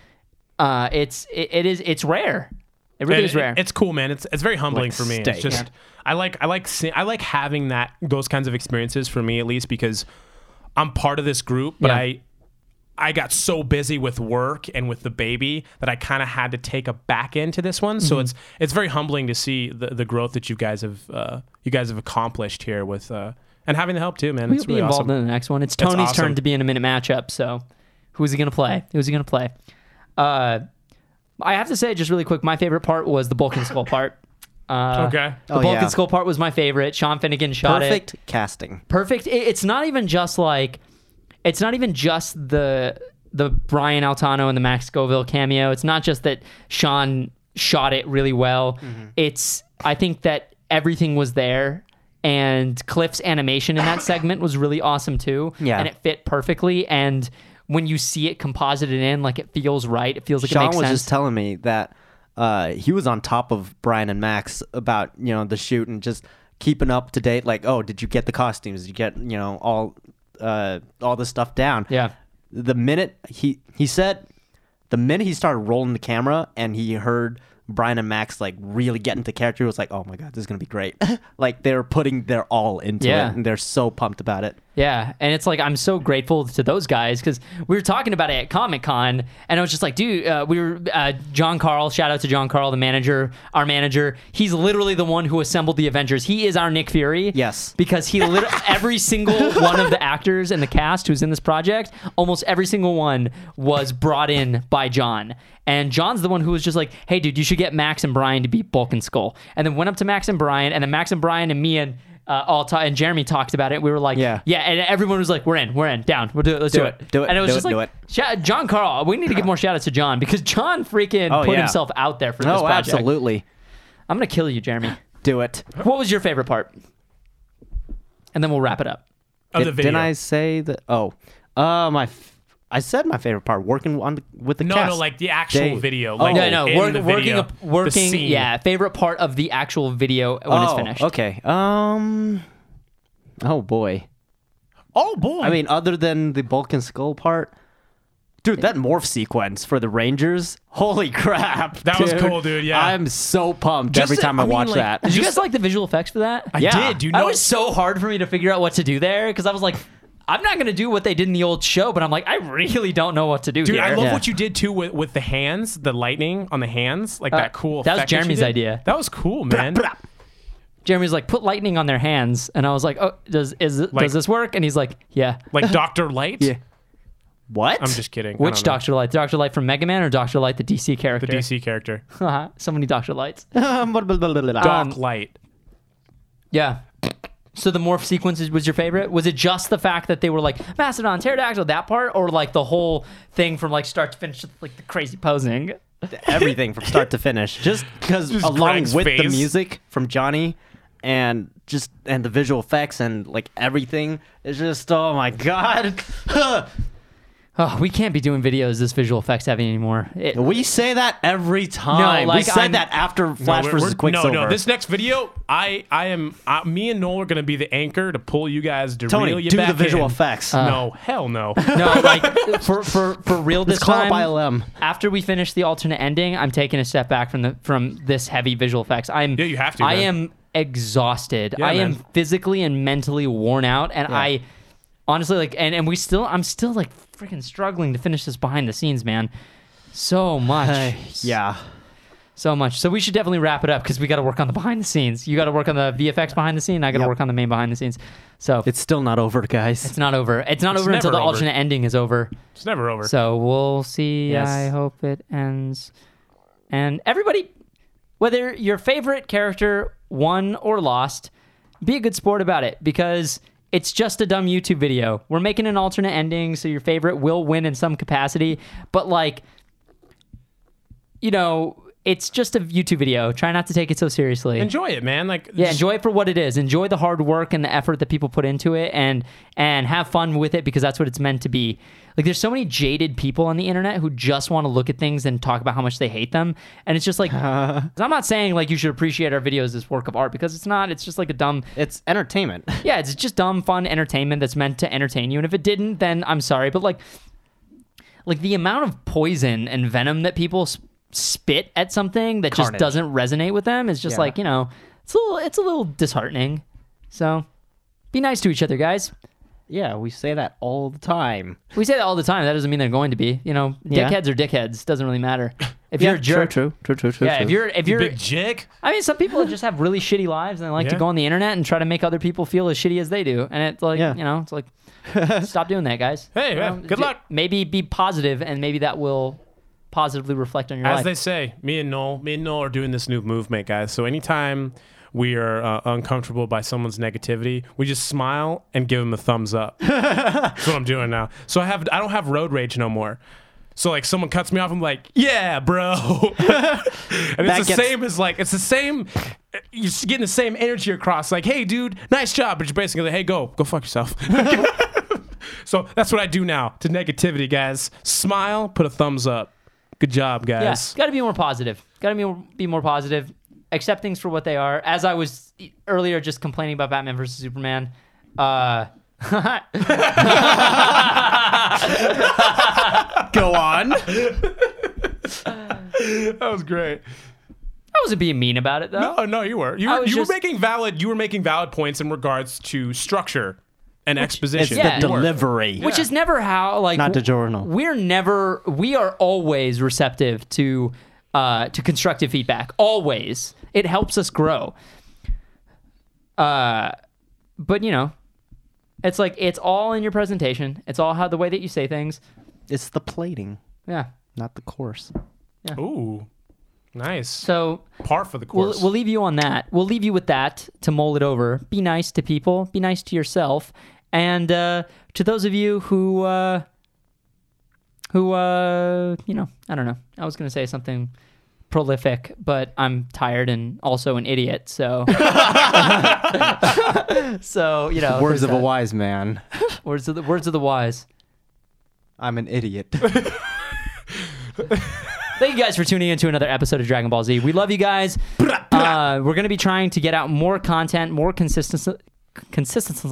Speaker 1: Uh, it's it, it is it's rare. It really
Speaker 2: It-
Speaker 1: is rare.
Speaker 2: it- it's cool, man. It's it's very humbling for me. It's
Speaker 5: steak.
Speaker 2: just I like I like se- I like having that those kinds of experiences for me at least because I'm part of this group, but
Speaker 1: Yeah.
Speaker 2: I I got so busy with work and with the baby that I kind of had to take a back end to this one. So
Speaker 1: Mm-hmm.
Speaker 2: it's it's very humbling to see the, the growth that you guys have uh, you guys have accomplished here with uh, and having the help too, man.
Speaker 1: we'll
Speaker 2: it's
Speaker 1: be
Speaker 2: really
Speaker 1: involved
Speaker 2: awesome.
Speaker 1: in the next one. It's Tony's
Speaker 2: awesome.
Speaker 1: turn to be in a minute matchup. So, who's he gonna play? Who's he gonna play? Uh, I have to say, just really quick, my favorite part was the Bulk and Skull part. Uh,
Speaker 2: Okay.
Speaker 1: The
Speaker 5: Oh,
Speaker 1: Bulk
Speaker 5: yeah.
Speaker 1: and Skull part was my favorite. Sean Finnegan shot it
Speaker 5: Perfect casting.
Speaker 1: perfect. It, it's not even just like, it's not even just the the Brian Altano and the Max Scoville cameo. It's not just that Sean shot it really well.
Speaker 5: Mm-hmm.
Speaker 1: It's I think that everything was there. And Cliff's animation in that segment was really awesome too.
Speaker 5: Yeah.
Speaker 1: And it fit perfectly. And when you see it composited in, like it feels right. It feels like it
Speaker 5: Sean
Speaker 1: makes
Speaker 5: was
Speaker 1: sense.
Speaker 5: just telling me that uh, he was on top of Brian and Max about you know the shoot and just keeping up to date. Like, oh, did you get the costumes? Did you get you know all uh, all the stuff down?
Speaker 1: Yeah.
Speaker 5: The minute he he said, the minute he started rolling the camera and he heard Brian and Max like really get into character,
Speaker 1: [laughs]
Speaker 5: it was like, oh my god, this is gonna be great. like they were putting their all into
Speaker 1: Yeah.
Speaker 5: it and they're so pumped about it.
Speaker 1: Yeah, and it's like I'm so grateful to those guys because we were talking about it at Comic Con, and I was just like, dude, uh, we were uh, John Carl. Shout out to John Carl, the manager, our manager. He's literally the one who assembled the Avengers. He is our Nick Fury.
Speaker 5: Yes.
Speaker 1: because
Speaker 5: [laughs]
Speaker 1: he lit- every single one of the actors and the cast who's in this project, almost every single one was brought in by John. And John's the one who was just like, hey, dude, you should get Max and Brian to beat Bulk and Skull, and then went up to Max and Brian, and then Max and Brian and me and uh, all ta- and Jeremy talked about it. We were like,
Speaker 5: Yeah.
Speaker 1: yeah, and everyone was like, "We're in, we're in, down, we'll do it, let's do,
Speaker 5: Do
Speaker 1: it.
Speaker 5: it, do it,
Speaker 1: And it was
Speaker 5: do
Speaker 1: just
Speaker 5: it,
Speaker 1: like, "Shout- John Carl. We need to give more shout outs to John because John freaking
Speaker 5: Oh,
Speaker 1: put
Speaker 5: yeah.
Speaker 1: himself out there for this
Speaker 5: Oh,
Speaker 1: project.
Speaker 5: absolutely.
Speaker 1: I'm gonna kill you, Jeremy.
Speaker 5: Do it.
Speaker 1: What was your favorite part? And then we'll wrap it up.
Speaker 2: Of the
Speaker 5: Did,
Speaker 2: video.
Speaker 5: didn't I say that? Oh, uh, my, f- I said my favorite part working on the, with the
Speaker 2: no,
Speaker 5: cast.
Speaker 2: no, like the actual
Speaker 5: They-
Speaker 2: video.
Speaker 5: Oh.
Speaker 2: Like
Speaker 1: no, no,
Speaker 2: in
Speaker 1: work,
Speaker 2: the
Speaker 1: working,
Speaker 2: video,
Speaker 1: up, working.
Speaker 2: The scene.
Speaker 1: Yeah, favorite part of the actual video when it's
Speaker 5: Oh,
Speaker 1: finished.
Speaker 5: Okay. Um. Oh boy.
Speaker 2: Oh boy.
Speaker 5: I mean, other than the Bulk and Skull part, dude, that morph sequence for the Rangers, holy crap!
Speaker 2: [laughs] That was cool, dude, yeah.
Speaker 5: I'm so pumped
Speaker 2: Just
Speaker 5: every
Speaker 2: the-
Speaker 5: time I,
Speaker 2: I mean,
Speaker 5: watch
Speaker 2: like,
Speaker 5: that.
Speaker 1: Did you guys like the visual effects for that?
Speaker 2: I
Speaker 5: yeah.
Speaker 2: did. You
Speaker 1: That
Speaker 2: know,
Speaker 1: was so hard for me to figure out what to do there because I was like, I'm not gonna do what they did in the old show, but I'm like, I really don't know what to do
Speaker 2: Dude,
Speaker 1: here.
Speaker 2: I love
Speaker 5: Yeah.
Speaker 2: what you did too with, with the hands, the lightning on the hands, like that cool.
Speaker 1: that was
Speaker 2: effect you
Speaker 1: Jeremy's
Speaker 2: did.
Speaker 1: idea.
Speaker 2: That was cool, man.
Speaker 1: Jeremy's like, put lightning on their hands, and I was like, oh, does is
Speaker 2: Like-
Speaker 1: does this work? And he's like, yeah.
Speaker 2: Like Doctor Light.
Speaker 5: Yeah. What? [laughs]
Speaker 2: I'm just kidding. I
Speaker 1: Which
Speaker 2: don't know.
Speaker 1: Doctor Light? Doctor Light from Mega Man or Doctor Light, the DC character?
Speaker 2: The DC character.
Speaker 1: [laughs] DC. so many Doctor Lights.
Speaker 5: Um,
Speaker 2: Doc Light.
Speaker 1: yeah. So the morph sequences was your favorite? Was it just the fact that they were like Mastodon, Pterodactyl, that part, or like the whole thing from like start to finish, like the crazy posing?
Speaker 5: everything from start to
Speaker 1: [laughs]
Speaker 5: finish. Just because
Speaker 2: Just
Speaker 5: along
Speaker 2: Greg's
Speaker 5: with the
Speaker 2: face.
Speaker 5: music from Johnny and just and the visual effects and like everything is just oh my god. [laughs]
Speaker 1: Oh, we can't be doing videos this visual effects heavy anymore. It,
Speaker 5: we say that every time. we
Speaker 1: like,
Speaker 5: said
Speaker 1: I'm-
Speaker 5: that after Flash
Speaker 2: we're-
Speaker 5: versus
Speaker 2: we're-
Speaker 5: Quicksilver.
Speaker 2: No, no. This next video, I, I am, I, me and Noel are gonna be the anchor to pull you guys to reel
Speaker 5: Tony,
Speaker 2: you
Speaker 5: do
Speaker 2: back
Speaker 5: the visual
Speaker 2: in.
Speaker 5: effects.
Speaker 2: no, hell no.
Speaker 1: [laughs] no, like [laughs] for for for real this
Speaker 5: It's called
Speaker 1: time.
Speaker 5: by LM.
Speaker 1: after we finish the alternate ending, I'm taking a step back from the from this heavy visual effects. I'm
Speaker 2: Yeah, you have to,
Speaker 1: I
Speaker 2: man.
Speaker 1: am exhausted.
Speaker 2: Yeah,
Speaker 1: I
Speaker 2: man.
Speaker 1: am physically and mentally worn out, and I honestly like and and we still I'm still like freaking struggling to finish this behind the scenes, man. So
Speaker 5: [laughs]
Speaker 1: much,
Speaker 5: Yeah.
Speaker 1: so much. So we should definitely wrap it up because we got to work on the behind the scenes. You got to work on the VFX behind the scene. I got to
Speaker 5: Yep.
Speaker 1: work on the main behind the scenes. So it's,
Speaker 5: It's still not over, guys.
Speaker 1: not over. It's not over until
Speaker 2: never
Speaker 1: the
Speaker 2: over.
Speaker 1: alternate ending is over.
Speaker 2: It's never over.
Speaker 1: So we'll see.
Speaker 5: Yes.
Speaker 1: I hope it ends. And everybody, whether your favorite character won or lost, be a good sport about it because it's just a dumb YouTube video. We're making an alternate ending, so your favorite will win in some capacity. But, like, you know, it's just a YouTube video. Try not to take it so seriously
Speaker 2: enjoy it, man. Like
Speaker 1: yeah
Speaker 2: just-
Speaker 1: enjoy it for what it is enjoy the hard work and the effort that people put into it and and have fun with it because that's what it's meant to be like there's so many jaded people on the internet who just want to look at things and talk about how much they hate them and it's just like 'cause i'm not saying like you should appreciate our videos as work of art because it's not it's just like a dumb
Speaker 5: It's entertainment. [laughs]
Speaker 1: yeah, it's just dumb, fun entertainment that's meant to entertain you. And if it didn't, then I'm sorry. But like, like the amount of poison and venom that people s- spit at something that
Speaker 5: Carnage.
Speaker 1: just doesn't resonate with them is just
Speaker 5: Yeah.
Speaker 1: like you know, it's a little, it's a little disheartening. So, be nice to each other, guys.
Speaker 5: Yeah, we say that all the time.
Speaker 1: We say that all the time. That doesn't mean they're going to be. You know,
Speaker 5: Yeah.
Speaker 1: dickheads are dickheads. Doesn't really
Speaker 5: [laughs]
Speaker 1: matter. If you're a jerk,
Speaker 5: True, true, true, true, true.
Speaker 1: yeah. If you're if you're
Speaker 2: big jig.
Speaker 1: I mean, some people just have really shitty lives and they like to
Speaker 2: Yeah.
Speaker 1: go on the internet and try to make other people feel as shitty as they do. And it's like,
Speaker 5: Yeah.
Speaker 1: you know, it's like, stop doing that, guys.
Speaker 2: Hey,
Speaker 1: You
Speaker 2: yeah,
Speaker 5: Um,
Speaker 1: know,
Speaker 2: good
Speaker 1: j-
Speaker 2: luck.
Speaker 1: Maybe be positive, and maybe that will positively reflect on your
Speaker 2: As
Speaker 1: life.
Speaker 2: they say, me and Noel, me and Noel are doing this new movement, guys. So anytime we are uh, uncomfortable by someone's negativity, we just smile and give them a
Speaker 5: [laughs]
Speaker 2: thumbs up. That's what I'm doing now. So I have, I don't have road rage no more. So like someone cuts me off, I'm like, yeah, bro. [laughs] and
Speaker 5: That
Speaker 2: it's the
Speaker 5: gets-
Speaker 2: same as like, it's the same. You're just getting the same energy across. Like, hey, dude, nice job. But you're basically like, hey, go, go fuck yourself. [laughs] so that's what I do now to negativity, guys. Smile, put a thumbs up. Good job,
Speaker 1: yeah,
Speaker 2: guys.
Speaker 1: got to be more positive. Got to be, be more positive. Accept things for what they are. As I was e- earlier just complaining about Batman versus Superman. Uh, [laughs]
Speaker 5: go
Speaker 1: [laughs]
Speaker 5: on.
Speaker 2: That was great.
Speaker 1: I wasn't being mean about it, though.
Speaker 2: Oh no, you were. You
Speaker 1: I
Speaker 2: were,
Speaker 1: was
Speaker 2: you
Speaker 1: just-
Speaker 2: were making valid. You were making valid points in regards to structure and exposition.
Speaker 1: the Yeah.
Speaker 2: Work.
Speaker 5: delivery.
Speaker 1: which is never how like
Speaker 5: Not
Speaker 1: w-
Speaker 5: DiGiorno.
Speaker 1: We're never we are always receptive to uh, to constructive feedback. Always, it helps us grow. Uh, but you know, it's like it's all in your presentation. It's all how the way that you say things.
Speaker 5: It's the plating,
Speaker 1: Yeah.
Speaker 5: not the course.
Speaker 2: Ooh, nice.
Speaker 1: So
Speaker 2: Par for the
Speaker 1: we'll,
Speaker 2: course.
Speaker 1: we'll leave you on that. We'll leave you with that to mull it over. Be nice to people. Be nice to yourself. And uh, to those of you who, uh, who, uh, you know, I don't know. I was gonna say something prolific, but I'm tired and also an idiot. So, [laughs] so you know,
Speaker 5: Words
Speaker 1: there's
Speaker 5: of a
Speaker 1: that.
Speaker 5: wise man.
Speaker 1: Words of the words of the wise.
Speaker 5: I'm an [laughs] idiot.
Speaker 1: Thank you guys for tuning in to another episode of Dragon Ball Z. We love you guys. Uh, we're gonna be trying to get out more content, more consistency, consistency.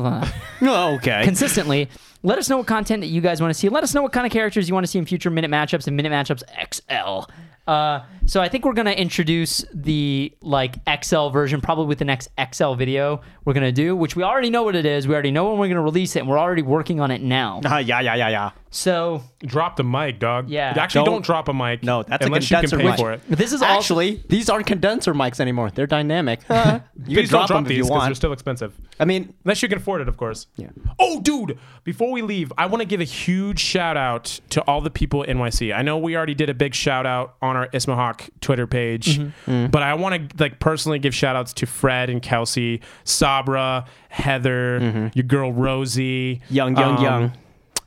Speaker 5: Oh, okay.
Speaker 1: consistently. Let us know what content that you guys want to see. Let us know what kind of characters you want to see in future minute matchups and minute matchups XL. Uh, so I think we're gonna introduce the like XL version probably with the next XL video we're gonna do, which we already know what it is. We already know when we're gonna release it, and we're already working on it now.
Speaker 5: Ah, yeah, yeah, yeah, yeah.
Speaker 1: So
Speaker 2: drop the mic, dog.
Speaker 1: Yeah.
Speaker 2: Actually, don't,
Speaker 5: Don't-
Speaker 2: drop a mic.
Speaker 5: No, that's
Speaker 2: unless
Speaker 5: a
Speaker 2: you
Speaker 5: condenser
Speaker 2: can pay
Speaker 5: mic.
Speaker 2: for it.
Speaker 1: this is all-
Speaker 5: Actually, these aren't condenser mics anymore. They're [laughs] dynamic. you can
Speaker 2: Please
Speaker 5: drop,
Speaker 2: don't
Speaker 5: them
Speaker 2: drop
Speaker 5: if
Speaker 2: these
Speaker 5: you
Speaker 2: because they're
Speaker 5: want.
Speaker 2: still expensive.
Speaker 5: I mean,
Speaker 2: Unless you can afford it, of course.
Speaker 5: Yeah.
Speaker 2: Oh, dude! Before we leave, I want to give a huge shout out to all the people at NYC. I know we already did a big shout out on our Ismahawk Twitter page,
Speaker 5: Mm-hmm.
Speaker 2: but I want to like personally give shout outs to Fred and Kelsey, Sabra, Heather, your girl Rosie,
Speaker 5: Mm-hmm.
Speaker 2: um,
Speaker 5: Young, young, young.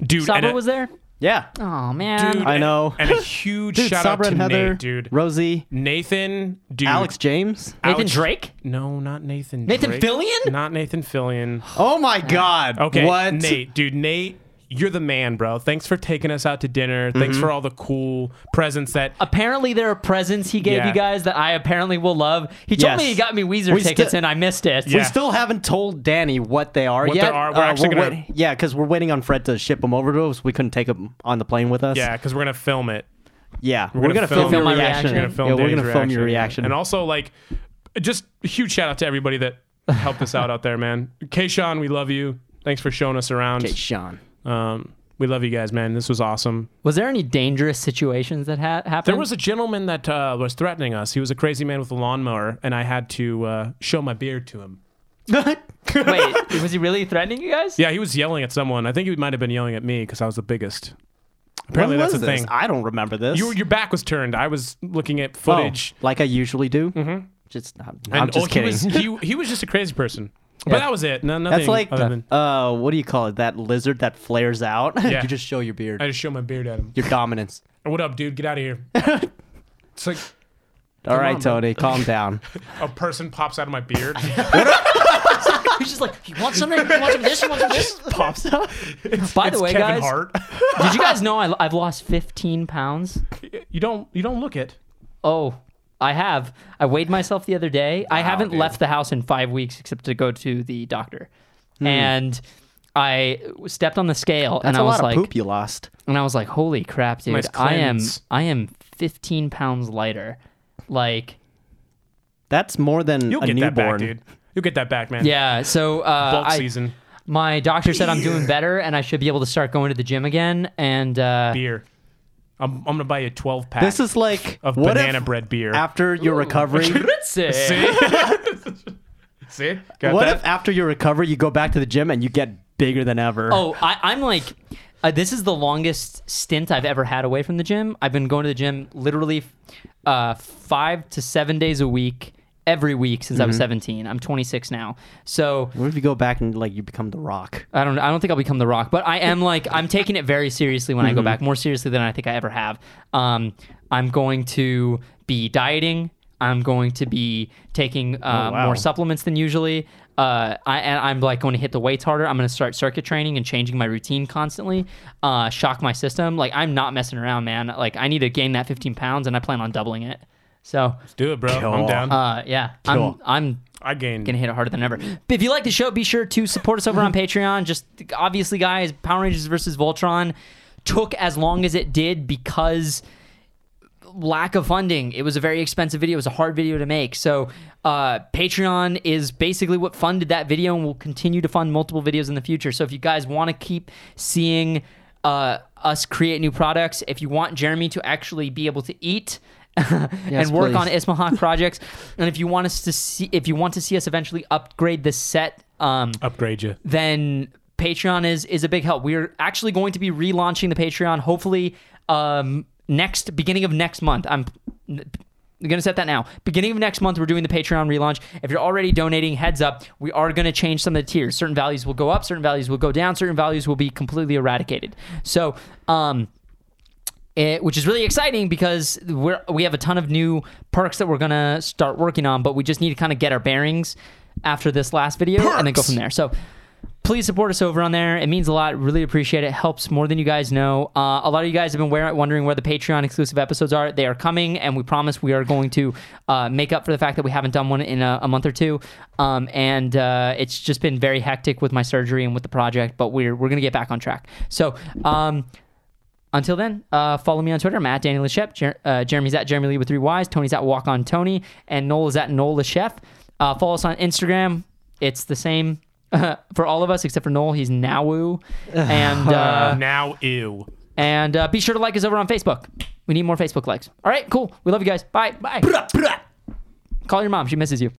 Speaker 2: dude. and
Speaker 1: Saba
Speaker 2: a-
Speaker 1: was there.
Speaker 5: yeah.
Speaker 1: Oh
Speaker 2: dude,
Speaker 1: man,
Speaker 5: I know.
Speaker 2: and a huge
Speaker 5: Dude,
Speaker 2: shout
Speaker 5: Sabra
Speaker 2: out to
Speaker 5: and Heather,
Speaker 2: Nate, dude.
Speaker 5: Rosie,
Speaker 2: Nathan, dude.
Speaker 5: Alex James.
Speaker 1: Nathan
Speaker 2: Alex-
Speaker 1: Drake,
Speaker 2: No, not Nathan.
Speaker 1: Nathan
Speaker 2: Drake.
Speaker 1: Fillion.
Speaker 2: Not Nathan Fillion.
Speaker 5: Oh my God.
Speaker 2: Okay,
Speaker 5: What?
Speaker 2: Nate, dude, Nate, you're the man, bro. Thanks for taking us out to dinner.
Speaker 5: Mm-hmm.
Speaker 2: Thanks for all the cool presents that.
Speaker 1: Apparently, there are presents he gave
Speaker 2: Yeah.
Speaker 1: you guys that I apparently will love. He told
Speaker 5: Yes.
Speaker 1: me he got me Weezer
Speaker 5: We
Speaker 1: tickets,
Speaker 5: still-
Speaker 1: and I missed it.
Speaker 2: Yeah.
Speaker 5: We still haven't told Danny what they are
Speaker 2: What they
Speaker 5: yet.
Speaker 2: are. We're actually gonna-
Speaker 5: wait- yeah, because we're waiting on Fred to ship them over to us. We couldn't take them on the plane with us.
Speaker 2: Yeah, because we're gonna film it.
Speaker 5: yeah. We're,
Speaker 2: gonna
Speaker 5: gonna,
Speaker 2: film
Speaker 5: film, your
Speaker 2: Film
Speaker 1: my
Speaker 5: reaction.
Speaker 1: reaction.
Speaker 2: We're gonna film.
Speaker 5: yeah, we're
Speaker 2: Danny's
Speaker 5: gonna film your reaction.
Speaker 2: and also like, just a huge shout out to everybody that helped us out out
Speaker 5: [laughs]
Speaker 2: there, man. Kayshawn, we love you. Thanks for showing us around.
Speaker 5: okay, Sean.
Speaker 2: Um, we love you guys, man. This was awesome.
Speaker 1: Was there any dangerous situations that ha- happened?
Speaker 2: There was a gentleman that uh, was threatening us. He was a crazy man with a lawnmower, and I had to uh, show my beard to him. [laughs]
Speaker 1: Wait, was he really threatening you guys?
Speaker 2: Yeah, he was yelling at someone. I think he might have been yelling at me because I was the biggest. Apparently,
Speaker 5: When
Speaker 2: that's
Speaker 5: was
Speaker 2: the
Speaker 5: this?
Speaker 2: thing.
Speaker 5: I don't remember this.
Speaker 2: Your your back was turned. I was looking at
Speaker 5: Oh,
Speaker 2: footage.
Speaker 5: like I usually do. Mm-hmm. Just I'm, I'm
Speaker 2: and
Speaker 5: just
Speaker 2: oh, he
Speaker 5: kidding.
Speaker 2: was- He he was just a crazy person. But that was it. No,
Speaker 5: [laughs]
Speaker 2: nothing.
Speaker 5: That's like
Speaker 2: other than-
Speaker 5: uh, what do you call it? That lizard that flares out. [laughs]
Speaker 2: Yeah.
Speaker 5: you just show your beard,
Speaker 2: I just show my beard at him.
Speaker 5: your
Speaker 2: [laughs]
Speaker 5: dominance.
Speaker 2: What up, dude? Get out of
Speaker 5: [laughs]
Speaker 2: here. it's like
Speaker 5: All right,
Speaker 2: on, bro.
Speaker 5: Tony, calm
Speaker 2: [laughs]
Speaker 5: down.
Speaker 2: a person pops out of my
Speaker 5: [laughs]
Speaker 2: beard.
Speaker 1: He's just like, you want something? You want some of this? You want some of
Speaker 5: [laughs]
Speaker 1: this?
Speaker 2: pops out.
Speaker 1: By
Speaker 2: It's
Speaker 1: the way, guys,
Speaker 2: Kevin Hart.
Speaker 1: did you guys know I, I've lost 15 pounds?
Speaker 2: you don't you don't look it.
Speaker 1: Oh, I have. I weighed myself the other day. I haven't left the house in five weeks except to go to the doctor, and I stepped on the scale and
Speaker 5: Hmm. That's
Speaker 1: I
Speaker 5: a
Speaker 1: was
Speaker 5: lot
Speaker 1: like,
Speaker 5: of poop you lost.
Speaker 1: and I was like, holy crap, dude!
Speaker 2: Nice
Speaker 1: I am
Speaker 2: cleanse.
Speaker 1: I am 15 pounds lighter. Like,
Speaker 5: That's more than
Speaker 2: You'll
Speaker 5: a
Speaker 2: get
Speaker 5: newborn.
Speaker 2: that back, dude. You'll get that back, man.
Speaker 1: yeah. So uh,
Speaker 2: Bulk
Speaker 1: I-
Speaker 2: season.
Speaker 1: My doctor said I'm doing better and I should be able to start going to the gym again. And uh,
Speaker 2: Beer. I'm, I'm gonna buy you a 12 pack.
Speaker 5: This is like
Speaker 2: [laughs] of
Speaker 5: what if
Speaker 2: banana bread beer.
Speaker 5: After your
Speaker 2: [laughs]
Speaker 5: recovery,
Speaker 1: Ritzy.
Speaker 2: See? Got
Speaker 5: what
Speaker 2: that?
Speaker 5: if after your recovery you go back to the gym and you get bigger than ever?
Speaker 1: Oh, I, I'm like, uh, this is the longest stint I've ever had away from the gym. I've been going to the gym literally uh, five to seven days a week, every week since I was 17. I'm 26 now, so
Speaker 5: What if you go back and like you become the Rock?
Speaker 1: I don't. I don't think I'll become The Rock, but
Speaker 5: [laughs]
Speaker 1: I am like I'm taking it very seriously when I
Speaker 5: Mm-hmm.
Speaker 1: go back, more seriously than I think I ever have. Um, I'm going to be dieting. I'm going to be taking uh,
Speaker 5: Oh, wow.
Speaker 1: more supplements than usually. Uh, I, and I'm like going to hit the weights harder. I'm going to start circuit training and changing my routine constantly. Uh, shock my system. Like I'm not messing around, man. Like I need to gain that 15 pounds, and I plan on doubling it. So,
Speaker 2: Do it, bro. I'm
Speaker 5: Cool.
Speaker 2: down.
Speaker 1: uh, yeah,
Speaker 5: Cool.
Speaker 1: I'm. I'm
Speaker 2: I gained.
Speaker 1: gonna hit it harder than ever. But if you like the show, be sure to support us over on Patreon. Just obviously, guys, Power Rangers versus Voltron took as long as it did because lack of funding. It was a very expensive video. It was a hard video to make. So uh, Patreon is basically what funded that video and will continue to fund multiple videos in the future. So if you guys want to keep seeing uh, us create new products, if you want Jeremy to actually be able to eat. [laughs] and work on
Speaker 3: please.
Speaker 1: Ismahawk projects, and if you want us to see, if you want to see us eventually upgrade the set, um,
Speaker 2: Upgrade you.
Speaker 1: then Patreon is is a big help. We're actually going to be relaunching the Patreon hopefully um next beginning of next month. I'm I'm gonna set that now. Beginning of next month, we're doing the Patreon relaunch. If you're already donating, heads up, we are gonna change some of the tiers. Certain values will go up, certain values will go down, certain values will be completely eradicated. So, um, it, which is really exciting because we're we have a ton of new perks that we're gonna start working on, but we just need to kind of get our bearings after this last video and then go from there. So please support us over on there. It means a lot. Really appreciate it. Helps more than you guys know. Uh, a lot of you guys have been where, wondering where the Patreon exclusive episodes are. They are coming, and we promise we are going to uh, make up for the fact that we haven't done one in a, a month or two. Um, and uh, it's just been very hectic with my surgery and with the project, but we're we're gonna get back on track. So. Um, until then, uh, follow me on Twitter. I'm at Danny Lachef. Jer- uh, Jeremy's at Jeremy Lee with three Ys. Tony's at Walk on Tony. And Noel is at Noel Lachef. Uh, follow us on Instagram. It's the same [laughs] for all of us except for Noel. He's Nawu. And uh,
Speaker 2: now, ew.
Speaker 1: and uh, be sure to like us over on Facebook. We need more Facebook likes. All right, cool. We love you guys. Bye. Bye. Call your mom. She misses you.